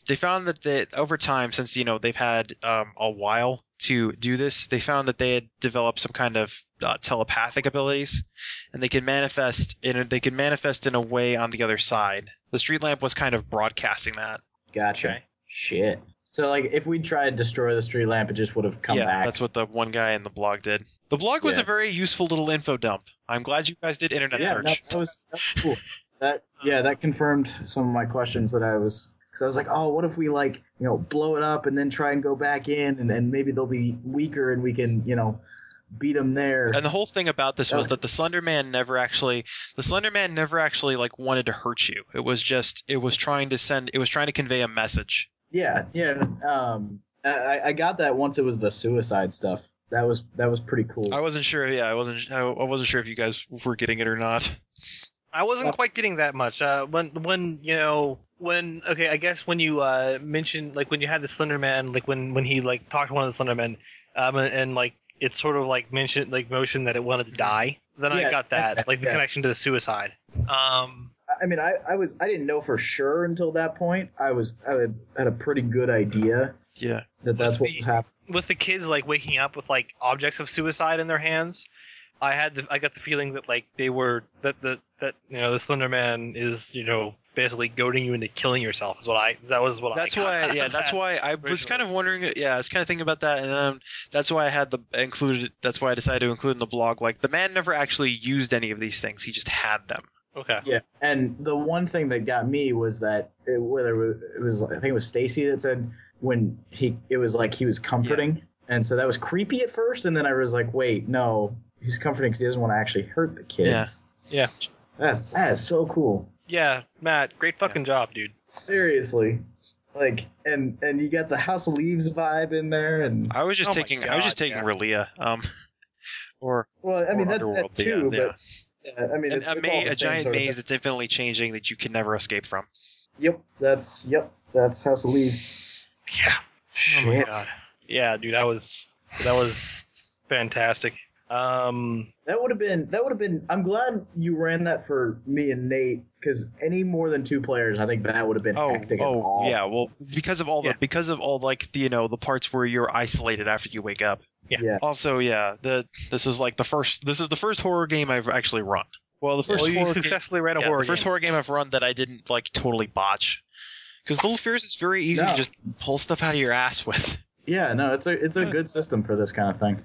they found that that over time since you know they've had um, a while to do this they found that they had developed some kind of uh, telepathic abilities and they can manifest in a, they can manifest in a way on the other side the street lamp was kind of broadcasting that
Gotcha.
Okay.
Shit. So like, if we tried to destroy the street lamp, it just would have come
yeah
back.
that's what the one guy in the blog did the blog was
Yeah.
a very useful little info dump i'm glad you guys did internet
yeah,
search
no, that was that was
<laughs>
cool. that yeah, that confirmed some of my questions that I was because I was like, oh, what if we like you know blow it up and then try and go back in and then maybe they'll be weaker and we can you know beat them there.
And the whole thing about this was
Okay.
that the Slender Man never actually, the Slender Man never actually like wanted to hurt you. It was just, it was trying to send, it was trying to convey a message.
yeah, yeah. Um, I- I, I got that once it was the suicide stuff. That was that was pretty cool.
I wasn't sure. Yeah, I wasn't, I I wasn't sure if you guys were getting it or not.
I wasn't quite getting that much. Uh, when when you know when okay, I guess when you uh, mentioned like when you had the Slender Man, like when when he like talked to one of the Slender Men, um, and, and like it sort of like mentioned like motion that it wanted to die. Then
Yeah,
I got <laughs> that like the
yeah.
connection to the suicide. Um,
I mean, I, I was I didn't know for sure until that point. I was I had- had a pretty good idea
Yeah.
that that's what was happening.
with the kids like waking up with like objects of suicide in their hands, I had the, I got the feeling that like they were that the that you know the Slender Man is you know basically goading you into killing yourself is what I that was what
That's
I got
why.
out <laughs>
Yeah,
of
that's
that.
why I was
originally.
kind of wondering. Yeah, I was kind of thinking about that, and um, that's why I had the included. That's why I decided to include in the blog. Like the man never actually used any of these things. He just had them.
okay
Yeah, and the one thing that got me was that it, whether it was I think it was Stacy that said when he it was like he was comforting, and so that was creepy at first, and then I was like, wait, no, he's comforting because he doesn't want to actually hurt the kids.
Yeah.
that's that is so cool.
yeah Matt great fucking job dude
Seriously, like and and you got the House of Leaves vibe in there, and
I was just
Oh my
taking. I was just
God,
taking
yeah.
Relia. Um, or
well, I mean
or
that,
Underworld,
that too,
yeah, yeah.
but uh, I mean
An-
it's,
a,
it's all
ma-
the
a
same
giant
sort of
maze that's infinitely changing that you can never escape from.
thing. Yep, that's yep, that's House of Leaves.
yeah
Shit.
oh my god yeah dude that was that was fantastic um
That would have been that would have been. I'm glad you ran that for me and Nate because any more than two players, I think that would have been
Oh,
hectic as
oh,
all.
yeah. Well, because of all the
Yeah.
because of all like the, you know the parts where you're isolated after you wake up.
Yeah.
Yeah.
Also, yeah. The this is like the first. This is the first horror game I've actually run. Well, the first
well, you
horror
<laughs> successfully read
game,
a
yeah,
horror
the first
game.
horror game I've run that I didn't like totally botch. Because Little Fears is very easy
No.
to just pull stuff out of your ass with.
Yeah, no, it's a it's a good system for this kind of thing.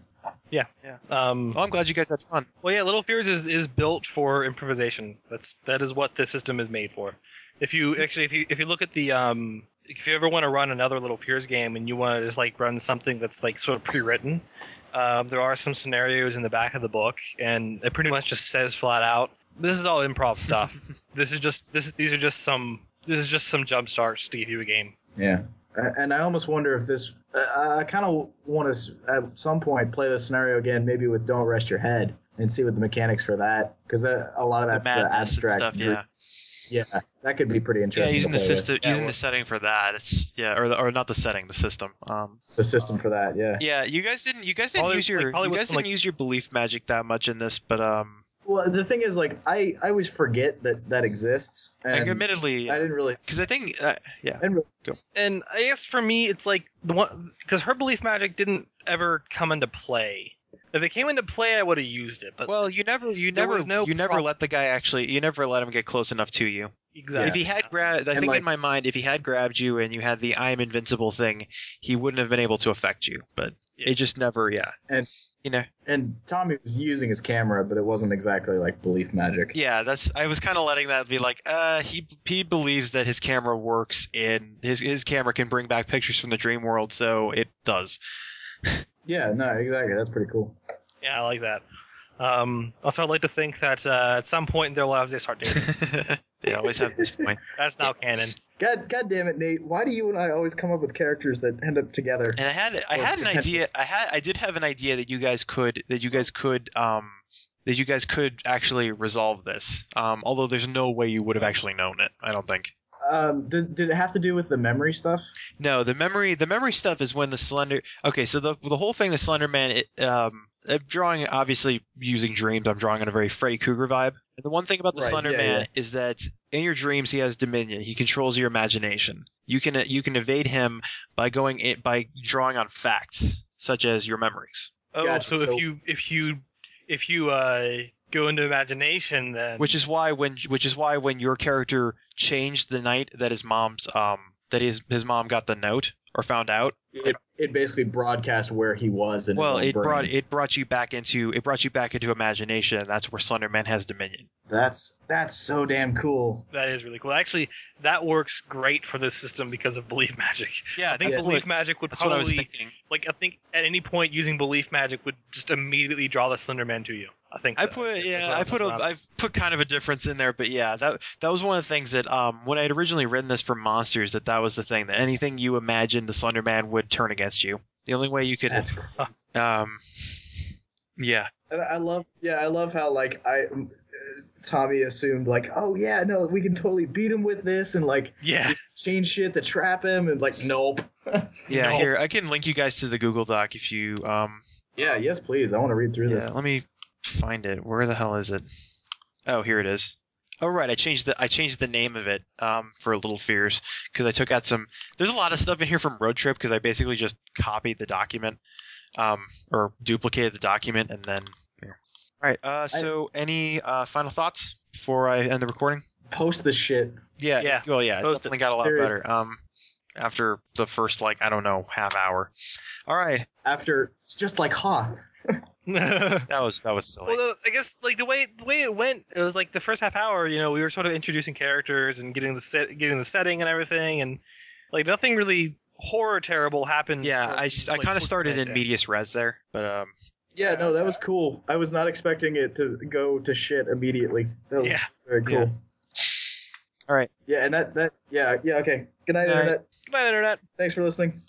um
Well, Oh, I'm glad you guys had fun.
Well, yeah, Little Fears is, is built for improvisation. That's that is what this system is made for. If you actually, if you if you look at the um, if you ever want to run another Little Fears game and you want to just like run something that's like sort of pre-written, um, there are some scenarios in the back of the book, and it pretty much just says flat out, "This is all improv stuff. this is just this. These are just some. This is just some jump starts to give you a game."
Yeah, and I almost wonder if this. I, I kind of want to at some point play this scenario again, maybe with "Don't Rest Your Head" and see what the mechanics for that because a lot of that's
the
the,
madness and
abstract.
stuff. Yeah.
yeah, that could be pretty
Yeah.
interesting.
Using the
to play with,
system,
Yeah,
using
well-
the setting for that. It's yeah, or the, or not the setting, the system. Um.
the system for that. Yeah.
Yeah, you guys didn't. You guys didn't
Probably-
use your.
like, probably
you
with
guys
some,
didn't
like-
use your belief magic that much in this, but um,
Well, the thing is, like, I I always forget that that exists,
like,
and
admittedly,
I didn't really.
because I think, uh, yeah,
I didn't really
and I guess for me, it's like the one because her belief magic didn't ever come into play. If it came into play, I would have used it. But
well, you never, you
There
never,
was no
you never
prop-
let the guy actually, you never let him get close enough to you.
exactly,
If he had grabbed, I
And,
think
like-
in my mind, if he had grabbed you and you had the "I'm invincible" thing, he wouldn't have been able to affect you. But
Yeah.
it just never, yeah,
And-
you know,
And Tommy was using his camera, but it wasn't exactly like belief magic.
yeah, that's. I was kind of letting that be like, uh, he he believes that his camera works in his his camera can bring back pictures from the dream world, so it does.
Yeah, no, exactly. That's pretty cool.
yeah, I like that. Um, also, I'd like to think that uh, at some point in their lives they start doing <laughs> it.
<laughs> they always have this point.
that's now canon.
God, God damn it, Nate! Why do you and I always come up with characters that end up together?
And I had I had an idea. I had I did have an idea that you guys could that you guys could um that you guys could actually resolve this. Um, although there's no way you would have actually known it. I don't think.
Um, did, did it have to do with the memory stuff?
No, the memory the memory stuff is when the Slender. Okay, so the the whole thing, the Slender Man. It, um, I'm drawing obviously using dreams. I'm drawing on a very Freddy Krueger vibe. And the one thing about the
Right,
Slender
yeah,
Man
yeah.
is that in your dreams he has dominion. He controls your imagination. You can you can evade him by going it by drawing on facts such as your memories,
Oh,
Gotcha,
so,
so-
if you if you if you uh go into imagination, then
which is why when which is why when your character changed the night that his mom's um that his his mom got the note or found out.
It, it basically broadcast where he was in his
well
own
it
brain.
brought it brought you back into it brought you back into imagination and that's where slender man has dominion
That's that's so damn cool.
that is really cool. Actually, that works great for this system because of belief magic.
yeah
I think
that's,
belief
what,
magic would
that's what i was
probably
thinking
like I think at any point using belief magic would just immediately draw the Slender Man to you. I think
i
so.
put
That's
yeah
what
i
I'm
put a
thinking.
i put kind of a difference in there but yeah that that was one of the things that um when i had originally written this for monsters that that was the thing that anything you imagined the slender man would turn against you the only way you could
That's
um yeah
And I love, yeah, I love how like I, Tommy assumed like, oh yeah, no, we can totally beat him with this and like
<laughs> yeah.
change shit to trap him and like, nope.
yeah
No.
here i can link you guys to the google doc if you um
Yeah, yes, please. I want to read through
Yeah,
this.
let me find it. Where the hell is it? Oh, here it is. Oh, right. I changed the I changed the name of it um, for Little Fears because I took out some. There's a lot of stuff in here from Road Trip because I basically just copied the document um, or duplicated the document and then. Here. All right. Uh, so, any uh, final thoughts before I end the recording?
Post this shit.
Yeah.
Yeah.
Well, yeah. It
Both
definitely got a lot
serious.
better. Um, after the first like I don't know half hour. All right.
after it's just like Hoth.
That was that was silly.
Well, I guess like the way the way it went, it was like the first half hour. You know, we were sort of introducing characters and getting the set, getting the setting and everything, and like nothing really horror terrible happened.
Yeah,
for-
I, s- I
like,
kind of
looking
started
at
in
it.
medias res there, but um,
Yeah, no, that was cool. I was not expecting it to go to shit immediately. That was
Yeah.
very cool.
All right.
Yeah, and that that yeah, yeah, okay. Good night,
Night.
internet.
Good night, internet.
Thanks for listening.